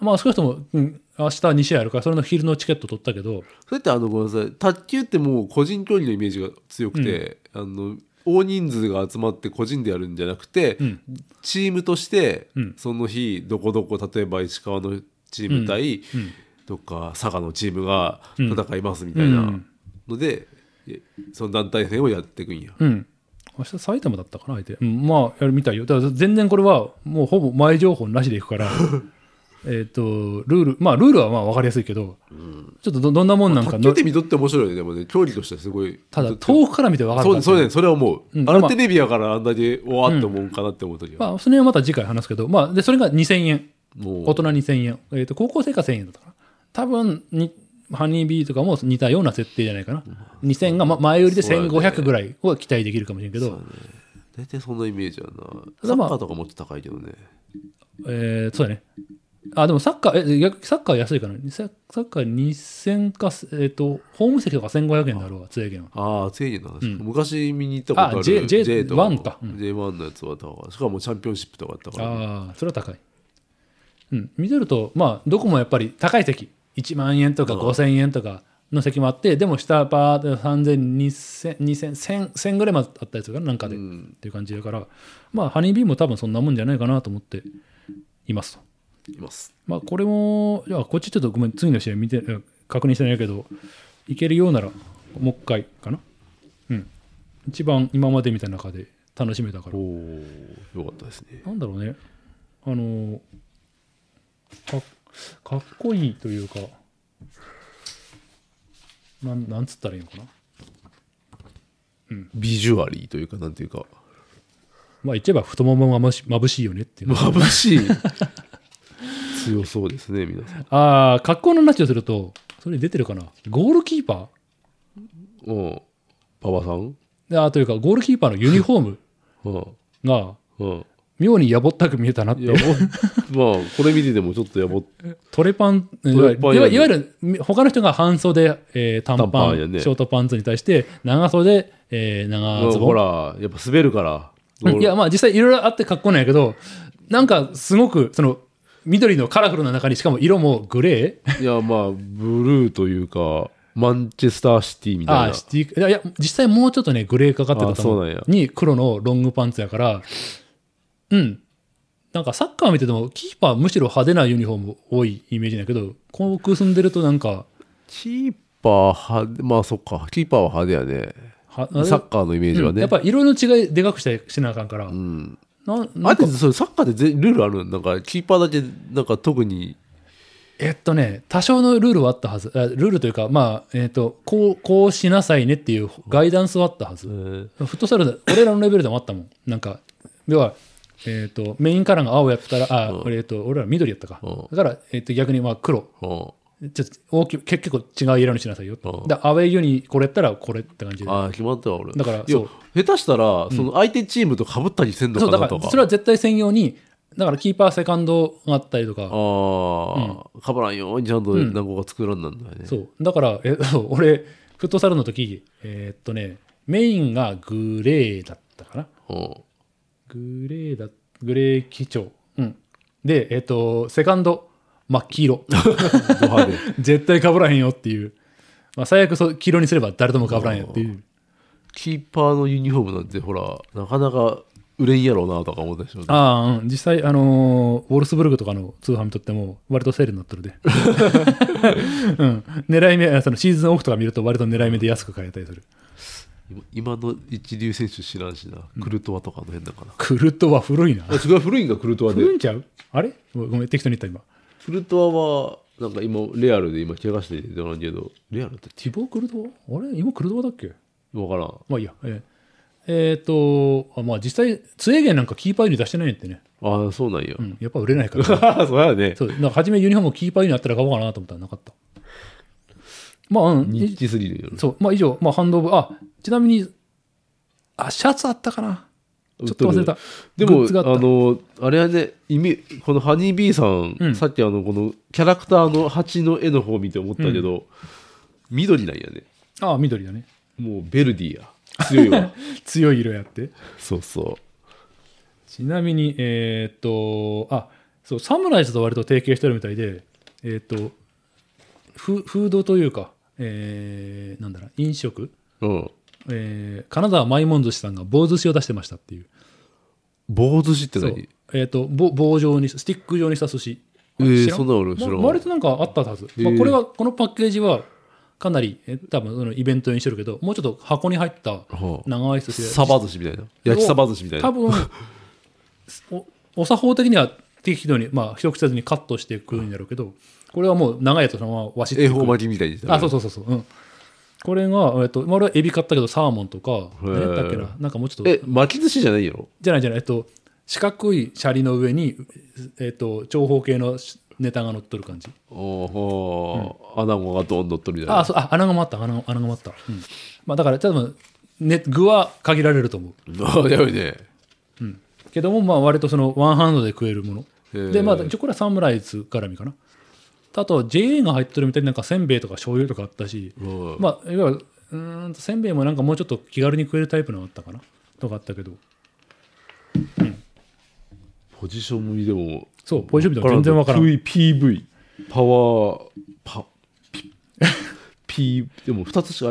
Speaker 1: まあ、少なくとも、うん、明日2試合あるから、それの昼のチケット取ったけど、
Speaker 2: それってあの、ごめんなさい。卓球ってもう個人競技のイメージが強くて、あの、大人数が集まって個人でやるんじゃなくて、
Speaker 1: ん
Speaker 2: チームとして、
Speaker 1: うん
Speaker 2: その日、どこどこ、例えば石川のチーム対、とか、佐賀のチームが戦いますみたいなので、えその団体戦をやっていくんや。
Speaker 1: うん。明日埼玉だったかな、相手。うん、まあ、やるみたいよ。だから全然これは、もうほぼ前情報なしでいくから、 えっと、ルール、まあ、ルールはまあ分かりやすいけど、ちょっとどどんなもんなんか
Speaker 2: 卓
Speaker 1: の、
Speaker 2: 球って見とって面白いよね、でもね、競技としてはすごい。
Speaker 1: ただ、遠くから見て分かる
Speaker 2: そ
Speaker 1: か
Speaker 2: うね、
Speaker 1: ら
Speaker 2: そうね、それはもう、
Speaker 1: うん
Speaker 2: あ
Speaker 1: ま
Speaker 2: の
Speaker 1: あ
Speaker 2: テレビやからあんだけ、おわって思うかなって思うときは、
Speaker 1: まあ、その辺はまた次回話すけど、まあ、で、それが2000円。
Speaker 2: もう、
Speaker 1: 大人2000円。えっ、と、高校生が1000円だったかな。多分に、ハニービーとかも似たような設定じゃないかな。2000が、ま、前売りで
Speaker 2: そうだね
Speaker 1: 1500ぐらいは期待できるかもしれんけど、
Speaker 2: 大体そんなイメージやな。
Speaker 1: た
Speaker 2: サ
Speaker 1: だま
Speaker 2: ッ
Speaker 1: あ
Speaker 2: カーとかもっと高いけどね。
Speaker 1: えーそうだね。あ、でもサッカー、え、逆にサッカーは安いかな。サッサッカー2000か、えっ、と、ホーム席とか1500円だろうわ、通訳券は。
Speaker 2: ああ、正義の話、昔見に行ったことある。
Speaker 1: あ J- J-
Speaker 2: J と
Speaker 1: J1 かうん
Speaker 2: J1 のやつは高い。しかもチャンピオンシップとかあったから。
Speaker 1: ああ、それは高い。うん、見てると、まあ、どこもやっぱり高い席、1万円とか5000円とかの席もあって、でも下パーで3000、2000、2000、1000 1000ぐらいまであったりするから、なんかで、
Speaker 2: うん
Speaker 1: っていう感じだから、まあ、ハニービーも多分そんなもんじゃないかなと思っていますと。
Speaker 2: います。
Speaker 1: まあ、これも、いや、こっちちょっとごめん、次の試合見て、うん確認してないけど、いけるようなら、もう一回かな。うん。一番今まで見た中で楽しめたから
Speaker 2: お。お、よかったですね。
Speaker 1: なんだろうね、あのか、かっこいいというか、なんなんつったらいいのかな。
Speaker 2: ビジュアリーというか、なんていうか、
Speaker 1: まあ、言っちゃえば太ももがまし眩しいよねっていう。
Speaker 2: 眩 しい。強そうですね、皆さん。
Speaker 1: ああ、格好の話をすると、それ出てるかな。ゴールキーパ
Speaker 2: うん。馬場さん
Speaker 1: ーあーというか、ゴールキーパーのユニフォーム
Speaker 2: うん。
Speaker 1: が、
Speaker 2: うん。
Speaker 1: 妙にやぼったく見えたなって
Speaker 2: いや、もうまあ、これ見ててもちょっとやぼっ
Speaker 1: トレパン、い
Speaker 2: レ
Speaker 1: わ
Speaker 2: パンやね
Speaker 1: ゆるいわゆるみ他の人が半袖、えー短
Speaker 2: 短
Speaker 1: パ
Speaker 2: パ
Speaker 1: ン
Speaker 2: ンやね
Speaker 1: ショートパンツに対して、長袖、えー長ズボン
Speaker 2: ほら、やっぱ滑るから。
Speaker 1: うんいや、まあ実際いろいろあって格好なんやけど、なんかすごく、その、緑のカラフルな中にしかも色もグレー
Speaker 2: いや、まあ、ブルーというか、マンチェスターシティみたい
Speaker 1: あ
Speaker 2: な。
Speaker 1: シティいやいや、実際もうちょっとね、グレーかかってたと思
Speaker 2: あそうなんや
Speaker 1: に黒のロングパンツやから、うん。なんかサッカー見てても、キーパーむしろ派手なユニフォーム多いイメージだけど、こう住んでるとなんか、
Speaker 2: キーパー派手、まあそっか、キーパーは派手やね。
Speaker 1: は
Speaker 2: サッカーのイメージは
Speaker 1: うん
Speaker 2: ね。
Speaker 1: やっぱり色の違いでかくしてしなあかんから、
Speaker 2: うん。
Speaker 1: な
Speaker 2: あ
Speaker 1: な
Speaker 2: れ
Speaker 1: んか
Speaker 2: ってそれサッカーでぜルールあるのなんか、キーパーだけ、なんか特に、
Speaker 1: えっとね、多少のルールはあったはず。あルールというか、まあ、えっと、こう、こうしなさいねっていうガイダンスはあったはず。
Speaker 2: えー
Speaker 1: フットサルで、俺らのレベルでもあったもん。なんか、要は、えっ、と、メインカラーが青やったら、あ、えっ、と、俺ら緑やったか。
Speaker 2: う
Speaker 1: だから、えっ、と、逆にまあ黒。
Speaker 2: うん
Speaker 1: ちょっと大きい、結構違う色にしなさいよ。
Speaker 2: うん
Speaker 1: で、アウェイユニこれやったらこれって感じで。
Speaker 2: ああ、決まったわ、俺。
Speaker 1: だから
Speaker 2: いや
Speaker 1: そう
Speaker 2: 下手したら、その相手チームと被ったりせんの
Speaker 1: そ
Speaker 2: か
Speaker 1: う、だ
Speaker 2: な
Speaker 1: か
Speaker 2: とか。
Speaker 1: ら、それは絶対専用に、だからキーパーセカンドがあったりとか、
Speaker 2: ああ、被らんようにちゃんと何個か作らんなんだよね。
Speaker 1: そう。だから、え、 そう俺、フットサルの時、えーっとね、メインがグレーだったかな。
Speaker 2: うん
Speaker 1: グレーだ、グレー基調。うん。で、えっ、と、セカンド、真っ黄色。
Speaker 2: ド派で
Speaker 1: 絶対被らへんよっていう。まあ、最悪そう、黄色にすれば誰とも被らへんよっていう。
Speaker 2: キーパーのユニフォームなんてほらなかなか売れんやろうなとか思ったでしょ
Speaker 1: ああ、うん。実際、あのーウォルスブルクとかの通販にとっても、割とセールになってるで。うん。狙い目、あそのシーズンオフとか見ると、割と狙い目で安く買えたりする。
Speaker 2: 今の一流選手知らんしな、クルトワとかの辺だから
Speaker 1: クルトは古いな。
Speaker 2: あ違う古いんがクルトワで
Speaker 1: 古いんちゃうあれごめん、適当に言った今。
Speaker 2: クルトワはなんか今レアルで今怪我して出てこないけどレアルって
Speaker 1: 希望クルトワあれ今クルトワだっけ
Speaker 2: 分からん
Speaker 1: まあいいや。えーえーと、あまあ実際、ツエゲンなんかキーパーユニ出してないんやってね。
Speaker 2: ああそうなんや、
Speaker 1: うん。やっぱ売れない から。
Speaker 2: そうやね
Speaker 1: そうなんか初めユニフォームキーパーユニあったら買おうかなと思ったらなかった。まあ、うん。
Speaker 2: ニッチすぎるよね
Speaker 1: そう、まあ以上、まあハンドオブ、あ、ちなみに、あ、シャツあったかなちょっと忘れた。
Speaker 2: で
Speaker 1: グ
Speaker 2: も
Speaker 1: ッズが
Speaker 2: あ
Speaker 1: あった
Speaker 2: のあれはねイメこのハニービーさん、
Speaker 1: うん
Speaker 2: さっきあのこのキャラクターの蜂の絵の方を見て思ったけど、緑なんやね
Speaker 1: あ緑だね。
Speaker 2: もうベルディや強い わ
Speaker 1: 強い色やって。
Speaker 2: そうそ
Speaker 1: ちなみに、えーっと、あ、そう、サムライズと割と提携してるみたいで、えーっと、フフードというか、えー、なんだろう、飲食、
Speaker 2: ううん
Speaker 1: えー、金沢マイモン寿司さんが棒寿司を出してましたっていう。
Speaker 2: 棒寿司って
Speaker 1: そう
Speaker 2: 何
Speaker 1: えーっと、棒棒状に、スティック状にした寿司。
Speaker 2: えー
Speaker 1: 知ら
Speaker 2: そんなの俺知らん
Speaker 1: ま割となんかあったはず。ま
Speaker 2: へ
Speaker 1: あ、
Speaker 2: ー
Speaker 1: これは、このパッケージは、かなり、えー多分そのイベントにしてるけど、もうちょっと箱に入った
Speaker 2: はあ
Speaker 1: 長い寿司で、
Speaker 2: サバ寿司みたいな焼きサバ寿司みたい
Speaker 1: 多
Speaker 2: な
Speaker 1: 分おお作法的には適度にまあ一口せずにカットして食うんだろうけどこれはもう長いやつそのままわしって
Speaker 2: 恵
Speaker 1: 食う
Speaker 2: 方巻きみたいに
Speaker 1: あそうそうそうそう、うん、これが、えっと、まあ俺はエビ買ったけどサーモンとか
Speaker 2: へー
Speaker 1: 何だっけななんかもうちょっ
Speaker 2: え
Speaker 1: と
Speaker 2: 巻き寿司じゃないやろ
Speaker 1: じゃないじゃないえっと四角いシャリの上に、えっと、長方形のネタが乗っとる感じ
Speaker 2: おお、穴子がどんどんとるみたい
Speaker 1: あ
Speaker 2: な
Speaker 1: そうあ穴がもあった穴が穴がもあった、うんまあ、だから多分、ね、具は限られると思う
Speaker 2: あやばいね
Speaker 1: けども、まあ、割とそのワンハンドで食えるも
Speaker 2: へ
Speaker 1: の
Speaker 2: ー
Speaker 1: でまあ一応これはサムライズ絡みかなあと JA が入ってるみたいになんかせんべいとか醤油とかあったし、
Speaker 2: うん
Speaker 1: まあいわゆるうーんとせんべいもなんかもうちょっと気軽に食えるタイプのあったかなとかあったけど
Speaker 2: ポジションもでも
Speaker 1: そうポジション見ても全然わからん
Speaker 2: V PV パワー パピ P でも2つしか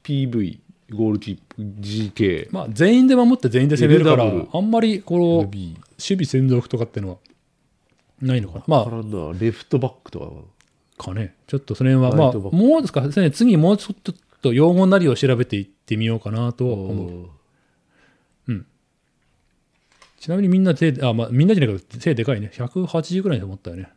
Speaker 2: LBCBPV ゴールキープ GK
Speaker 1: まあ全員で守って全員で攻めるから、
Speaker 2: LW
Speaker 1: あんまりこの守
Speaker 2: LB
Speaker 1: 備専属とかってのはないのかなまあ
Speaker 2: からんなレフトバックとかな
Speaker 1: かね。ちょっとその辺は、ま
Speaker 2: バ
Speaker 1: あ、
Speaker 2: イトバッ
Speaker 1: もうですか、先生次もうちょっと用語なりを調べていってみようかなとは思う。ちなみにみんな手で、あ、まあ、みんなじゃないけど、手でかいね。180ぐらいで思ったよね。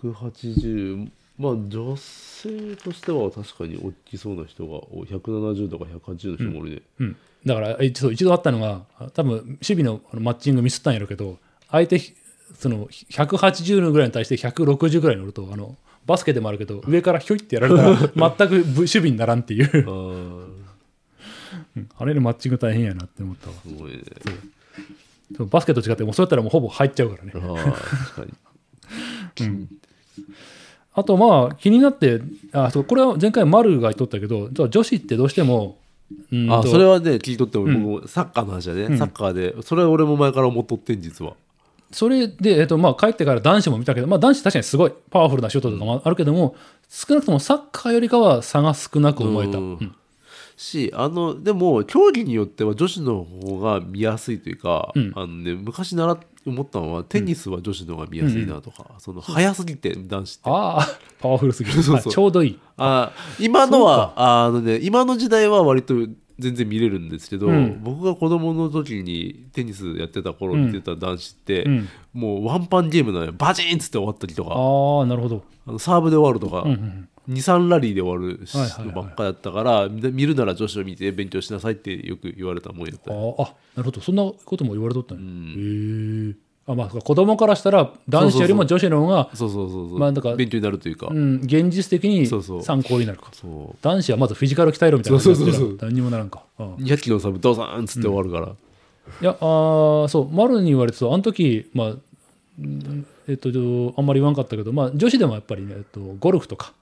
Speaker 2: 180まあ女性としては確かに大きそうな人がお170とか180の人もおるね、
Speaker 1: うん。だから、えそう一度あったのが、あ多分守備のあのマッチングミスったんやろうけど、相手、ひその、180のぐらいに対して160ぐらいに乗ると、あの、バスケでもあるけど、上からひょいってやられたら、全くぶ守備にならんっていう、
Speaker 2: あ
Speaker 1: あれのマッチング大変やなって思ったわ。
Speaker 2: あ すごいね
Speaker 1: そうバスケと違って、もうそうやったらもうほぼ入っちゃうからね。
Speaker 2: ああ確かに
Speaker 1: あとまあ気になってあそうこれは前回丸が言っとったけどそう女子ってどうしてもうん
Speaker 2: あ
Speaker 1: と
Speaker 2: それはね聞いとって俺僕もサッカーの話だね、サッカーでそれは俺も前から思っとってん実は
Speaker 1: それで、えっとまあ、帰ってから男子も見たけど、まあ、男子確かにすごいパワフルなシュートとかもあるけども、少なくともサッカーよりかは差が少なく思えた、
Speaker 2: うん
Speaker 1: うん
Speaker 2: しあのでも競技によっては女子の方が見やすいというか、
Speaker 1: うん
Speaker 2: あのね、昔習っ思ったのはテニスは女子の方が見やすいなとか、その早すぎて男子って
Speaker 1: ああパワフルすぎる
Speaker 2: そうそ
Speaker 1: あ
Speaker 2: う
Speaker 1: ちょうどいい
Speaker 2: あ今のはあの、ね、今の時代は割と全然見れるんですけど、
Speaker 1: うん
Speaker 2: 僕が子供の時にテニスやってた頃見てた男子って、
Speaker 1: うん
Speaker 2: もうワンパンゲームなのよバチーンっつって終わったりとか
Speaker 1: ああなるほど、
Speaker 2: あのサーブで終わるとか、
Speaker 1: うんうん
Speaker 2: 23ラリーで終わるし
Speaker 1: はいはいはい
Speaker 2: のばっかだったからみ見るなら女子を見て勉強しなさいってよく言われたもんやった
Speaker 1: う
Speaker 2: よ
Speaker 1: ん、ああなるほどそんなことも言われとったね、へえあまあそうか子供からしたら男子よりも女子の方が
Speaker 2: そうそうそうそう、
Speaker 1: まあなんか
Speaker 2: 勉強になるというか、
Speaker 1: うん、現実的に
Speaker 2: そうそう
Speaker 1: 参考になるか
Speaker 2: そ
Speaker 1: 男子はまずフィジカル鍛えろみたいな感じでやって
Speaker 2: そ
Speaker 1: る
Speaker 2: うそうそう
Speaker 1: から何にもならんか、うん
Speaker 2: う200キロのサーブドサーンっつって終わるから、
Speaker 1: いやあーそう丸に言われてそうあの時まあうんえっとあんまり言わんかったけど、まあ、女子でもやっぱりね、えっと、ゴルフとか、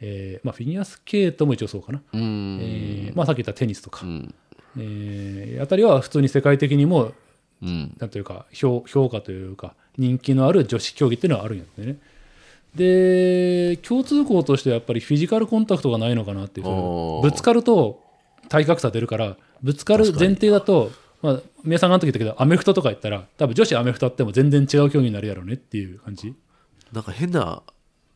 Speaker 1: えーまあ、フィギュアスケートも一応そうかな、
Speaker 2: うん
Speaker 1: えーまあ、さっき言ったテニスとか、
Speaker 2: うん
Speaker 1: えーあたりは普通に世界的にも
Speaker 2: うん
Speaker 1: なんというか評評価というか人気のある女子競技っていうのはあるんやってねで共通項としてはやっぱりフィジカルコンタクトがないのかなっていう
Speaker 2: あー
Speaker 1: ぶつかると体格差出るからぶつかる前提だとまあ宮さんがあの時言ったけどアメフトとか言ったら多分女子アメフトあっても全然違う競技になるやろうねっていう感じ
Speaker 2: なんか変な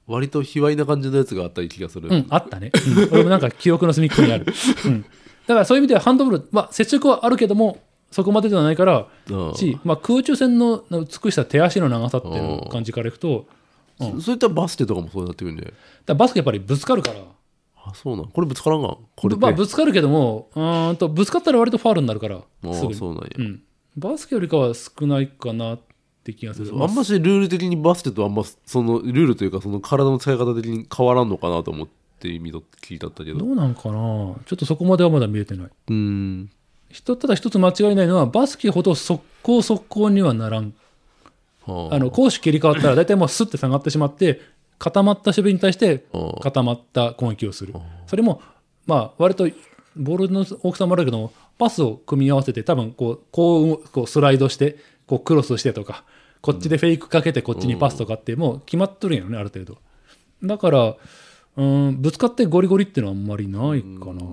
Speaker 2: 割と卑猥な感じのやつがあった気がする、
Speaker 1: うん、あったね、うん俺もなんか記憶の隅っこにある、うん、だからそういう意味ではハンドボール、まあ、接触はあるけどもそこまでではないから
Speaker 2: うん
Speaker 1: し、まあ、空中戦の美しさ手足の長さっていう感じからいくとう
Speaker 2: そそういったらバスケとかもそうなってくるんで
Speaker 1: だからバスケやっぱりぶつかるから
Speaker 2: あそうなんこれぶつからんがんこれ
Speaker 1: まあ、ぶつかるけどもうーんとぶつかったら割とファウルになるから
Speaker 2: あ
Speaker 1: すぐ
Speaker 2: ー
Speaker 1: に
Speaker 2: そうなんや、
Speaker 1: うん、バスケよりかは少ないかなって気がする
Speaker 2: あんましルール的にバスケとあんまそのルールというかその体の使い方的に変わらんのかなと思って意と聞いたったけど
Speaker 1: どうなんかなちょっとそこまではまだ見えてない
Speaker 2: うん
Speaker 1: 人ただ一つ間違いないのはバスケほど速攻速攻にはならん
Speaker 2: はあ
Speaker 1: あの攻守切り替わったら大体もうスッて下がってしまって固まった守備に対して
Speaker 2: うん
Speaker 1: 固まった攻撃をするそれもまあ割とボールの大きさもあるけどもパスを組み合わせて多分こうこうこうスライドしてこうクロスしてとかこっちでフェイクかけてこっちにパスとかってもう決まっとるんやろねある程度だからうんぶつかってゴリゴリっていうのはあんまりないかな、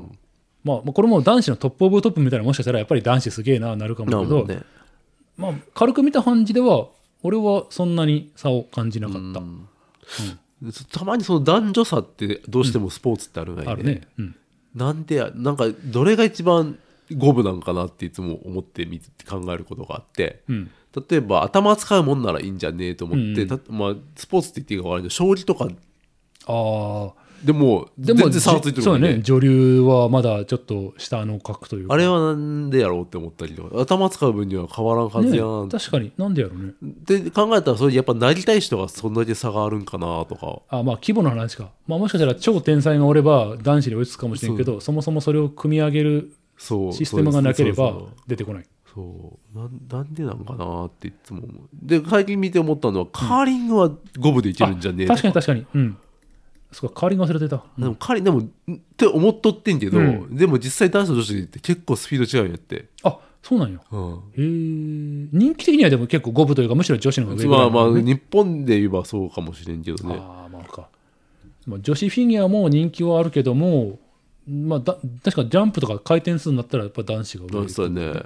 Speaker 1: まあまあこれも男子のトップオブトップみたいなもしかしたらやっぱり男子すげえななるかもだ
Speaker 2: な
Speaker 1: け
Speaker 2: る
Speaker 1: ど、
Speaker 2: ほどね
Speaker 1: まあ、軽く見た感じでは俺はそんなに差を感じなかった、
Speaker 2: そたまにその男女差ってどうしてもスポーツってあるがいね,、
Speaker 1: あるね、うん、
Speaker 2: なんでやなんかどれが一番五分なんかなっていつも思ってみ考えることがあって、
Speaker 1: うん
Speaker 2: 例えば頭使うもんならいいんじゃねえと思って、
Speaker 1: うんう
Speaker 2: たまあ、スポーツって言っていいか悪いけど将棋とか
Speaker 1: ああ
Speaker 2: でも
Speaker 1: で
Speaker 2: 全
Speaker 1: も
Speaker 2: 然差はついてる
Speaker 1: そ
Speaker 2: も
Speaker 1: うん
Speaker 2: ね
Speaker 1: ね女流はまだちょっと下の格というか
Speaker 2: あれはなんでやろうって思ったりとか頭使う分には変わらんはずやん
Speaker 1: ね、確かになんでやろうね
Speaker 2: って考えたらそれやっぱなりたい人がそんだけ差があるんかなとか
Speaker 1: あまあ規模の話か、まあ、もしかしたら超天才がおれば男子に追いつくかもしれんけどそもそもそれを組み上げる
Speaker 2: そう
Speaker 1: システムがなけれ
Speaker 2: そうそう
Speaker 1: ば出てこない
Speaker 2: そうなんなんでなんかなっていつも思うで最近見て思ったのはカーリングは五分でいけるんじゃねえ
Speaker 1: あ確
Speaker 2: と
Speaker 1: かに確かにうんそうかカーリング忘れてた
Speaker 2: でもカーリンでもんって思っとってんけど、
Speaker 1: うん
Speaker 2: でも実際男子と女子でって結構スピード違うんやって、
Speaker 1: あそうなんよ
Speaker 2: う
Speaker 1: へ
Speaker 2: ん、
Speaker 1: え人気的にはでも結構五分というかむしろ女子の方が上ぐら
Speaker 2: ま
Speaker 1: い
Speaker 2: あ
Speaker 1: なのね
Speaker 2: まあ日本で言えばそうかもしれんけどね
Speaker 1: ああまあか、まあ、女子フィギュアも人気はあるけども、まあ、だ確かジャンプとか回転数になったらやっぱ男子が上
Speaker 2: 男子だね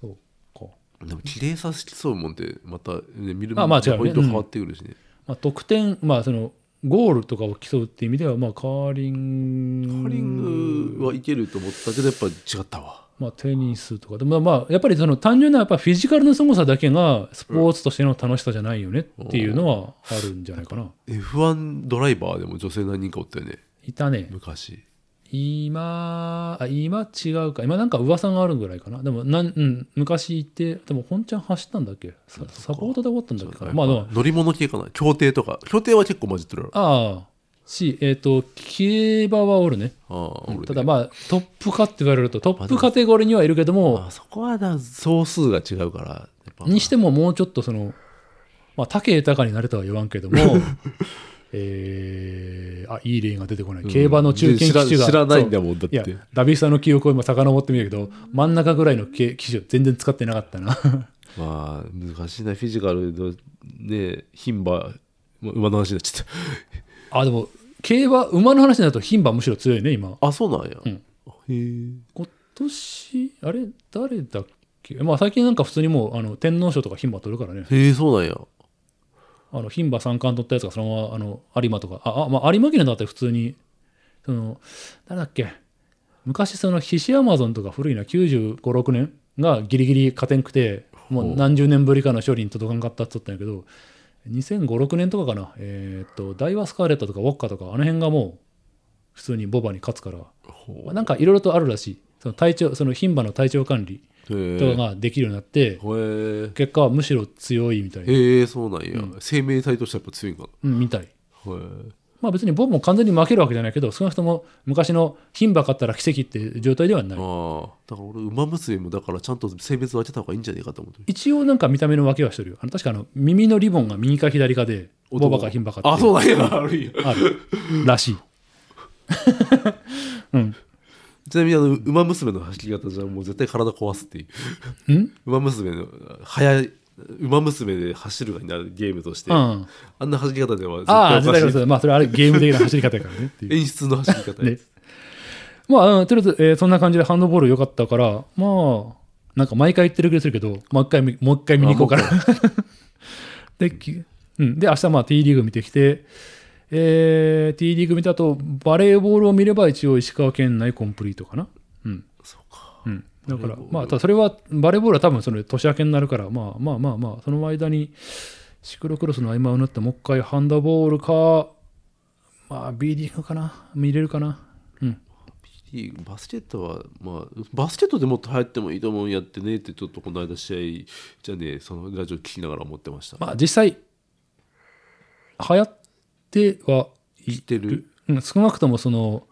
Speaker 1: そうか、
Speaker 2: でも綺麗さしそうもんってまた、ね、見る
Speaker 1: あまあ違うね
Speaker 2: ポイント変わってくるしね、
Speaker 1: まあ、得点まあそのゴールとかを競うっていう意味では、まあ、カーリング
Speaker 2: カーリングはいけると思ったけどやっぱ違ったわ
Speaker 1: まあ、テニスとかでもまあまあやっぱりその単純なやっぱフィジカルの凄さだけがスポーツとしての楽しさじゃないよねっていうのはあるんじゃないかな、
Speaker 2: F1 ドライバーでも女性何人かおったよね
Speaker 1: いたね
Speaker 2: 昔
Speaker 1: 今あ今違うか今なんか噂があるぐらいかなでもなん、うん、昔行ってでも本ちゃん走ったんだっけササポートで終わったんだっけかなまあでも
Speaker 2: 乗り物系かな競艇とか競艇は結構混じってるやろ
Speaker 1: ああしえっ、と競馬はおるね
Speaker 2: ああ俺ね
Speaker 1: ただまあトップかって言われるとトップカテゴリーにはいるけども
Speaker 2: あそこはな総数が違うからやっぱ
Speaker 1: にしてももうちょっとそのまあ武豊になれとは言わんけ どもえー、あいい例が出てこない競馬の中堅機種
Speaker 2: で
Speaker 1: が
Speaker 2: 知ら知らないんだもんだっ
Speaker 1: いや
Speaker 2: て、
Speaker 1: ダビスタの記憶を今遡ってみるけど、真ん中ぐらいの機種全然使ってなかったな。
Speaker 2: まあ難しいなフィジカルのね牝馬ま馬の話になっちゃっ
Speaker 1: あ、でも、競馬、馬の話になると牝馬むしろ強いね、今。
Speaker 2: たあそうなんや、
Speaker 1: うん
Speaker 2: へえ
Speaker 1: 今年、あれ、誰だっけまあ最近なんか普通にもう、あの、天皇賞とか牝馬取るからね。
Speaker 2: へえそうなんや
Speaker 1: あの、牝馬三冠取ったやつがそのまま、あの、有馬とか、あ、あまあ有馬記念だって普通に、その、誰だっけ昔その、菱アマゾンとか古いな、95、6年がギリギリ勝てんくて、もう何十年ぶりかの勝利に届かんかったって言ったんやけど、2005、6年とかかな、えーっと、ダイワスカーレットとかウォッカとか、あの辺がもう、普通にボバに勝つから、まあなんかいろいろとあるらしい。その体調、その牝馬の体調管理
Speaker 2: へ
Speaker 1: と
Speaker 2: え
Speaker 1: かができるようになって、
Speaker 2: へえ
Speaker 1: 結果はむしろ強いみたいな、
Speaker 2: へえそうなんや、生命体としてはやっぱ強いんかな
Speaker 1: うん、みたい。
Speaker 2: へ
Speaker 1: まあ別にボブも完全に負けるわけじゃないけど、少なくとも昔の牝馬勝ったら奇跡っていう状態ではな
Speaker 2: え
Speaker 1: い。
Speaker 2: ああだから俺馬娘もだからちゃんと性別分けた方がいいんじゃねえかと思って
Speaker 1: 一応なんか見た目の分けはしてるよ。あの確かあの耳のリボンが右か左かで、ボ
Speaker 2: 男
Speaker 1: バか牝馬かって
Speaker 2: あそう なんやあるんや
Speaker 1: あるらしい。うん。
Speaker 2: ちなみにあの「ウマ娘」の走り方じゃもう絶対体壊すっていうん「ウマ娘」の速い「ウマ娘」で走るがになるゲームとして、
Speaker 1: うん
Speaker 2: あんな走り方では絶
Speaker 1: ああ、
Speaker 2: 対お
Speaker 1: 絶
Speaker 2: か
Speaker 1: 対
Speaker 2: しい
Speaker 1: そうそうまあ、それはあれゲーム的な走り方やからね っていう。
Speaker 2: 演出の走り方
Speaker 1: ね。まあ、うんとりあえず、えーそんな感じでハンドボール良かったから、まあ、なんか毎回言ってる気がするけど、もう一回見、もう一回見に行こうかな。 で、きうん。で、明日、まあ、T リーグ見てきて、えー、T リーグ見た後、バレーボールを見れば一応石川県内コンプリートかな。うん。
Speaker 2: そうか
Speaker 1: うん、だから
Speaker 2: バレーボー、ル
Speaker 1: まあ、ただそれは、バレーボールは多分その年明けになるから、まあまあまあまあ、その間にシクロクロスの合間を縫って、もう一回ハンダボールか、まあ、B リーグかな、見れるかな。うん、
Speaker 2: いいバスケットはまあバスケットでもっと流行ってもいいと思うんやってねってちょっとこの間試合じゃねそのラジオ聞きながら思ってました、
Speaker 1: まあ、実際、流行ってはい
Speaker 2: 知ってる、
Speaker 1: うん、少なくともその、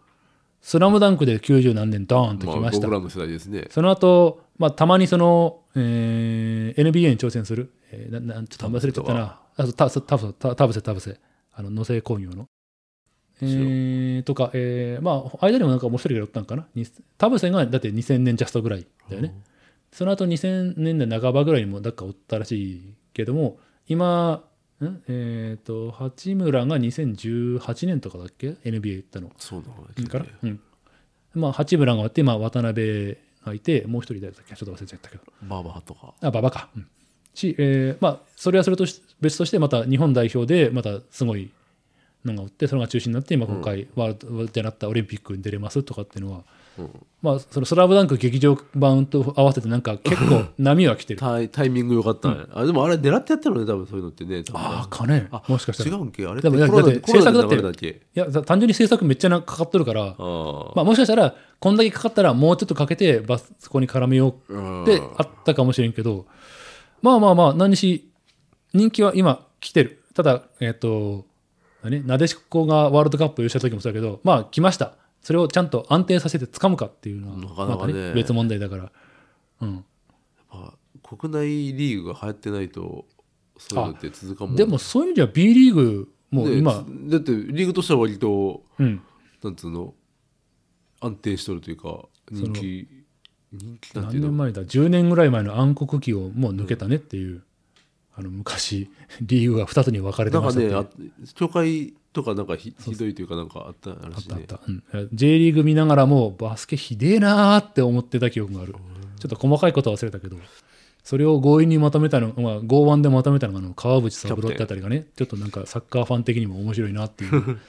Speaker 1: スラムダンクで90何年ドーンと
Speaker 2: ま
Speaker 1: き
Speaker 2: あ、
Speaker 1: ました
Speaker 2: 僕。らの世代ですね
Speaker 1: その後、まあ、たまにその、えー NBA に挑戦する、えーななんちょっと忘れちゃったな、あそうたたぶたたぶせ、たぶせ、あの、野生工業の。えーとか、えーまあ、間にもなんか面白いがおったんかな。に田臥がだって2000年ジャストぐらいだよね。その後2000年代半ばぐらいにもなんかおったらしいけども、今、んえっ、と、八村が2018年とかだっけ ?NBA 行ったの。
Speaker 2: そうなのね
Speaker 1: から、うんまあ、八村があって、まあ、渡辺がいてもう一人誰だっけちょっと忘れちゃったけど
Speaker 2: バーバーとか
Speaker 1: あ馬場か、うんし、えーまあ、それはそれとし別としてまた日本代表でまたすごいのがおってそれが中心になって今今回ワールドでなったオリンピックに出れますとかっていうのは、まあ、そのスラムダンク劇場版と合わせてなんか結構波は来てる。
Speaker 2: タイタイミング良かったね、あでもあれ狙ってやってるのね多分そういうのってね多分ね
Speaker 1: ああかね
Speaker 2: あ
Speaker 1: もしかしたら
Speaker 2: 違うんけあれ
Speaker 1: で
Speaker 2: って
Speaker 1: も
Speaker 2: コ
Speaker 1: だ
Speaker 2: ロナ
Speaker 1: だ
Speaker 2: で
Speaker 1: って
Speaker 2: コロナで
Speaker 1: 制作だって
Speaker 2: 流れたっけ
Speaker 1: いや単純に制作めっちゃなんかかかっとるから
Speaker 2: あー
Speaker 1: まあ、もしかしたらこんだけかかったらもうちょっとかけてバスそこに絡めよう
Speaker 2: うん
Speaker 1: ってあったかもしれんけど、まあまあまあ、何し、人気は今来てる。ただ、えっ、と、何なでしこがワールドカップ優勝した時もそうだけど、まあ来ました。それをちゃんと安定させて掴むかっていうの
Speaker 2: な
Speaker 1: は、
Speaker 2: かな
Speaker 1: ま
Speaker 2: か
Speaker 1: た
Speaker 2: ね
Speaker 1: ね、別問題だから。うん。
Speaker 2: まあ国内リーグが流行ってないとそういうのって続かんもん
Speaker 1: でもそういう意味では B リーグも
Speaker 2: ね
Speaker 1: 今、
Speaker 2: つだってリーグとしては割と
Speaker 1: うん。
Speaker 2: なんつうの安定しとるというか人気人気なんて
Speaker 1: 何
Speaker 2: いうの
Speaker 1: 年前だ ?10 年ぐらい前の暗黒期をもう抜けたねっていう、あの昔、 リーグが2つに分かれて
Speaker 2: なん
Speaker 1: ま
Speaker 2: か
Speaker 1: したっていう
Speaker 2: ねあ協会とかなんかひひどいというかなんかあったら
Speaker 1: あ
Speaker 2: し
Speaker 1: っ
Speaker 2: い
Speaker 1: たあっ
Speaker 2: ね
Speaker 1: た、うん、J リーグ見ながらもバスケひでえなーって思ってた記憶があるちょっと細かいことは忘れたけどそれを強引にまとめたのまあ剛腕でまとめたのがあの川淵三郎ってあたりがねちょっとなんかサッカーファン的にも面白いなっていう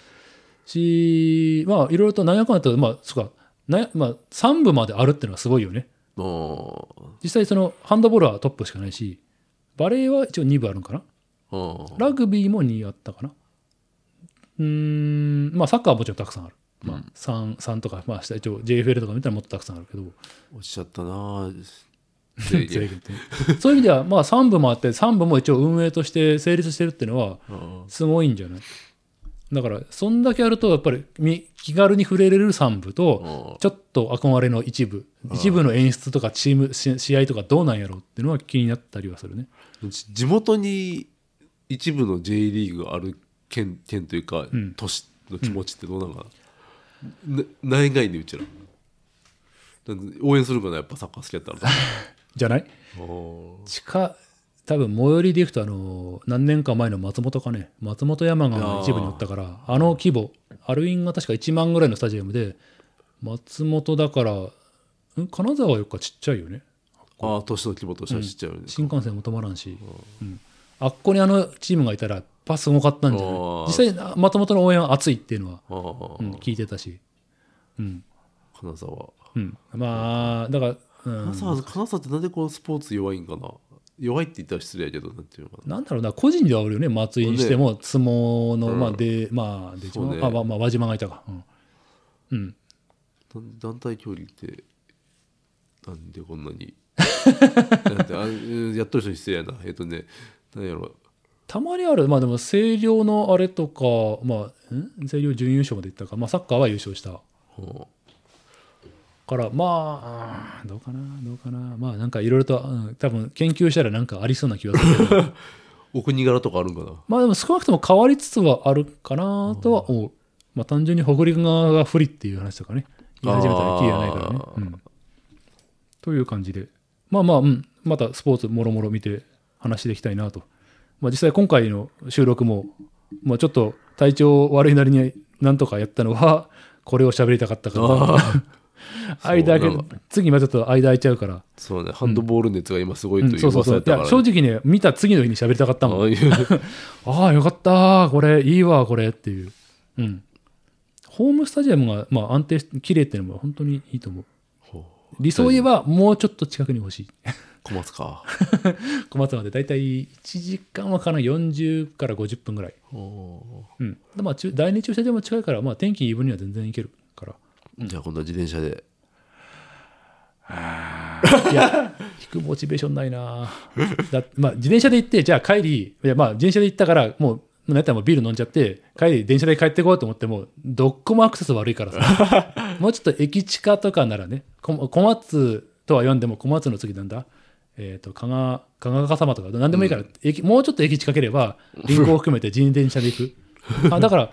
Speaker 1: しまあいろいろと何やかんやとまあそうかなまあ、3部まであるっていうのはすごいよね
Speaker 2: あー
Speaker 1: 実際そのハンドボールはトップしかないしバレーは一応2部あるのかな
Speaker 2: あー
Speaker 1: ラグビーも2あったかな。うーん、まあサッカーはもちろんたくさんある。まあ、3, 3とか、まあ、下一応 JFL とか見たらもっとたくさんあるけど、
Speaker 2: 落ちちゃったなあ 制
Speaker 1: 制限
Speaker 2: 限
Speaker 1: って そういう意味では、まあ3部もあって、3部も一応運営として成立してるっていうのは、
Speaker 2: あ
Speaker 1: すごいんじゃないだから、そんだけやると、やっぱりみ気軽に触れれる3部と、
Speaker 2: ー
Speaker 1: ちょっと憧れの一部、一部の演出とかチーム、し試合とかどうなんやろうっていうのは気になったりはするね。
Speaker 2: じ地元に一部の J リーグがある県県というか、
Speaker 1: ん
Speaker 2: 都市の気持ちってどうなのかな、なないんかいねうちらなんで応援するかなやっぱサッカー好きやっ たら
Speaker 1: じゃない
Speaker 2: おー
Speaker 1: 地下多分最寄りでいくとあの何年か前の松本かね松本山が一部におったからあの規模アルインが確か1万ぐらいのスタジアムで松本だからん金沢よっかちっちゃいよね
Speaker 2: ああ都市の規模としては知っちゃうね、
Speaker 1: 新幹線も止まらんし、うんあっこにあのチームがいたらやっぱすごかったんじゃない
Speaker 2: あー
Speaker 1: 実際あ松本の応援は熱いっていうのは、
Speaker 2: あ
Speaker 1: う
Speaker 2: あ、
Speaker 1: ん聞いてたし、うん
Speaker 2: 金沢
Speaker 1: うん、まあだから、うん
Speaker 2: 金、沢金沢ってなんでこうスポーツ弱いんかな弱いって言ったら失礼やけどなんていうのかな
Speaker 1: なんだろうな、個人ではおるよね、松井にしても、相撲の、まあ、で、まあ、出島、
Speaker 2: そうね
Speaker 1: あ、まあ、まあ、輪島がいたか。うん。うん、
Speaker 2: 団団体競技ってなんでこんな になんてあうんやっとる人に失礼やなえっとねなんやろ
Speaker 1: たまにある、まあ、でも、星稜のあれとか、まあ、ん星稜準優勝までいったか、まあ、サッカーは優勝した。
Speaker 2: うん
Speaker 1: から、まあ、どうかな、どうかな、まあ、なんかいろいろと、うん、多分研究したら、なんかありそうな気がするけど。
Speaker 2: お国柄とかあるんかな
Speaker 1: まあ、でも、少なくとも変わりつつはあるかなとは思う。まあ、単純に北陸側が不利っていう話とかね、言い始めたらキリがないからね
Speaker 2: あ。
Speaker 1: う
Speaker 2: ー
Speaker 1: ん、という感じで、まあまあ、うん、またスポーツもろもろ見て話していきたいなと。まあ、実際今回の収録も、まあ、ちょっと体調悪いなりになんとかやったのは、 これを喋りたかったから、 間
Speaker 2: そう
Speaker 1: 開
Speaker 2: な
Speaker 1: け
Speaker 2: んか、
Speaker 1: 次今ちょっと間空いちゃうから、
Speaker 2: そうねハンドボール熱が今すごいと
Speaker 1: うん
Speaker 2: いう
Speaker 1: そうそう
Speaker 2: 噂
Speaker 1: そ
Speaker 2: や
Speaker 1: う
Speaker 2: っ。
Speaker 1: い
Speaker 2: た
Speaker 1: や
Speaker 2: からね
Speaker 1: 正直ね、見た次の日に喋りたかったもん
Speaker 2: あ。あ いう
Speaker 1: ああ、よかったーこれ、いいわ、これっていう。うん。ホームスタジアムが、まあ、安定して、綺麗っていうのも本当にいいと思う。理想を言えば、もうちょっと近くに欲しい。
Speaker 2: 小松か
Speaker 1: 小松まで大体1時間はかな、40から50分ぐらい。
Speaker 2: お
Speaker 1: うん。でまあ、中第二駐車場も近いから、まあ、天気いい分には全然行けるから。
Speaker 2: ーじゃあ今度は自転車で
Speaker 1: いや、引くモチベーションないなだ まあ、自転車で行って、じゃあ帰り、いやまあ、自転車で行ったから、もう、なんやったらもうビール飲んじゃって、帰り、電車で帰ってこうと思っても、どっこもアクセス悪いから さ、もうちょっと駅近とかならね、こ小松とは読んでも、小松の次なんだ、えっ、と、加賀、加賀様とか、なんでもいいから、駅、もうちょっと駅近ければ、輪行を含めて自転車で 行く。あだから、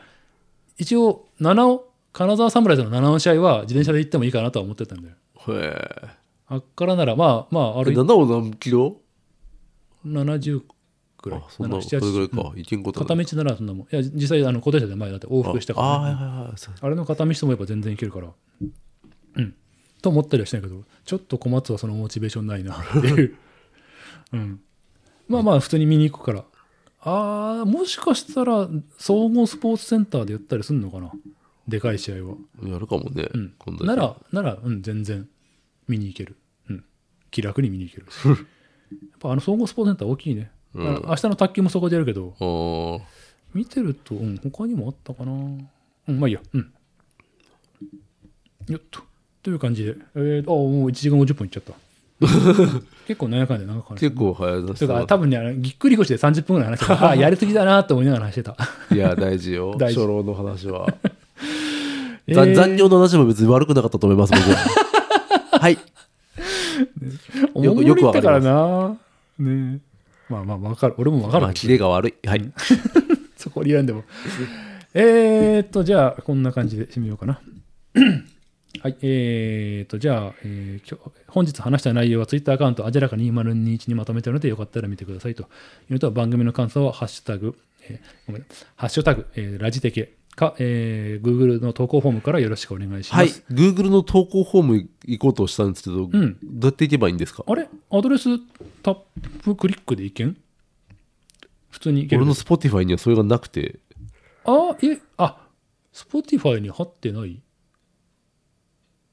Speaker 1: 一応、七尾、金沢サムライズの七尾の試合は自転車で行ってもいいかなとは思ってたんだよ。
Speaker 2: へえ
Speaker 1: あっからなら、まあまあ、歩いて
Speaker 2: 7を何キロ
Speaker 1: 70くらい
Speaker 2: あ。そんな
Speaker 1: 7
Speaker 2: それぐらい
Speaker 1: うん
Speaker 2: か行けんこと
Speaker 1: 片
Speaker 2: ない
Speaker 1: 道ならそんなもん。いや、実際、あの、高齢者で前だって往復したから、
Speaker 2: あ
Speaker 1: ね
Speaker 2: あはいはいはいそう
Speaker 1: あれの片道ともやっぱ全然いけるから。うん。と思ったりはしないけど、ちょっと小松はそのモチベーションない なっていう。うん。まあまあ、普通に見に行くから。ああ、もしかしたら、総合スポーツセンターでやったりすんのかな。でかい試合は。
Speaker 2: やるかもね
Speaker 1: うん
Speaker 2: 今。度
Speaker 1: なら、なら、うん、全然見に行ける。うん。気楽に見に行け るし。やっぱあの総合スポーツセンター大きいね。
Speaker 2: うん
Speaker 1: だから明日の卓球もそこでやるけど、
Speaker 2: あー
Speaker 1: 見てると、うん、他にもあったかな。うん、まあいいや。うん。よっと。という感じで、えー、あもう1時間50分いっちゃった。 結構何やかんで長かった。
Speaker 2: 結構早出
Speaker 1: と
Speaker 2: し
Speaker 1: いうか、
Speaker 2: た
Speaker 1: 多分ね、あのぎっくり腰で30分ぐらい話して た。ああ、やりすぎだなと思いながら話してた。
Speaker 2: いや 大事よ
Speaker 1: 大事
Speaker 2: 初老の話 は
Speaker 1: え
Speaker 2: ざ
Speaker 1: ー
Speaker 2: 残業の話も別に悪くなかったと思います僕は はい
Speaker 1: おも
Speaker 2: よ
Speaker 1: ろ
Speaker 2: く
Speaker 1: いっ
Speaker 2: わか
Speaker 1: た
Speaker 2: り
Speaker 1: から
Speaker 2: ます
Speaker 1: な。ねえまあまあ、わかる。俺もわかる
Speaker 2: まあキレが悪いはい
Speaker 1: そこに選んでも。えーっと、じゃあ、こんな感じで締めよう かな。はい、えーっと、じゃあ、えー今日本日話した内容は Twitter アカウント、あじらか2021にまとめているので、よかったら見てくださいというのと、番組の感想は、ハッシュタグ、えーごめん、ハッシュタグ、えーラジテケか、えー Google の投稿フォームからよろしくお願いします。
Speaker 2: はい、Google の投稿フォーム行こうとしたんですけど、
Speaker 1: ん
Speaker 2: どうやって行けばいいんですか
Speaker 1: あれアドレスタップクリックでいけん普通にいける
Speaker 2: 俺の Spotify にはそれがなくて、
Speaker 1: あ、え、あ、Spotify に貼ってない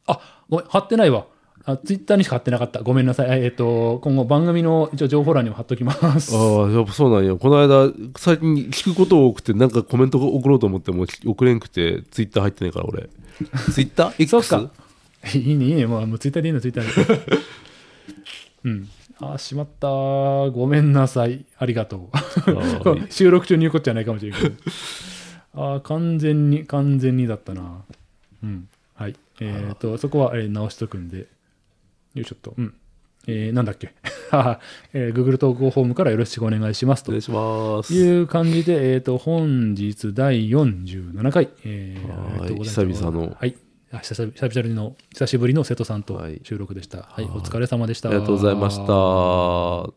Speaker 1: あ、ごめん、貼ってないわ。あ、Twitter にしか貼ってなかった。ごめんなさい。えっ、と、今後番組の一応情報欄にも貼っときます。
Speaker 2: ああ、やっぱそうなんや。この間、最近聞くことが多くて、なんかコメントを送ろうと思っても送れんくて、Twitter 入ってないから、
Speaker 1: そ
Speaker 2: 俺。
Speaker 1: うっす
Speaker 2: Twitter?X?
Speaker 1: か。 いいね、いいね。まあ、もう Twitter でいいの、Twitter で。うん。あ、しまった。ごめんなさい。ありがとう。
Speaker 2: はい
Speaker 1: 収録中に言う ことじゃないかもしれないけど。あー完全に、完全にだったな。うん。はい。えっ、と、そこは、えー直しとくんで。よいしょっと。うん。えーなんだっけ。 あーえー Google 投稿フォームからよろしくお願いします
Speaker 2: お
Speaker 1: と
Speaker 2: 願い。します。
Speaker 1: いう感じで、えっ、と、本日第47回、えー
Speaker 2: はーい
Speaker 1: ありがとうございます
Speaker 2: 久々の
Speaker 1: はい。あ久々久々の、久しぶりの瀬戸さんと
Speaker 2: はい
Speaker 1: 収録でした。はい、お疲れ様でした。
Speaker 2: ありがとうございました。